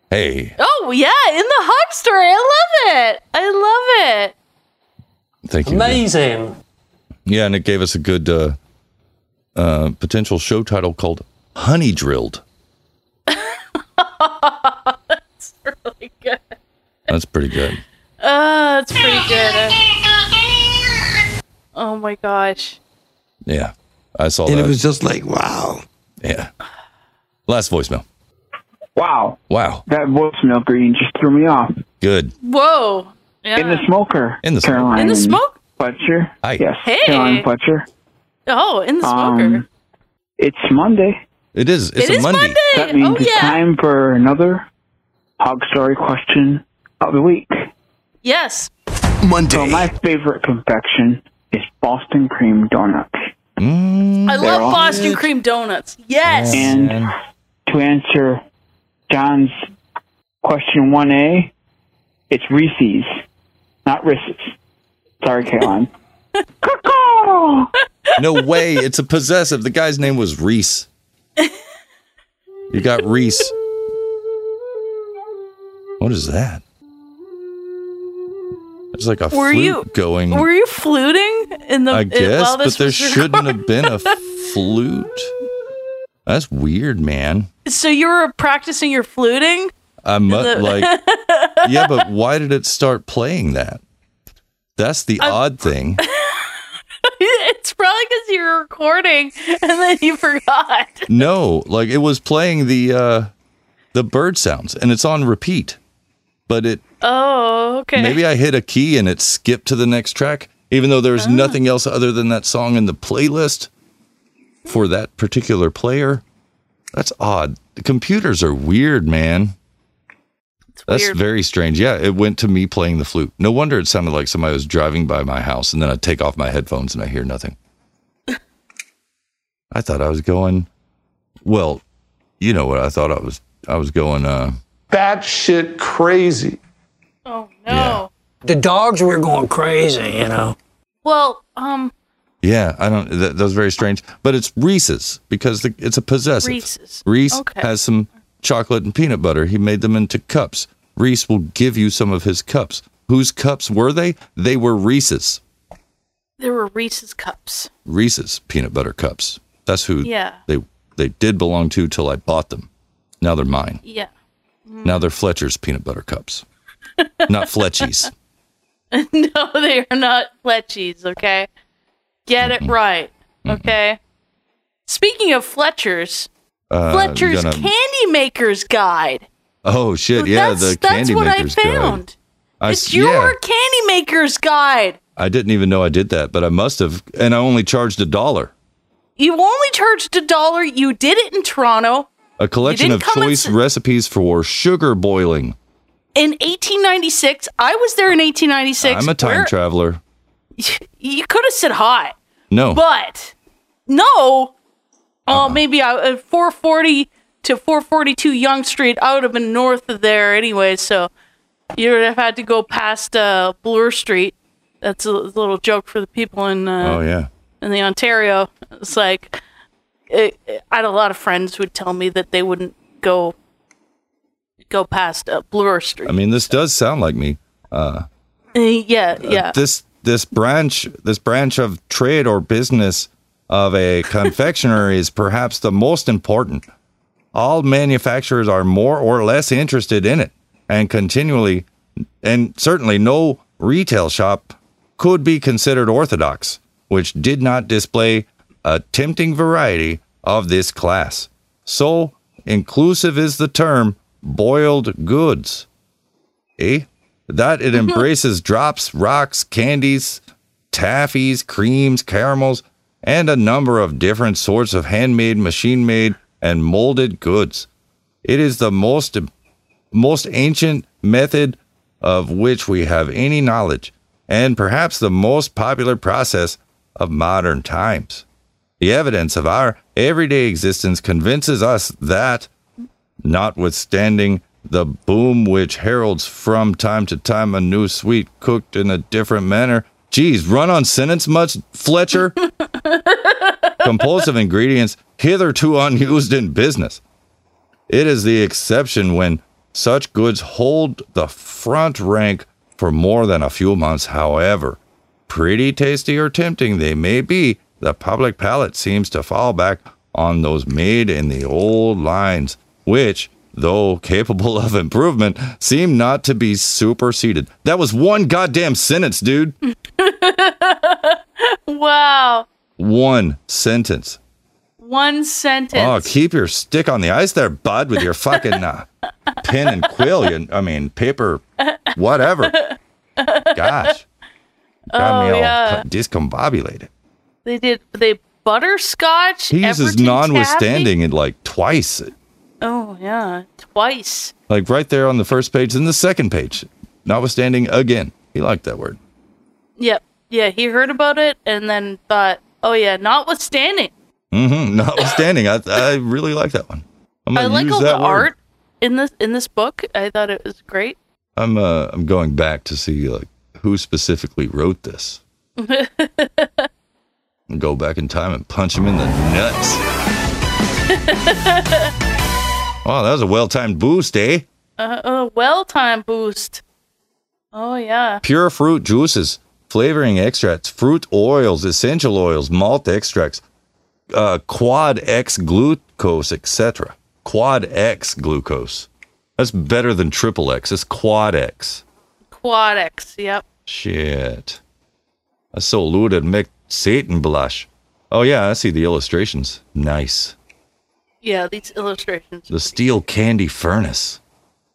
Hey, Oh yeah, in the hog story. I love it. I love it. thank you. Amazing. Yeah, and it gave us a good uh, uh, potential show title called Honey Drilled. It's really good. That's pretty good. Oh, it's pretty good. Oh my gosh. Yeah, I saw that. And it was just like, wow. Yeah. Last voicemail. Wow. Wow. That voicemail green just threw me off. Good. Whoa. Yeah. In the smoker. In the smoker. Caroline In the smoke- Fletcher. Hi. Yes. Hey. Caroline Fletcher. Oh, in the smoker. Um, it's Monday. It is. It's It a is Monday. Monday. That means Oh, it's yeah. time for another Hog Story question of the week. yes. Monday. So my favorite confection is Boston cream donuts. Mm. I They're love all- Boston cream donuts. Yes. And to answer John's question 1A, it's Reese's, not Reese's. Sorry, Caroline. No way. It's a possessive. The guy's name was Reese. You got Reese. What is that? There's like a were flute you going. Were you fluting in the? I in- guess, while but this there was shouldn't have been a recorded? flute. That's weird, man. so you were practicing your fluting. I mu- The- like, yeah, but why did it start playing that? That's the odd thing. it's probably because you were recording and then you forgot. No, like it was playing the uh the bird sounds, and it's on repeat. But it Oh, okay. Maybe I hit a key and it skipped to the next track, even though Ah. there's nothing else other than that song in the playlist for that particular player. That's odd. The computers are weird, man. That's weird. very strange. Yeah, it went to me playing the flute. No wonder it sounded like somebody was driving by my house, and then I take off my headphones and I hear nothing. I thought I was going. Well, you know what I thought I was. I was going. uh That shit crazy. Oh no. The dogs were going crazy, you know. Well, um, Yeah, I don't. That, that was very strange. But it's Reese's because the, it's a possessive. Reese's. Reese Okay. has some chocolate and peanut butter. He made them into cups. Reese will give you some of his cups. Whose cups were they? They were Reese's. there were Reese's cups. Reese's peanut butter cups. That's who Yeah. they they did belong to till I bought them. Now they're mine. Yeah. Now they're Fletcher's peanut butter cups. not Fletchies. no, they are not Fletchies, okay? Get it right, okay? Speaking of Fletchers, Uh, Fletcher's gonna- Candy Maker's Guide. Oh shit! Yeah, that's the that's candy what I maker's guide. found. I It's s- your yeah. Candy Maker's Guide. I didn't even know I did that, but I must have, and I only charged a dollar. You only charged a dollar. You did it in Toronto A collection didn't of come and choice recipes for sugar boiling. in 1896. I was there in 1896. I'm a time Where- traveler. You could have said hot. No. Uh-uh. But no. Oh, maybe I, uh, 440 to 442 Young Street. I would have been north of there anyway, so you would have had to go past uh, Bloor Street. That's a little joke for the people in uh, oh yeah. in the Ontario. It's like it, it- I had a lot of friends would tell me that they wouldn't go go past uh, Bloor Street. I mean, this does sound like me. Uh, Uh, yeah, yeah. this this branch this branch of trade or business of a confectionery is perhaps the most important. All manufacturers are more or less interested in it, and continually, and certainly no retail shop could be considered orthodox, which did not display a tempting variety of this class. So inclusive is the term boiled goods. Eh? That it embraces drops, rocks, candies, taffies, creams, caramels, and a number of different sorts of handmade, machine made, and molded goods. It is the most most ancient method of which we have any knowledge, and perhaps the most popular process of modern times. The evidence of our everyday existence convinces us that notwithstanding the boom which heralds from time to time a new sweet cooked in a different manner. Geez, run on sentence much, Fletcher? Compulsive ingredients hitherto unused in business. It is the exception when such goods hold the front rank for more than a few months. However, pretty tasty or tempting they may be, the public palate seems to fall back on those made in the old lines, which, though capable of improvement, seem not to be superseded. That was one goddamn sentence, dude. wow. One sentence. One sentence. Oh, keep your stick on the ice there, bud, with your fucking uh, pen and quill. You, I mean, paper, whatever. Gosh. Got Oh, me all yeah. cu- discombobulated. They did. They butterscotch. He uses Everton non-withstanding it like twice, taffy. Oh yeah, twice. like right there on the first page and the second page. Notwithstanding again. He liked that word. Yep. Yeah, he heard about it and then thought, oh yeah, notwithstanding. Mm-hmm. Notwithstanding, I, I really like that one. I'm I gonna like use all the that word. art in this in this book. I thought it was great. I'm uh, I'm going back to see like who specifically wrote this. Uh, And go back in time and punch him in the nuts. Wow, that was a well-timed boost, eh? Uh, uh, well time boost. Oh yeah. Pure fruit juices, flavoring extracts, fruit oils, essential oils, malt extracts, uh, quad X glucose, etc. Quad X glucose. That's better than triple X. It's quad X. Quadex. Yep. Shit. I so looted make Satan blush. Oh yeah, I see the illustrations. Nice. Yeah, these illustrations. The steel candy furnace.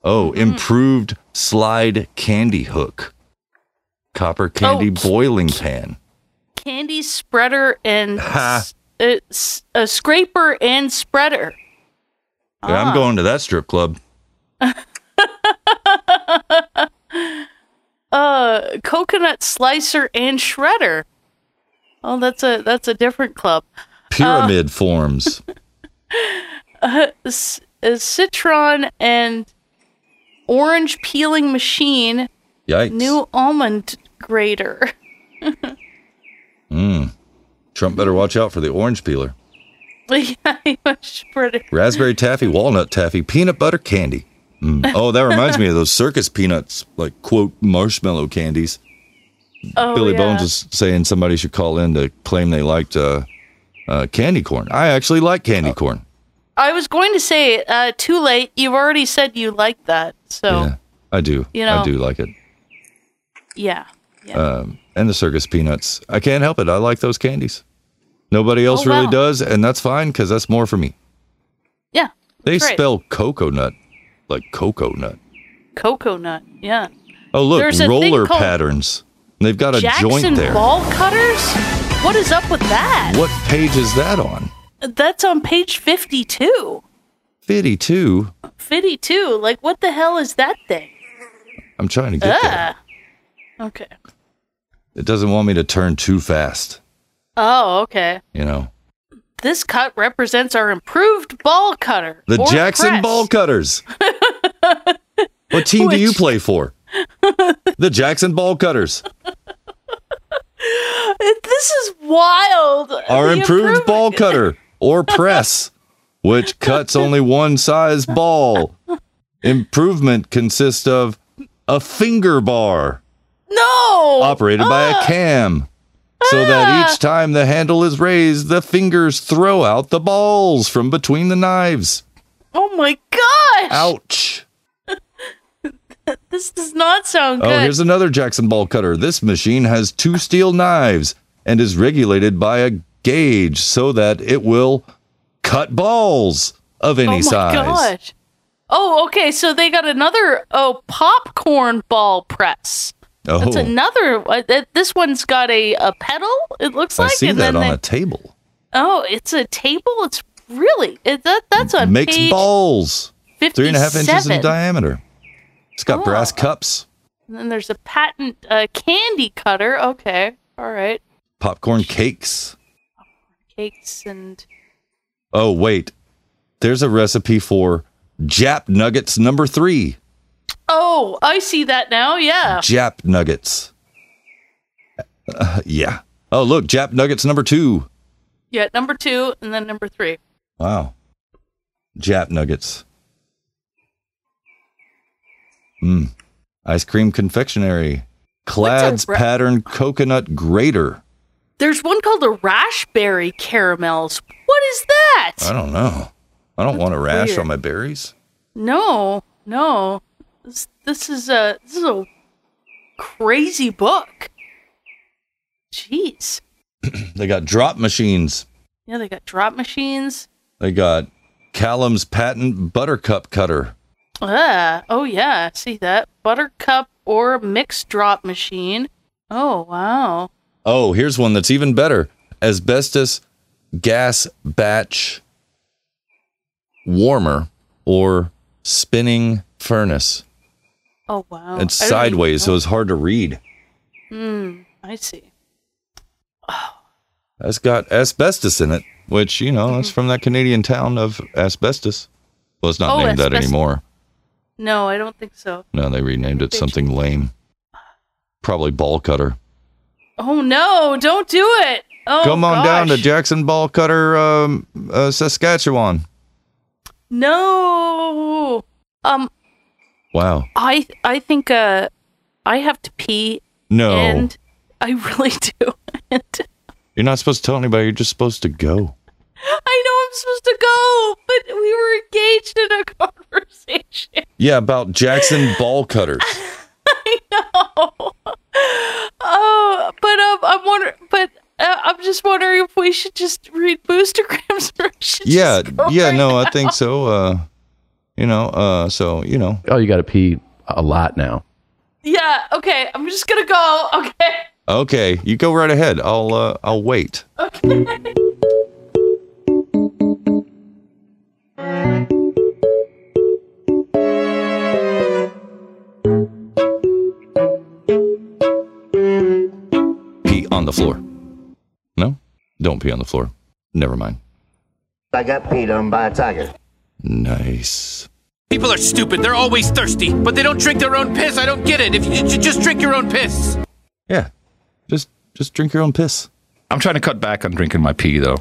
Oh, improved slide candy hook. Copper candy boiling pan. Candy spreader and Ha. it's a scraper and spreader. Yeah, Ah. I'm going to that strip club. Uh, coconut slicer and shredder. Oh, that's a that's a different club. Ah. Pyramid forms. uh, c- uh, citron and orange peeling machine. Yikes. New almond grater. Mm. Trump better watch out for the orange peeler. yeah, he was spreader. Raspberry taffy, walnut taffy, peanut butter candy. Mm. Oh, that reminds me of those circus peanuts, like quote marshmallow candies. Oh, Billy yeah. Bones was saying somebody should call in to claim they liked uh, uh, candy corn. I actually like Oh. candy corn. I was going to say, uh, too late. You've already said you like that, so I do. You know- I do like it. Yeah. Um, and the circus peanuts. I can't help it. I like those candies. Nobody else Oh, really wow. does, and that's fine because that's more for me. Yeah. They that's right. spell coconut like coconut. cocoa nut. Yeah. Oh look, There's a thing roller called patterns. They've got a Jackson joint there. ball cutters. What is up with that? What page is that on? That's on page fifty-two. Fifty-two. Fifty-two. Like, what the hell is that thing? I'm trying to get there. Ah. Okay. It doesn't want me to turn too fast. Oh, okay. You know, This cut represents our improved ball cutter. the or Jackson press. ball cutters. what team do you play for? the Jackson ball cutters. It- This is wild. Our The improved ball cutter or press, which cuts only one size ball. Improvement consists of a finger bar No. operated by Ah. a cam. So that each time the handle is raised, the fingers throw out the balls from between the knives. Oh my gosh. Ouch. This does not sound Oh, good. here's another Jackson ball cutter. This machine has two steel knives and is regulated by a gauge so that it will cut balls of any oh my size. gosh. Oh, okay. So they got another oh popcorn ball press. That's Oh. another. Uh, th- this one's got a, a pedal. It looks I like. see and that then on they- a table. oh, it's a table. It's really it, that. That's on Makes page balls. Three and a half inches 57. in diameter. It's got Oh. brass cups, And then there's a patent uh, candy cutter. Okay, all right. popcorn cakes. Cakes and Oh, wait. There's a recipe for Jap Nuggets number three. oh, I see that now. Yeah. Jap Nuggets. Uh, yeah. Oh, look, Jap Nuggets number two. Yeah, number two and then number three. Wow. Jap nuggets. Mmm. Ice cream confectionery. Clad's ra- pattern coconut grater. There's one called a raspberry caramels. What is that? I don't know. I don't want a rash weird. on my berries. No, no. This, this is a this is a crazy book. Jeez. They got drop machines. Yeah, they got drop machines. They got Callum's patent buttercup cutter. Ah, oh yeah, I see that buttercup or mixed drop machine. Oh wow. Oh, here's one that's even better. Asbestos gas batch warmer or spinning furnace. Oh it's wow. I don't even sideways, so know. it's hard to read. Mm, I see. That's got asbestos in it, which, you know, Mm-hmm. that's from that Canadian town of asbestos. Well, it's not Oh, named that asbest- anymore. No, I don't think so. No, they renamed it something lame. Probably ball cutter. Oh no, don't do it. Oh Come on down to gosh. Jackson Ball Cutter, um, uh, Saskatchewan. No. Um Wow. I I think uh I have to pee. No. And I really do. and You're not supposed to tell anybody. You're just supposed to go. I know I'm supposed to go, but we were engaged in a conversation. Yeah, about Jackson Ball Cutters. Oh, but um, I'm wondering, but uh, I'm just wondering if we should just read boostergrams or I should yeah, just go yeah, right no, now. I think so. Uh, you know, uh, so, you know. Oh, you got to pee a lot now. Yeah, okay, I'm just gonna go. Okay. Okay, you go right ahead. I'll, uh, I'll wait. Okay. Pee on the floor. No? Don't pee on the floor. Never mind. I got peed on by a tiger. Nice. People are stupid. They're always thirsty, but they don't drink their own piss. I don't get it. If you, you just drink your own piss. Yeah. Just just drink your own piss. I'm trying to cut back on drinking my pee though.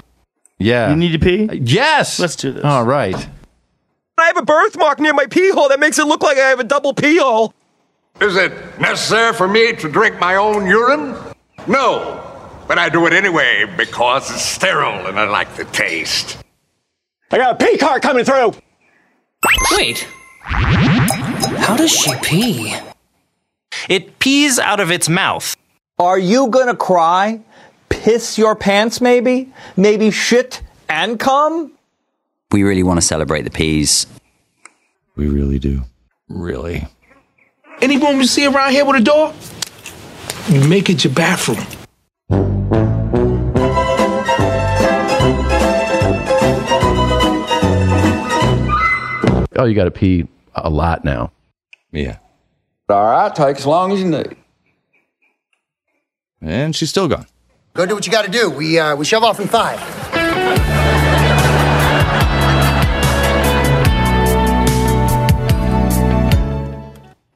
Yeah. You need to pee? Yes. Let's do this. All right. I have a birthmark near my pee hole that makes it look like I have a double pee hole. Is it necessary for me to drink my own urine? No, but I do it anyway because it's sterile and I like the taste. I got a pee cart coming through. Wait. How does she pee? It pees out of its mouth. Are you gonna cry? Piss your pants, maybe? Maybe shit and come? We really want to celebrate the peas. We really do. Really? Any room you see around here with a door, you make it your bathroom. Oh, you got to pee a lot now. Yeah. All right, take as long as you need. And she's still gone. Go do what you got to do. We uh, we shove off in five.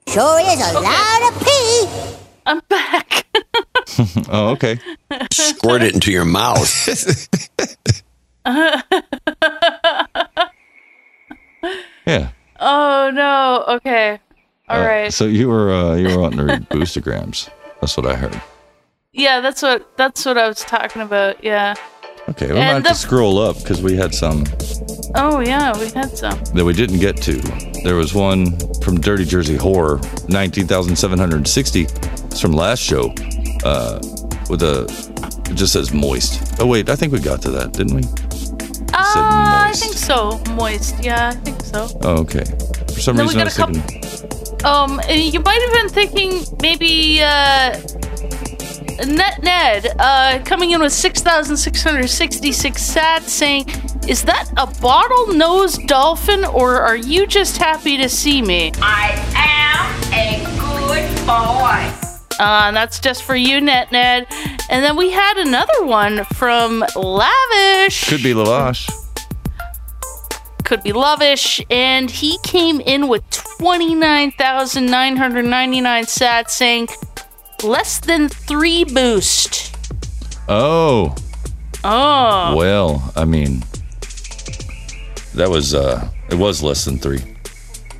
Sure is a lot of pee. I'm back. oh, okay. Squirt it into your mouth. Yeah. oh no. Okay. All Uh, right. So you were uh, you were wanting to read boostergrams. That's what I heard. Yeah, that's what that's what I was talking about. Yeah. Okay, we And might have the- to scroll up because we had some Oh yeah, we had some. that we didn't get to. There was one from Dirty Jersey Horror, nineteen thousand seven hundred sixty. It's from last show. Uh, with a it just says moist. Oh wait, I think we got to that, didn't we? Uh, I think so. Moist. Yeah, I think so. Oh, okay. For some No, we reason, I got was a couple- thinking. Um, and you might have been thinking maybe uh, Net Ned uh, coming in with six thousand six hundred sixty-six sats, saying, "Is that a bottle-nosed dolphin, or are you just happy to see me?" I am a good boy. Uh, and that's just for you, Net Ned. And then we had another one from Lavish. Could be lavash. could be lavish and he came in with 29,999 sats saying less than 3 boost. Oh Oh. well, I mean, that was uh, it was less than three.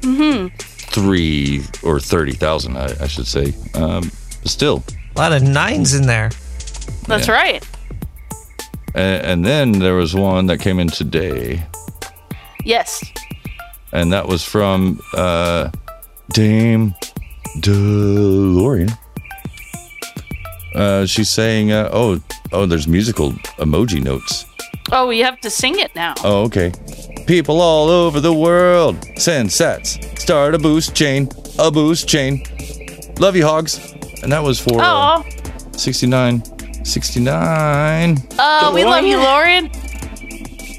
Mhm. three or thirty thousand, I, I should say. Um, but still, A lot of nines in there. That's Yeah. right. and, and then there was one that came in today, Yes. and that was from uh, Dame DeLorean. Uh, she's saying, uh, "Oh, oh, there's musical emoji notes." Oh, you have to sing it now. Oh, okay. People all over the world send sats. Start a boost chain. A boost chain. Love you, hogs. And that was for uh, Oh. 69. 69. Uh, we love you, Lauren.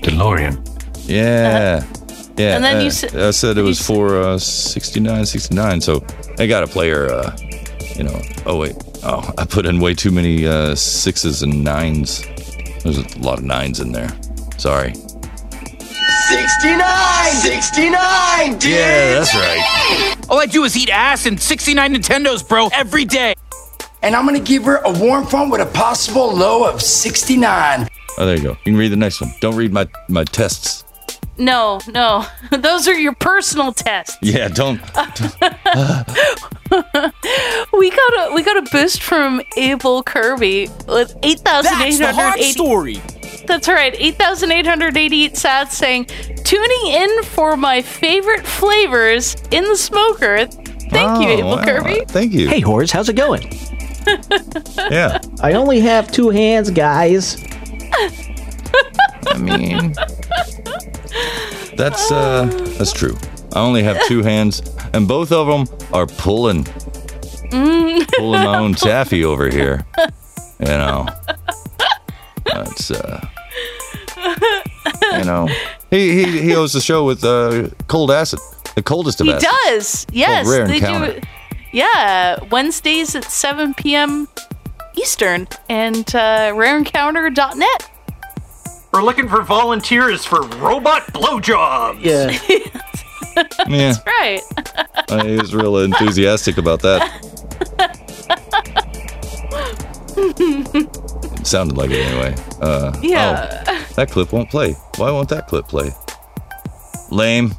DeLorean. Yeah. Yeah. Uh-huh. And then uh, you s- I said it was for uh, 69, 69. So I got a player, uh, you know. Oh, wait. Oh, I put in way too many uh, sixes and nines. There's a lot of nines in there. Sorry. 69! 69, dude! Yeah, that's right. All I do is eat ass and 69 Nintendos, bro, every day. And I'm gonna give her a warm phone with a possible low of 69. Oh, there you go. You can read the next one. Don't read my my tests. No, no. Those are your personal tests. Yeah, don't. We got a we got a boost from Abel Kirby with 8,880. That's the hard story. That's right. 8,888 sats saying, tuning in for my favorite flavors in the smoker. Thank you, Oh, Abel wow. Kirby. Thank you. Hey, whores, how's it going? yeah. I only have two hands, guys. I mean, that's uh, that's true. I only have two hands, and both of them are pulling, Mm. pulling my own taffy over here. You know, that's uh, you know, he he, he owes the show with uh, cold acid, the coldest of he acids. does. Yes. Rare they Encounter. do. Yeah. Wednesdays at 7 p.m. Eastern and uh, rareencounter.net. We're looking for volunteers for robot blowjobs. Yeah. Yeah, Right. uh, he was real enthusiastic about that. It sounded like it anyway. Uh, oh, yeah. That clip won't play. Why won't that clip play? Lame.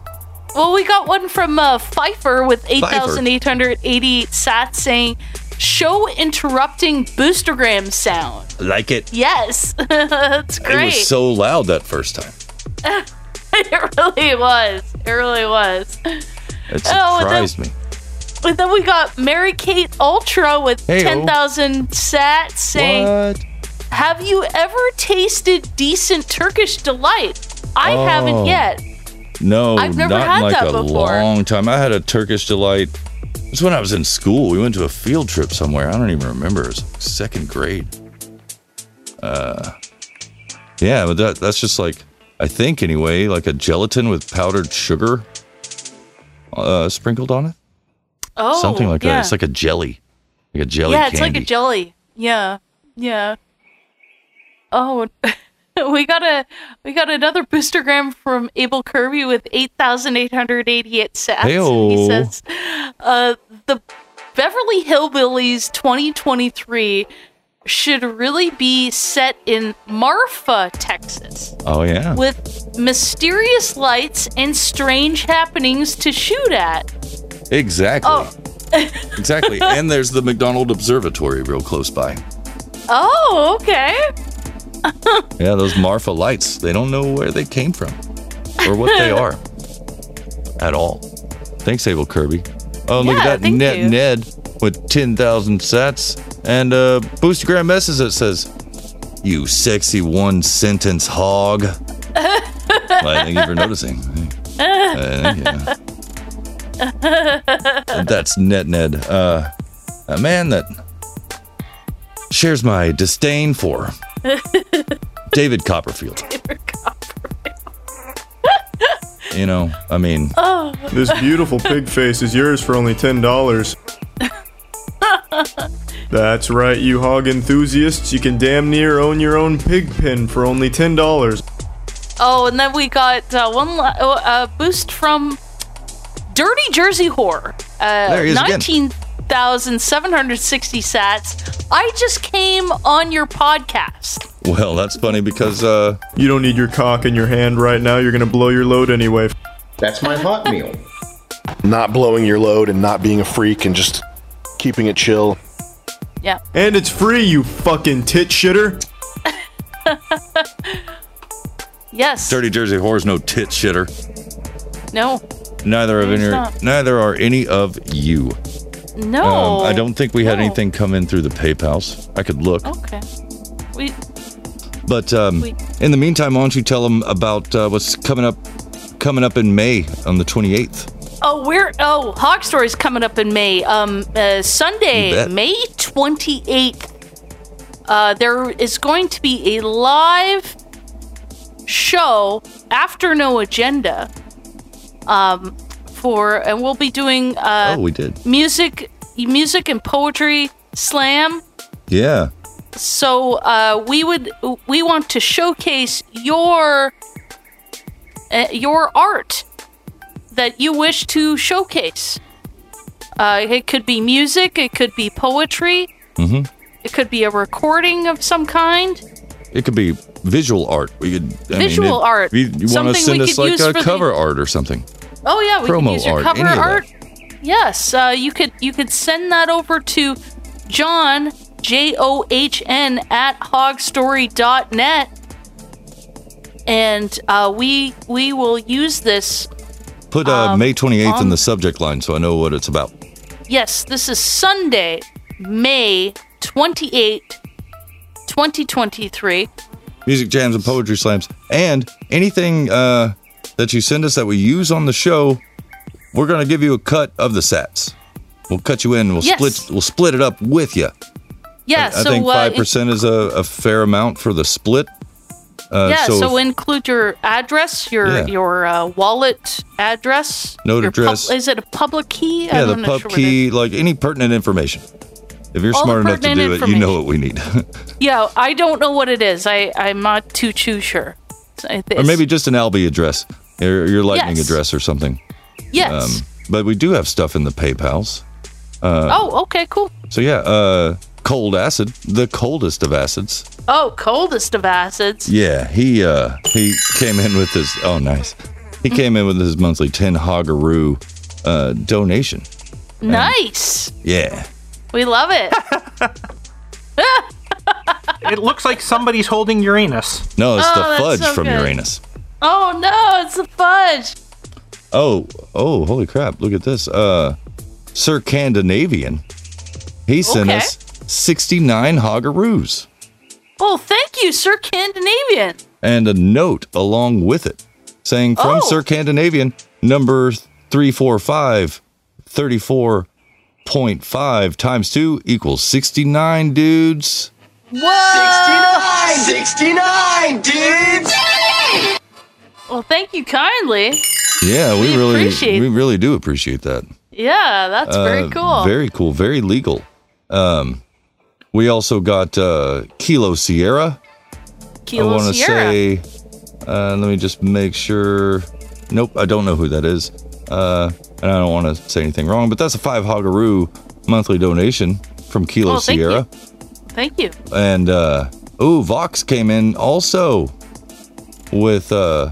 Well, we got one from uh, Pfeiffer with 8,888 sats saying, show interrupting boostergram sound. Like it. Yes. That's great. It was so loud that first time. it really was. It really was. It Oh, the- surprised me. And then we got Mary Kate Ultra with Hey-o. 10,000 sats saying, Have you ever tasted decent Turkish delight? I Oh. haven't yet. No, I've never not had in like that a before. long time. I had a Turkish delight. It was when I was in school. We went to a field trip somewhere. I don't even remember. It was like second grade. Uh, yeah, but that, that's just like I think anyway, like a gelatin with powdered sugar uh, sprinkled on it. Oh, Something like yeah. that. It's like a jelly, like a jelly yeah, it's candy. like a jelly. Yeah, yeah. Oh, we got a we got another boostergram from Abel Kirby with eight thousand eight hundred eighty eight sats. He Hey-o. says, uh, "The Beverly Hillbillies 2023 should really be set in Marfa, Texas." oh yeah. With mysterious lights and strange happenings to shoot at. Exactly. Oh, Exactly. and there's the McDonald Observatory real close by. oh, okay. Yeah, those Marfa lights, they don't know where they came from or what they are at all. Thanks, Abel Kirby. Oh, look Yeah, at that. thank Net you. Ned with 10,000 sats and uh, Booster Grand Messes that says, You sexy one sentence hog. Well, thank you for noticing. Uh, That's Net Ned, uh, a man that shares my disdain for David Copperfield. You know, I mean, Oh. This beautiful pig face is yours for only $10. That's right, you hog enthusiasts. You can damn near own your own pig pen for only $10. Oh, and then we got uh, one la- oh, uh, boost from Dirty Jersey Whore. Uh, There he is again. 19,760 sats. I just came on your podcast. Well, that's funny because uh you don't need your cock in your hand right now. You're gonna blow your load anyway. That's my hot meal. Not blowing your load and not being a freak and just keeping it chill. Yeah. And it's free, you fucking tit shitter. Yes. Dirty Jersey Whore's no tit shitter. No. Neither of It's any not. neither are any of you. No. Um, I don't think we had anything come in through the PayPal's. I could look. Okay. We. But um, Oh, Sweet. in the meantime, why don't you tell them about uh, what's coming up coming up in May on the 28th? Oh, we're oh Hog Story's coming up in May. Um, uh, You Sunday, bet. May twenty eighth. Uh, there is going to be a live show after No Agenda. Um, for and we'll be doing uh oh, we did. music, music and poetry slam. Yeah. So uh, we would we want to showcase your uh, your art that you wish to showcase. Uh, it could be music, it could be poetry, Mhm. it could be a recording of some kind. It could be visual art. We could I mean, Visual if art. You, you Something want to we send us could like use a for the- cover art or something. Oh yeah, we can Promo use your art, cover any of that. art. Yes, uh, you could you could send that over to John J O H N at hogstory.net and uh, we we will use this. Put uh, um, May 28th in on- the subject line so I know what it's about. Yes, this is Sunday, May 28, 2023. music jams and poetry slams and anything uh, that you send us that we use on the show we're going to give you a cut of the sats we'll cut you in we'll Yes. split we'll split it up with you Yeah, i so think uh, 5% is a, a fair amount for the split uh, yeah, so, so, if- include your address, your Yeah. your uh, wallet address. Note your address. Pub- is it a public key? yeah the I'm not pub sure what key it- like any pertinent information if you're All the smart enough to do pertinent it you know what we need Yeah, I don't know what it is. I I'm not too too sure. So I thi- or maybe just an albi address or your lightning Yes. address or something Um, yes. but we do have stuff in the paypals uh, oh, okay, cool. So yeah, uh cold acid, the coldest of acids. Oh, coldest of acids. Yeah, he uh he came in with his oh nice. He came in with his monthly 10 hogaroo uh donation. Nice. Yeah. We love it. It looks like somebody's holding Uranus. No, it's the Oh, that's fudge so from good. Uranus. oh no, it's the fudge. Oh, oh, holy crap. Look at this. Uh Sir Candinavian. He sent Okay. us 69 hogaroos Well, thank you, Sir Candinavian. and a note along with it saying from Oh. Sir Candinavian, number 345 34.5 times 2 equals 69 dudes. Whoa! 69, dudes! Well, thank you kindly. Yeah, we, We really appreciate- we really do appreciate that. Yeah, that's Uh, very cool. Very cool. Very legal. Um, we also got uh, Kilo Sierra. Kilo I wanna Sierra. say. Uh, let me just make sure. Nope, I don't know who that is, uh, and I don't want to say anything wrong. But that's a five hogaroo monthly donation from Kilo Oh, thank Sierra. Thank you. And uh ooh, Vox came in also with uh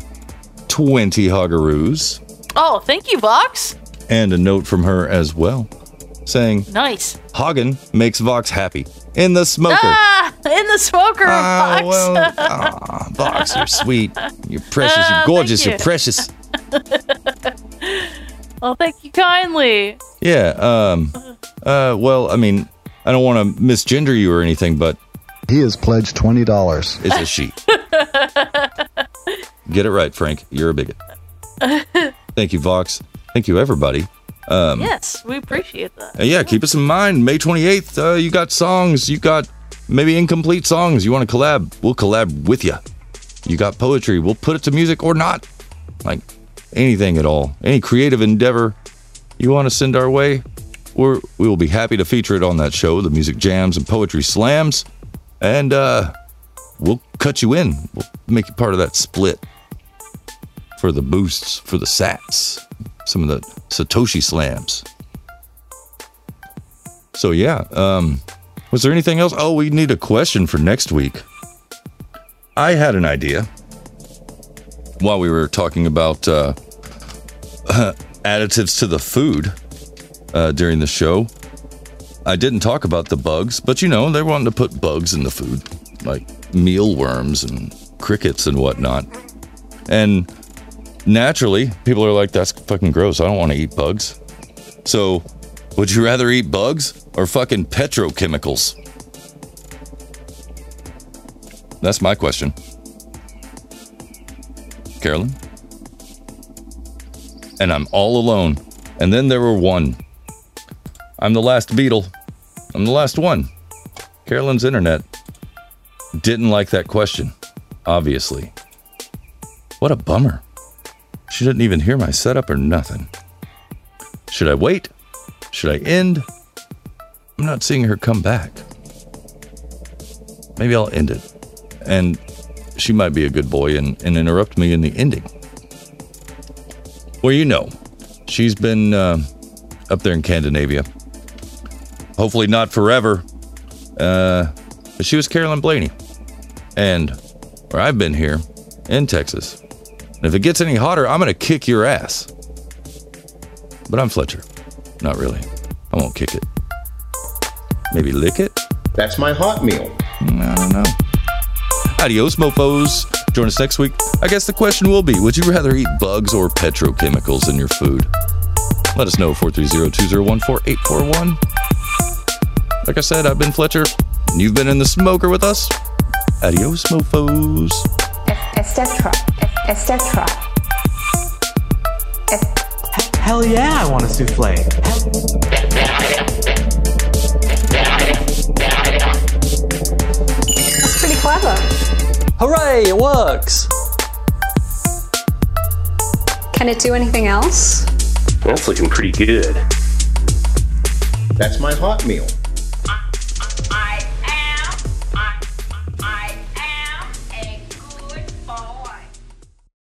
20 hogaroos Oh, thank you, Vox. and a note from her as well saying Nice. Hagen makes Vox happy in the smoker. Ah, in the smoker Ah, of Vox. well, ah, Vox, you're sweet. You're precious. Ah, You're thank gorgeous. You're you. precious. well, thank you kindly. Yeah. Um. Uh. Well, I mean, I don't want to misgender you or anything, but He has pledged twenty dollars. it's a she. Get it right, Frank. You're a bigot. Thank you, Vox. Thank you, everybody. Um, yes, we appreciate that. Uh, yeah, keep us in mind. May 28th, uh, you got songs. You got maybe incomplete songs. You want to collab? We'll collab with you. You got poetry. We'll put it to music or not. Like anything at all. Any creative endeavor you want to send our way, we're, we will be happy to feature it on that show the music jams and poetry slams. And uh, we'll cut you in. We'll make you part of that split for the boosts, for the sats, some of the Satoshi slams. So yeah, um, was there anything else? Oh, we need a question for next week. I had an idea while we were talking about uh, additives to the food uh, during the show. I didn't talk about the bugs, but you know they're wanting to put bugs in the food, like mealworms and crickets and whatnot. And naturally, people are like, "That's fucking gross. I don't want to eat bugs." So, would you rather eat bugs or fucking petrochemicals? That's my question. Carolyn? And I'm all alone. And then there were one. I'm the last beetle. I'm the last one. Carolyn's internet didn't like that question, obviously. What a bummer. She didn't even hear my setup or nothing. Should I wait? Should I end? I'm not seeing her come back. Maybe I'll end it. And she might be a good boy and, and interrupt me in the ending. Well, you know, she's been uh, up there in Scandinavia. Hopefully not forever. Uh, but she was Carolyn Blaney. And where I've been here in Texas. And if it gets any hotter, I'm going to kick your ass. But I'm Fletcher. Not really. I won't kick it. Maybe lick it? That's my hot meal. I don't know. Adios, mofos. Join us next week. I guess the question will be Would you rather eat bugs or petrochemicals in your food? Let us know 430 201 4841. Like I said, I've been Fletcher, and you've been in the smoker with us. Adios, mofos. Estetra. Estetra. Hell yeah, I want a souffle. That's pretty clever. Hooray, it works! Can it do anything else? That's looking pretty good. That's my hot meal.